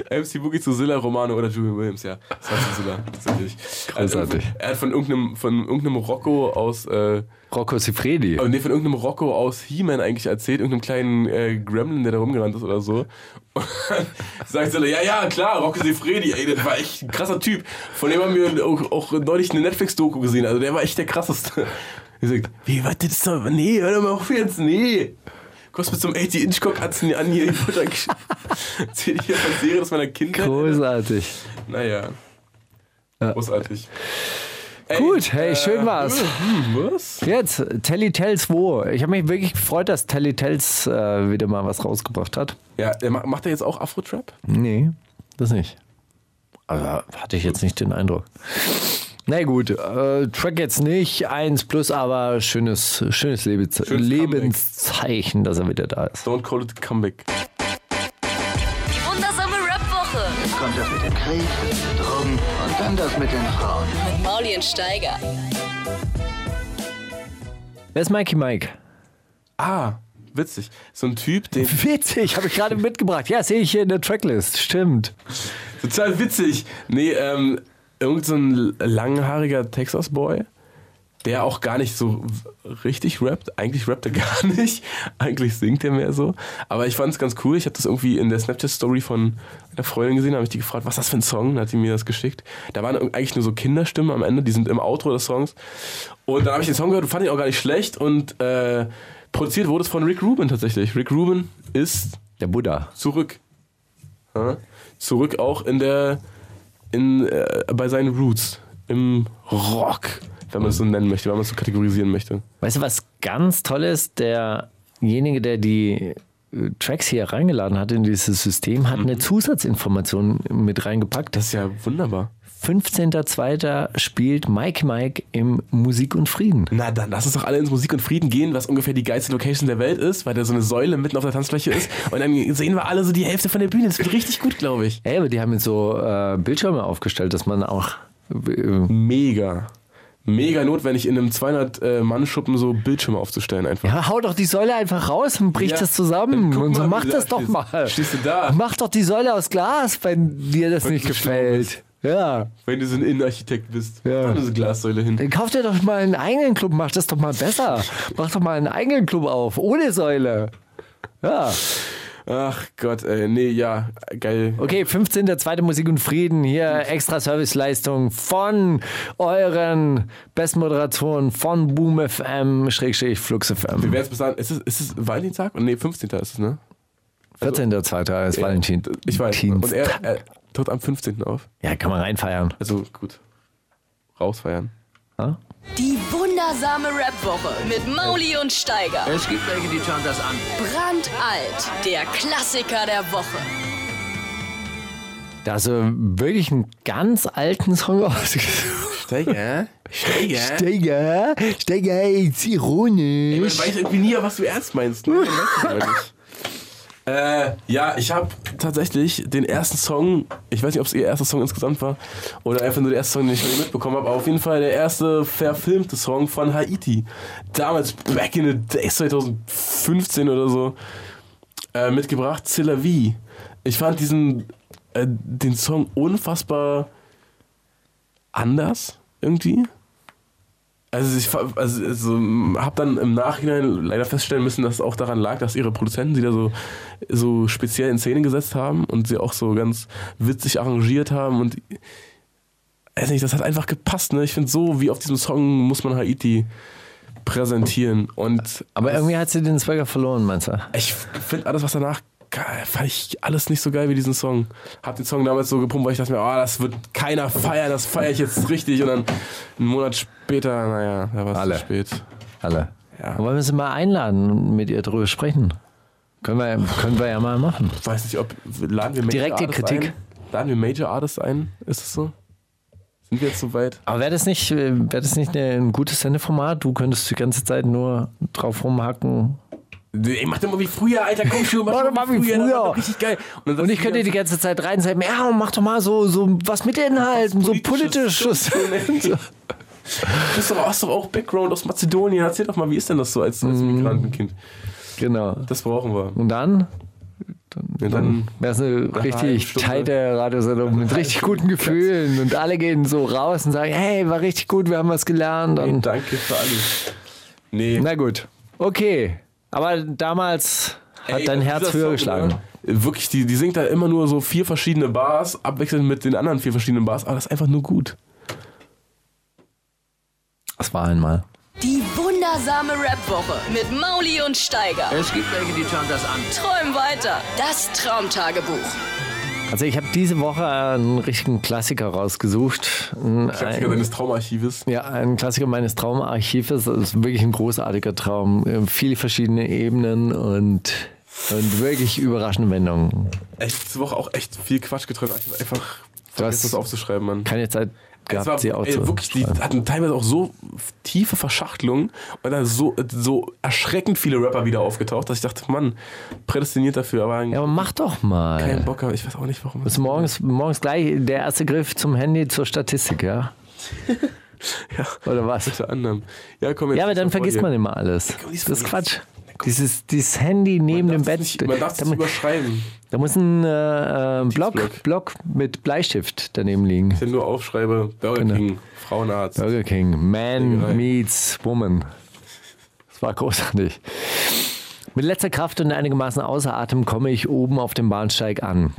Speaker 6: MC Boogie zu Silla, Romano oder Julian Williams, ja. Das war zu Silla, tatsächlich.
Speaker 5: Großartig.
Speaker 6: Er hat- Er hat von irgendeinem, von irgendeinem Rocco aus, äh,
Speaker 5: Rocco Sifredi.
Speaker 6: Oh, nee, von irgendeinem Rocco aus He-Man eigentlich erzählt, irgendeinem kleinen äh, Gremlin, der da rumgerannt ist oder so. Und dann sagt sie, ja, ja, klar, Rocco Sifredi, ey, das war echt ein krasser Typ. Von dem haben wir auch, auch neulich eine Netflix-Doku gesehen, also der war echt der krasseste. Er sagt, wie, was, das ist doch, nee, hör doch mal auf jetzt, nee. Kommst mit so einem 80-Inch-Cock-Atzen an hier, ich wurde erzähl hier von Serien aus meiner Kindheit.
Speaker 5: Großartig.
Speaker 6: Naja, großartig. Ey, äh,
Speaker 5: Gut, hey, schön war's.
Speaker 6: Hm, was?
Speaker 5: Jetzt, Telly Tells wo? Ich habe mich wirklich gefreut, dass Telly Tells äh, wieder mal was rausgebracht hat.
Speaker 6: Ja, der ma- macht er jetzt auch Afro-Trap?
Speaker 5: Nee, das nicht. Aber Also, hatte ich jetzt nicht den Eindruck. Na gut, äh, Track jetzt nicht, eins plus, aber schönes, schönes, Lebens
Speaker 6: Schönes
Speaker 5: Lebenszeichen, dass er wieder da ist.
Speaker 6: Don't call it comeback.
Speaker 2: Die wundersame Rap-Woche
Speaker 1: Kommt das mit dem Krieg, Drogen und dann das mit den Frauen.
Speaker 2: mit Maulien Steiger.
Speaker 5: Wer ist Mikey Mike?
Speaker 6: Ah, witzig. So ein Typ, den.
Speaker 5: Witzig, habe ich gerade mitgebracht. Ja, sehe ich hier in der Tracklist. Stimmt.
Speaker 6: Total witzig. Nee, ähm, irgend so ein langhaariger Texas-Boy, der auch gar nicht so w- richtig rappt. Eigentlich rappt er gar nicht. Eigentlich singt er mehr so. Aber ich fand es ganz cool. Ich habe das irgendwie in der Snapchat-Story von einer Freundin gesehen. Da habe ich die gefragt, was ist das für ein Song? Dann hat die mir das geschickt. Da waren irg- eigentlich nur so Kinderstimmen am Ende. Die sind im Outro des Songs. Und dann habe ich den Song gehört und fand ihn auch gar nicht schlecht. Und äh, produziert wurde es von Rick Rubin tatsächlich. Rick Rubin ist
Speaker 5: Der Buddha.
Speaker 6: zurück. Ja? Zurück auch in der, in, äh, bei seinen Roots, im Rock, wenn man es so nennen möchte, wenn man es so kategorisieren möchte.
Speaker 5: Weißt du, was ganz toll ist? Derjenige, der die äh, Tracks hier reingeladen hat in dieses System,
Speaker 6: Mhm.
Speaker 5: hat eine Zusatzinformation mit reingepackt.
Speaker 6: Das ist ja wunderbar.
Speaker 5: 15.02. spielt Mike Mike im Musik und Frieden.
Speaker 6: Na dann, lass uns doch alle ins Musik und Frieden gehen, was ungefähr die geilste Location der Welt ist, weil da so eine Säule mitten auf der Tanzfläche ist. Und dann sehen wir alle so die Hälfte von der Bühne. Das wird richtig gut, glaube ich.
Speaker 5: Ey, aber die haben jetzt so äh, Bildschirme aufgestellt, dass man auch. Äh,
Speaker 6: Mega. Mega notwendig, in einem 200-Mann-Schuppen so Bildschirme aufzustellen einfach.
Speaker 5: ja, hau doch die Säule einfach raus und brich
Speaker 6: Ja,
Speaker 5: das
Speaker 6: dann
Speaker 5: zusammen.
Speaker 6: guck
Speaker 5: Und so
Speaker 6: mal,
Speaker 5: mach
Speaker 6: wie
Speaker 5: das
Speaker 6: du
Speaker 5: doch
Speaker 6: da
Speaker 5: mal.
Speaker 6: stehst. Stehst du da?
Speaker 5: Mach doch die Säule aus Glas, wenn dir das
Speaker 6: Wenn
Speaker 5: nicht
Speaker 6: du schlau
Speaker 5: gefällt. Ja.
Speaker 6: Wenn du so ein Innenarchitekt bist,
Speaker 5: Ja.
Speaker 6: dann diese Glassäule hin.
Speaker 5: Dann kauf dir doch mal einen eigenen Club, mach das doch mal besser. Mach doch mal einen eigenen Club auf, ohne Säule. Ja.
Speaker 6: Ach Gott, ey, nee, ja, geil.
Speaker 5: Okay, 15. zweite Musik und Frieden. Hier extra Serviceleistung von euren besten Moderatoren von Boom FM, Schrägstrich Flux
Speaker 6: Wir
Speaker 5: FM.
Speaker 6: werden es bis dann. Ist es, ist es Valentinstag? Nee, 15. ist es, ne?
Speaker 5: 14.02. ist Valentin.
Speaker 6: Ich weiß. Und er, er tritt am 15. auf.
Speaker 5: Ja, kann man reinfeiern.
Speaker 6: Also gut. Rausfeiern.
Speaker 5: Ja?
Speaker 2: Die wundersame Rap-Woche mit Mauli und Steiger.
Speaker 3: Es gibt welche, die schauen das an.
Speaker 2: Brandalt, der Klassiker der Woche.
Speaker 5: Da hast du wirklich einen ganz alten Song ausgesucht.
Speaker 6: Steiger? Steiger?
Speaker 5: Steiger, Steiger ist ironisch.
Speaker 6: Man weiß irgendwie nie, was du ernst meinst. Ne? Man weiß es immer nicht. Äh, ja, ich habe tatsächlich den ersten Song, ich weiß nicht, ob es ihr erster Song insgesamt war oder einfach nur der erste Song, den ich von ihr mitbekommen habe, aber auf jeden Fall der erste verfilmte Song von Haiti. Damals, back in the days, 2015 oder so, äh, mitgebracht, C'est la vie. Ich fand diesen, äh, den Song unfassbar anders irgendwie. Also ich fa- also, also, habe dann im Nachhinein leider feststellen müssen, dass es auch daran lag, dass ihre Produzenten sie da so, so speziell in Szene gesetzt haben und sie auch so ganz witzig arrangiert haben und weiß nicht, das hat einfach gepasst. Ne? Ich finde so, wie auf diesem Song muss man Haiti präsentieren und
Speaker 5: Aber
Speaker 6: das-
Speaker 5: irgendwie hat sie den Swagger verloren, meinst du?
Speaker 6: ich finde alles, was danach geil, fand ich alles nicht so geil wie diesen Song. Hab den Song damals so gepumpt, weil ich dachte mir, ah, das wird keiner feiern, das feiere ich jetzt richtig. Und dann einen Monat später, naja, da war
Speaker 5: Alle.
Speaker 6: es zu spät.
Speaker 5: Alle.
Speaker 6: Ja.
Speaker 5: Wollen wir sie mal einladen und mit ihr drüber sprechen? Können wir, können wir ja mal machen.
Speaker 6: Ich weiß nicht, ob laden wir Major
Speaker 5: Direkte
Speaker 6: Artists
Speaker 5: Kritik.
Speaker 6: ein? Laden wir Major Artists ein? Ist es so? Sind wir jetzt so weit?
Speaker 5: Aber wäre das nicht, äh, wäre das nicht eine, ein gutes Sendeformat? Du könntest die ganze Zeit nur drauf rumhacken.
Speaker 6: Ey, mach doch mal wie früher, Alter, komm schon, mach
Speaker 5: Mach
Speaker 6: doch mal wie früher. das war
Speaker 5: früher.
Speaker 6: doch richtig geil. dann
Speaker 5: Und
Speaker 6: sagst
Speaker 5: ich
Speaker 6: du
Speaker 5: könnte die ganze Zeit reinsetzen, ja, mach doch mal so, so was mit Inhalten, so politisches.
Speaker 6: Du bist doch- hast doch auch Background aus Mazedonien. Erzähl doch mal, wie ist denn das so als, als
Speaker 5: Mm.
Speaker 6: Migrantenkind?
Speaker 5: genau.
Speaker 6: Das brauchen wir.
Speaker 5: Und dann?
Speaker 6: Ja, dann
Speaker 5: wäre es eine
Speaker 6: einer halben
Speaker 5: richtig
Speaker 6: Stunde.
Speaker 5: tighte Radiosendung mit richtig guten Gefühlen. Und alle gehen so raus und sagen, hey, war richtig gut, wir haben was gelernt.
Speaker 6: nee,
Speaker 5: Und
Speaker 6: danke für alles. Nee.
Speaker 5: Na gut. Okay. Aber damals hat
Speaker 6: Ey,
Speaker 5: dein
Speaker 6: dieser
Speaker 5: Herz
Speaker 6: Song,
Speaker 5: höher geschlagen.
Speaker 6: ne? Wirklich, die, die singt da immer nur so vier verschiedene Bars, abwechselnd mit den anderen vier verschiedenen Bars, aber das ist einfach nur gut.
Speaker 5: Das war einmal.
Speaker 2: Die wundersame Rap-Woche mit Mauli und Steiger.
Speaker 3: Es gibt welche, die schauen das an.
Speaker 2: Träum weiter. Das Traumtagebuch.
Speaker 5: Also ich habe diese Woche einen richtigen Klassiker rausgesucht. Ein,
Speaker 6: Klassiker
Speaker 5: ein,
Speaker 6: deines Traumarchives.
Speaker 5: ja, ein Klassiker meines Traumarchives. Das ist wirklich ein großartiger Traum. Äh, Viele verschiedene Ebenen und, und wirklich überraschende Wendungen.
Speaker 6: Echt, diese Woche auch echt viel Quatsch geträumt. Ich hab einfach
Speaker 5: Du
Speaker 6: vergessen,
Speaker 5: hast
Speaker 6: das aufzuschreiben, Mann.
Speaker 5: keine Zeit
Speaker 6: Das
Speaker 5: gehabt,
Speaker 6: war,
Speaker 5: sie auch
Speaker 6: ey,
Speaker 5: zu
Speaker 6: wirklich, die hatten teilweise auch so tiefe Verschachtelungen und dann so, so erschreckend viele Rapper wieder aufgetaucht, dass ich dachte, Mann, prädestiniert dafür, aber
Speaker 5: Ja, aber mach doch
Speaker 6: keinen
Speaker 5: mal.
Speaker 6: Bock habe. Ich weiß auch nicht, warum.
Speaker 5: Das ist morgens, morgens gleich der erste Griff zum Handy zur Statistik, ja?
Speaker 6: Ja,
Speaker 5: Oder was?
Speaker 6: unter anderem. Ja, komm jetzt.
Speaker 5: Ja, aber dann
Speaker 6: zur
Speaker 5: vergisst
Speaker 6: Folie.
Speaker 5: man immer alles.
Speaker 6: komm,
Speaker 5: Das
Speaker 6: lies
Speaker 5: ist
Speaker 6: mal
Speaker 5: Quatsch. Dieses, dieses Handy neben dem
Speaker 6: Man darf
Speaker 5: Bett.
Speaker 6: es Nicht, man darf es
Speaker 5: da,
Speaker 6: nicht
Speaker 5: mu-
Speaker 6: überschreiben.
Speaker 5: da muss ein äh, äh, Block,
Speaker 6: Notizblock.
Speaker 5: Block mit Bleistift daneben liegen.
Speaker 6: Ich nur aufschreibe, Burger
Speaker 5: Genau.
Speaker 6: King, Frauenarzt.
Speaker 5: Burger King, Man
Speaker 6: Schlägerei.
Speaker 5: meets Woman. Das war großartig. Mit letzter Kraft und einigermaßen außer Atem komme ich oben auf dem Bahnsteig an.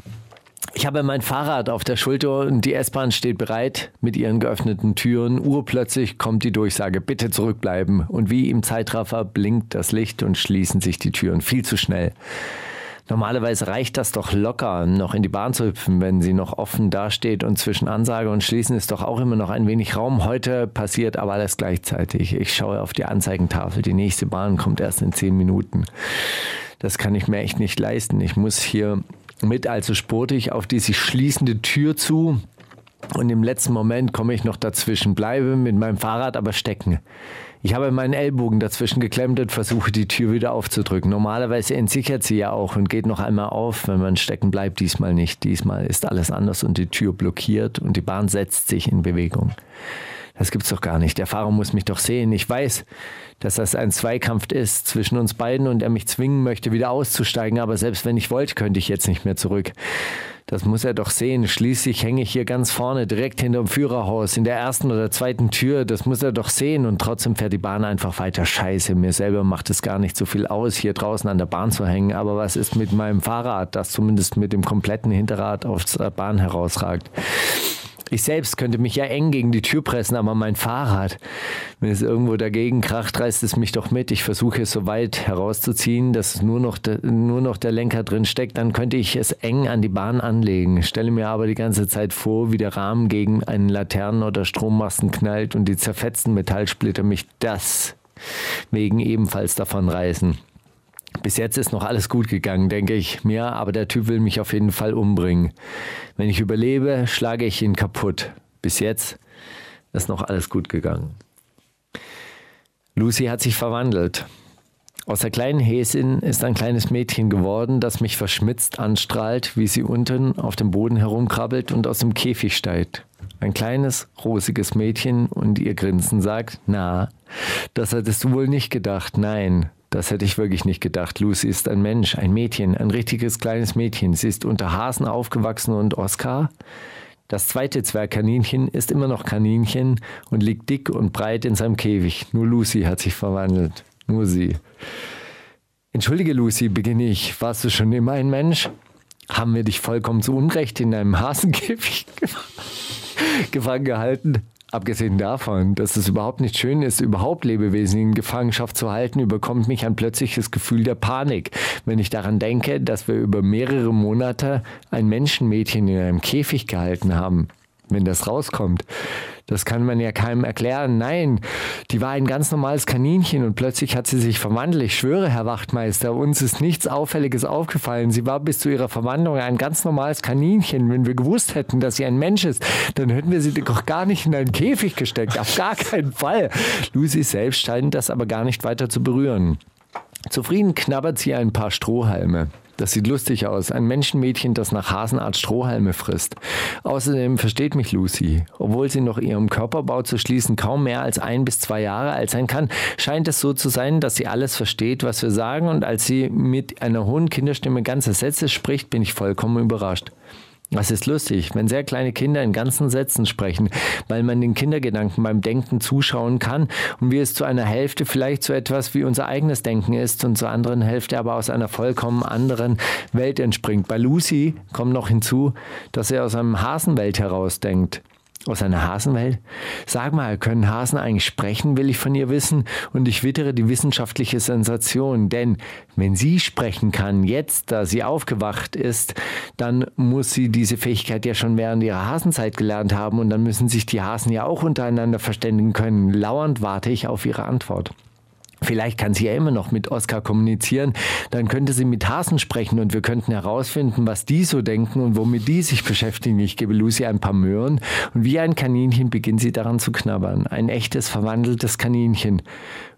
Speaker 5: Ich habe mein Fahrrad auf der Schulter und die S-Bahn steht bereit mit ihren geöffneten Türen. Urplötzlich kommt die Durchsage, bitte zurückbleiben. Und wie im Zeitraffer blinkt das Licht und schließen sich die Türen viel zu schnell. Normalerweise reicht das doch locker, noch in die Bahn zu hüpfen, wenn sie noch offen dasteht und zwischen Ansage und Schließen ist doch auch immer noch ein wenig Raum. Heute passiert aber alles gleichzeitig. Ich schaue auf die Anzeigentafel. Die nächste Bahn kommt erst in zehn Minuten. Das kann ich mir echt nicht leisten. Ich muss hier mit, also spurte ich auf die sich schließende Tür zu. Und im letzten Moment komme ich noch dazwischen, bleibe mit meinem Fahrrad aber stecken. Ich habe meinen Ellbogen dazwischen geklemmt und versuche die Tür wieder aufzudrücken. Normalerweise entsichert sie ja auch und geht noch einmal auf, wenn man stecken bleibt. Diesmal nicht. Diesmal ist alles anders und die Tür blockiert und die Bahn setzt sich in Bewegung. Das gibt's doch gar nicht. Der Fahrer muss mich doch sehen. Ich weiß, dass das ein Zweikampf ist zwischen uns beiden und er mich zwingen möchte, wieder auszusteigen. Aber selbst wenn ich wollte, könnte ich jetzt nicht mehr zurück. Das muss er doch sehen. Schließlich hänge ich hier ganz vorne, direkt hinterm Führerhaus, in der ersten oder zweiten Tür. Das muss er doch sehen. Und trotzdem fährt die Bahn einfach weiter. Scheiße, mir selber macht es gar nicht so viel aus, hier draußen an der Bahn zu hängen. Aber was ist mit meinem Fahrrad, das zumindest mit dem kompletten Hinterrad aus der Bahn herausragt? Ich selbst könnte mich ja eng gegen die Tür pressen, aber mein Fahrrad, wenn es irgendwo dagegen kracht, reißt es mich doch mit. Ich versuche es so weit herauszuziehen, dass nur noch, de, nur noch der Lenker drin steckt. Dann könnte ich es eng an die Bahn anlegen. Stelle mir aber die ganze Zeit vor, wie der Rahmen gegen einen Laternen- oder Strommasten knallt und die zerfetzten Metallsplitter mich das wegen ebenfalls davon reißen. Bis jetzt ist noch alles gut gegangen, denke ich mir, aber der Typ will mich auf jeden Fall umbringen. Wenn ich überlebe, schlage ich ihn kaputt. Bis jetzt ist noch alles gut gegangen. Lucy hat sich verwandelt. Aus der kleinen Häsin ist ein kleines Mädchen geworden, das mich verschmitzt anstrahlt, wie sie unten auf dem Boden herumkrabbelt und aus dem Käfig steigt. Ein kleines, rosiges Mädchen und ihr Grinsen sagt, na, das hättest du wohl nicht gedacht, nein, das hätte ich wirklich nicht gedacht. Lucy ist ein Mensch, ein Mädchen, ein richtiges kleines Mädchen. Sie ist unter Hasen aufgewachsen und Oscar. Das zweite Zwergkaninchen ist immer noch Kaninchen und liegt dick und breit in seinem Käfig. Nur Lucy hat sich verwandelt. Nur sie. Entschuldige, Lucy, beginne ich. Warst du schon immer ein Mensch? Haben wir dich vollkommen zu Unrecht in einem Hasenkäfig gefangen gehalten? Abgesehen davon, dass es überhaupt nicht schön ist, überhaupt Lebewesen in Gefangenschaft zu halten, überkommt mich ein plötzliches Gefühl der Panik, wenn ich daran denke, dass wir über mehrere Monate ein Menschenmädchen in einem Käfig gehalten haben. Wenn das rauskommt, das kann man ja keinem erklären. Nein, die war ein ganz normales Kaninchen und plötzlich hat sie sich verwandelt. Ich schwöre, Herr Wachtmeister, uns ist nichts Auffälliges aufgefallen. Sie war bis zu ihrer Verwandlung ein ganz normales Kaninchen. Wenn wir gewusst hätten, dass sie ein Mensch ist, dann hätten wir sie doch gar nicht in einen Käfig gesteckt. Auf gar keinen Fall. Lucy selbst scheint das aber gar nicht weiter zu berühren. Zufrieden knabbert sie ein paar Strohhalme. Das sieht lustig aus. Ein Menschenmädchen, das nach Hasenart Strohhalme frisst. Außerdem versteht mich Lucy. Obwohl sie noch ihrem Körperbau zu schließen kaum mehr als ein bis zwei Jahre alt sein kann, scheint es so zu sein, dass sie alles versteht, was wir sagen. Und als sie mit einer hohen Kinderstimme ganze Sätze spricht, bin ich vollkommen überrascht. Das ist lustig, wenn sehr kleine Kinder in ganzen Sätzen sprechen, weil man den Kindergedanken beim Denken zuschauen kann und wie es zu einer Hälfte vielleicht so etwas wie unser eigenes Denken ist und zur anderen Hälfte aber aus einer vollkommen anderen Welt entspringt. Bei Lucy kommt noch hinzu, dass er aus einem Hasenwelt herausdenkt. Aus einer Hasenwelt? Sag mal, können Hasen eigentlich sprechen, will ich von ihr wissen. Und ich wittere die wissenschaftliche Sensation. Denn wenn sie sprechen kann, jetzt, da sie aufgewacht ist, dann muss sie diese Fähigkeit ja schon während ihrer Hasenzeit gelernt haben. Und dann müssen sich die Hasen ja auch untereinander verständigen können. Lauernd warte ich auf ihre Antwort. Vielleicht kann sie ja immer noch mit Oskar kommunizieren. Dann könnte sie mit Hasen sprechen und wir könnten herausfinden, was die so denken und womit die sich beschäftigen. Ich gebe Lucy ein paar Möhren und wie ein Kaninchen beginnt sie daran zu knabbern. Ein echtes, verwandeltes Kaninchen.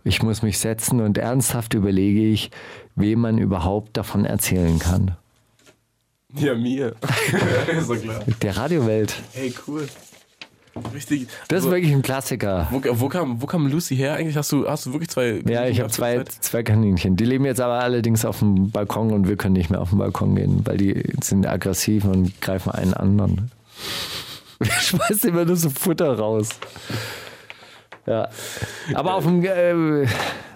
Speaker 5: Ich muss mich setzen und ernsthaft überlege ich, wem man überhaupt davon erzählen kann.
Speaker 6: Ja, mir. so klar.
Speaker 5: Der Radiowelt.
Speaker 6: Hey, cool. Richtig.
Speaker 5: Das ist
Speaker 6: Also,
Speaker 5: wirklich ein Klassiker.
Speaker 6: wo, wo, kam, wo kam Lucy her? Eigentlich hast du, hast du wirklich zwei.
Speaker 5: Ja, ich habe zwei, zwei Kaninchen. Die leben jetzt aber allerdings auf dem Balkon und wir können nicht mehr auf den Balkon gehen, weil die sind aggressiv und greifen einen anderen. Wir schmeißen immer nur so Futter raus. Ja. Aber auf dem, äh,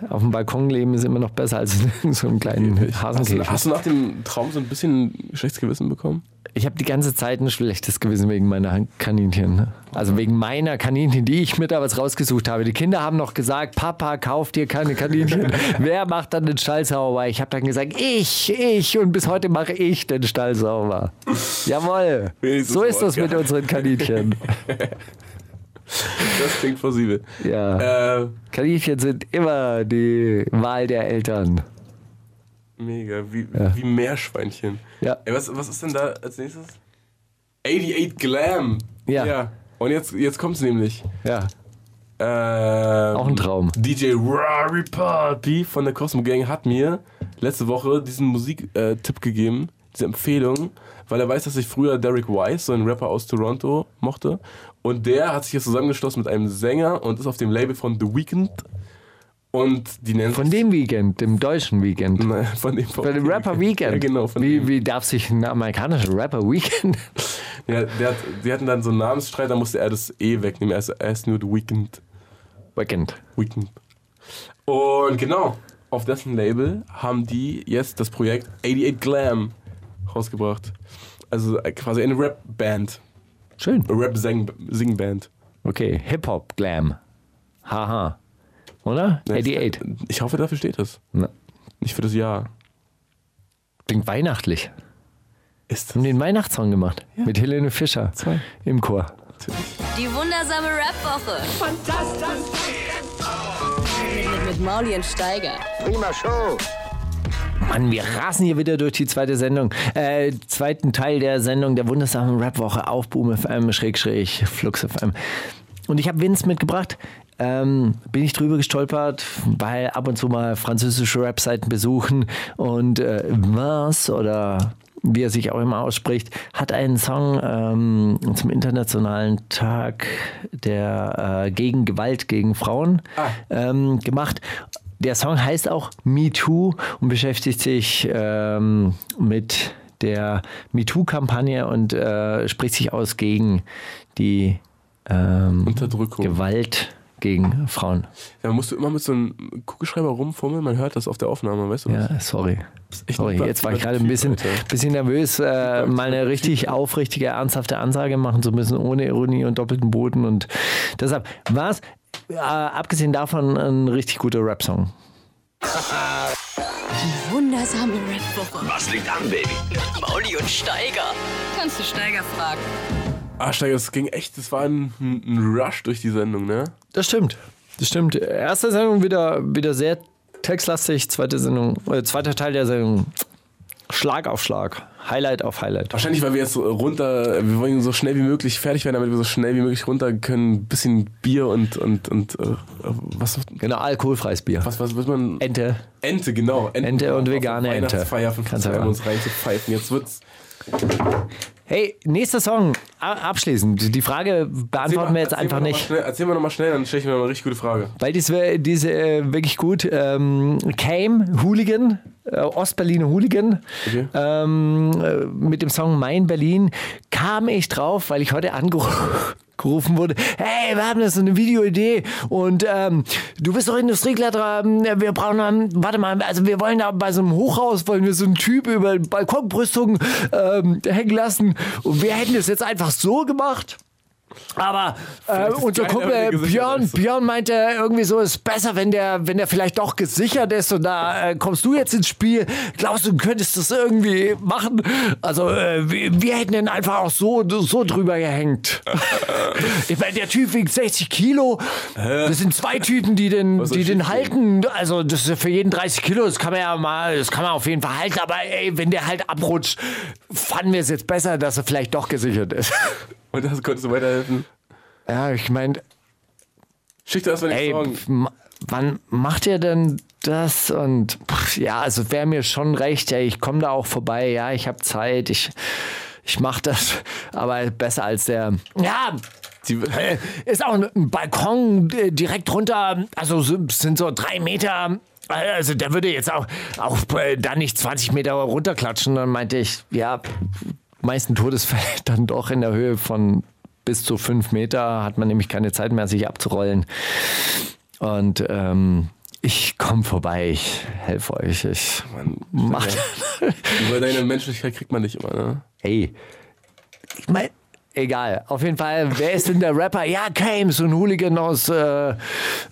Speaker 5: auf dem Balkon leben ist immer noch besser als in so einem kleinen
Speaker 6: Hast du,
Speaker 5: Hasenkäfig.
Speaker 6: also, hast du nach dem Traum so ein bisschen ein schlechtes Gewissen bekommen?
Speaker 5: Ich habe die ganze Zeit ein schlechtes Gewissen wegen meiner Kaninchen. ne? Also wegen meiner Kaninchen, die ich mir damals rausgesucht habe. Die Kinder haben noch gesagt, Papa, kauf dir keine Kaninchen. Wer macht dann den Stall sauber? Ich habe dann gesagt, ich, ich. Und bis heute mache ich den Stall sauber. Jawohl.
Speaker 6: Wenigstens
Speaker 5: so ist
Speaker 6: Wort,
Speaker 5: das mit
Speaker 6: ja.
Speaker 5: unseren Kaninchen.
Speaker 6: Das klingt plausibel.
Speaker 5: Ja.
Speaker 6: Äh,
Speaker 5: Kaninchen sind immer die Wahl der Eltern.
Speaker 6: mega. Wie, wie Meerschweinchen.
Speaker 5: Ja.
Speaker 6: Ey, was, was ist denn da als nächstes? 88 Glam.
Speaker 5: Ja.
Speaker 6: Und jetzt, jetzt kommt's nämlich.
Speaker 5: Ja.
Speaker 6: Ähm,
Speaker 5: Auch ein Traum.
Speaker 6: DJ Rory Poppy von der Cosmo Gang hat mir letzte Woche diesen Musiktipp äh, Tipp gegeben, diese Empfehlung, weil er weiß, dass ich früher Derek Wise, so einen Rapper aus Toronto, mochte. Und der hat sich jetzt zusammengeschlossen mit einem Sänger und ist auf dem Label von The Weeknd. Und die nennen
Speaker 5: Von dem Weekend, dem deutschen Weekend.
Speaker 6: Nein, von dem,
Speaker 5: Bei dem Rapper Weekend.
Speaker 6: Ja, genau. Von
Speaker 5: wie,
Speaker 6: dem.
Speaker 5: wie darf sich ein amerikanischer Rapper Weekend
Speaker 6: Ja, der hat, die hatten dann so einen Namensstreit, da musste er das E wegnehmen. Er ist, er ist nur The Weeknd.
Speaker 5: Weekend.
Speaker 6: Weekend. Und genau, auf dessen Label haben die jetzt das Projekt 88 Glam rausgebracht. Also quasi eine äh, Rap-Band.
Speaker 5: Schön.
Speaker 6: Rap-Sing-Band.
Speaker 5: Okay, Hip-Hop, Glam. Haha. Oder? 88.
Speaker 6: Ne? Ich hoffe, dafür steht es.
Speaker 5: Na,
Speaker 6: Nicht für das Jahr.
Speaker 5: klingt weihnachtlich.
Speaker 6: Ist
Speaker 5: Haben den Weihnachtssong gemacht. Mit Helene Fischer.
Speaker 6: Zwei.
Speaker 5: Im Chor.
Speaker 2: Die wundersame Rap-Woche. Fantastisch. Mit, mit Mauli und Steiger.
Speaker 1: Prima Show.
Speaker 5: Mann, wir rasen hier wieder durch die zweite Sendung. Äh, zweiten Teil der Sendung der wundersamen Rap-Woche auf Boom FM, schräg, schräg, Flux FM. Und ich habe Vince mitgebracht. Ähm, bin ich drüber gestolpert, weil ab und zu mal französische Rap-Seiten besuchen und äh, Mars oder wie er sich auch immer ausspricht, hat einen Song ähm, zum Internationalen Tag der äh, gegen Gewalt gegen Frauen ähm, gemacht. Der Song heißt auch Me Too und beschäftigt sich ähm, mit der MeToo-Kampagne und äh, spricht sich aus gegen die ähm,
Speaker 6: Unterdrückung.
Speaker 5: Gewalt gegen Frauen.
Speaker 6: Da musst du immer mit so einem Kugelschreiber rumfummeln, man hört das auf der Aufnahme, weißt du? das?
Speaker 5: Ja, sorry.
Speaker 6: echt
Speaker 5: sorry.
Speaker 6: ein Platz-
Speaker 5: Jetzt war ich gerade
Speaker 6: Platz-
Speaker 5: ein
Speaker 6: Typ,
Speaker 5: bisschen,
Speaker 6: Alter.
Speaker 5: bisschen nervös, äh, mal eine richtig aufrichtige, ernsthafte Ansage machen zu müssen, ohne Ironie und doppelten Boden. Und deshalb war es, äh, abgesehen davon, ein richtig guter Rap-Song.
Speaker 2: Wundersame Rap-Woche. Was liegt an, Baby? Mauli und Steiger. Kannst du Steiger fragen?
Speaker 6: Ah, Steiger, das ging echt, das war ein, ein Rush durch die Sendung, ne?
Speaker 5: Das stimmt. Das stimmt. Erste Sendung wieder, wieder sehr textlastig, zweite Sendung, äh, zweiter Teil der Sendung. Schlag auf Schlag, Highlight auf Highlight.
Speaker 6: Wahrscheinlich, weil wir jetzt so runter, wir wollen so schnell wie möglich fertig werden, damit wir so schnell wie möglich runter können. Ein bisschen Bier und, und, und äh, was,
Speaker 5: Genau, alkoholfreies Bier.
Speaker 6: was, was wird man?
Speaker 5: Ente.
Speaker 6: Ente, genau. Enten-
Speaker 5: Ente und
Speaker 6: auf
Speaker 5: vegane Ente.
Speaker 6: Weihnachtsfeier von
Speaker 5: Kannst du
Speaker 6: Fußball
Speaker 5: hören.
Speaker 6: uns reinzupfeifen. Jetzt wird's.
Speaker 5: Hey, nächster Song. A- Abschließend. Die Frage beantworten wir jetzt
Speaker 6: Erzähl mal
Speaker 5: einfach
Speaker 6: noch mal
Speaker 5: nicht.
Speaker 6: Schnell, erzähl mal nochmal schnell, dann stelle ich mir noch eine richtig gute Frage.
Speaker 5: Weil dies wär, diese äh, wirklich gut. Ähm, Came, Hooligan, äh, Ostberliner Hooligan,
Speaker 6: Okay.
Speaker 5: ähm, äh, mit dem Song Mein Berlin kam ich drauf, weil ich heute angerufen wurde, hey, wir haben das so eine Videoidee und ähm, du bist doch Industriekletterer, ähm, wir brauchen, ähm, warte mal, also wir wollen da bei so einem Hochhaus, wollen wir so einen Typ über Balkonbrüstungen ähm, hängen lassen und wir hätten das jetzt einfach so gemacht, aber äh,
Speaker 6: ist
Speaker 5: unser
Speaker 6: geiler,
Speaker 5: Kumpel
Speaker 6: wenn der
Speaker 5: äh,
Speaker 6: gesichert
Speaker 5: Björn,
Speaker 6: ist.
Speaker 5: Björn meinte irgendwie so, es ist besser, wenn der, wenn der vielleicht doch gesichert ist und da äh, kommst du jetzt ins Spiel. Glaubst du, du könntest das irgendwie machen? Also äh, wir, wir hätten den einfach auch so, so drüber gehängt. ich meine, der Typ wiegt 60 Kilo. Das sind zwei Typen, die den,
Speaker 6: Was soll
Speaker 5: die den
Speaker 6: schiefgehen?
Speaker 5: halten. Also das ist für jeden 30 Kilo, das kann man ja mal, das kann man auf jeden Fall halten. Aber ey, wenn der halt abrutscht, fanden wir es jetzt besser, dass er vielleicht doch gesichert ist.
Speaker 6: Und das konntest du weiterhelfen.
Speaker 5: ja, ich meine...
Speaker 6: Schick dir erstmal den
Speaker 5: Ey,
Speaker 6: Song.
Speaker 5: pf, ma- wann macht ihr denn das? Und pff, ja, also wäre mir schon recht, ey, ich komme da auch vorbei, ja, ich habe Zeit, ich, ich mache das, aber besser als der. Ja,
Speaker 6: Die,
Speaker 5: äh, ist auch ein- ein Balkon äh, direkt runter, also so- sind so drei Meter. äh, Also der würde jetzt auch, auch äh, da nicht 20 Meter runterklatschen. Dann meinte ich, ja, meisten Todesfälle dann doch in der Höhe von bis zu fünf Meter hat man nämlich keine Zeit mehr, sich abzurollen. Und ähm, ich komme vorbei, ich helfe euch, ich mach
Speaker 6: über deine Menschlichkeit kriegt man nicht immer, ne?
Speaker 5: Ey, ich mein, egal. Auf jeden Fall, wer ist denn der Rapper? Ja, Kame, so ein Hooligan aus, äh, äh,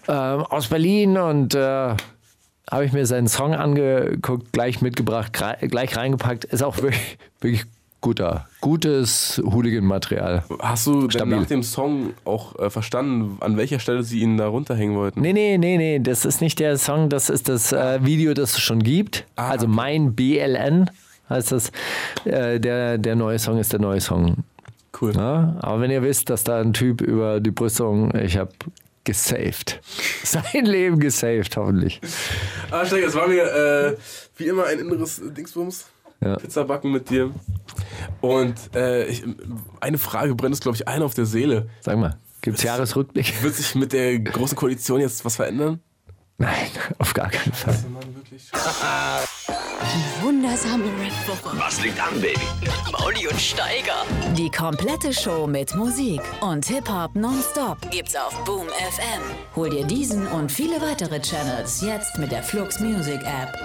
Speaker 5: aus Berlin und äh, habe ich mir seinen Song angeguckt, gleich mitgebracht, gra- gleich reingepackt. Ist auch wirklich, wirklich guter, gutes Hooligan-Material.
Speaker 6: Hast du denn
Speaker 5: Stabil.
Speaker 6: nach dem Song auch äh, verstanden, an welcher Stelle sie ihn da runterhängen wollten?
Speaker 5: Nee, nee, nee, nee, das ist nicht der Song, das ist das äh, Video, das es schon gibt. also mein BLN heißt das. Äh, der, der neue Song ist der neue Song.
Speaker 6: Cool.
Speaker 5: Ja, aber wenn ihr wisst, dass da ein Typ über die Brüstung, ich habe gesaved. Sein Leben gesaved, hoffentlich.
Speaker 6: Ah, Steiger, es war mir äh, wie immer ein inneres Dingsbums.
Speaker 5: Ja.
Speaker 6: Pizza backen mit dir. Und äh, ich, eine Frage brennt uns, glaube ich, allen auf der Seele.
Speaker 5: Sag mal, gibt's Jahresrückblick?
Speaker 6: Wird sich mit der großen Koalition jetzt was verändern?
Speaker 5: Nein, auf gar keinen Fall.
Speaker 2: Wundersame Rap-Woche. Was liegt an, Baby? Mauli und Steiger.
Speaker 4: Die komplette Show mit Musik und Hip-Hop nonstop gibt's auf Boom FM. Hol dir diesen und viele weitere Channels jetzt mit der Flux Music App.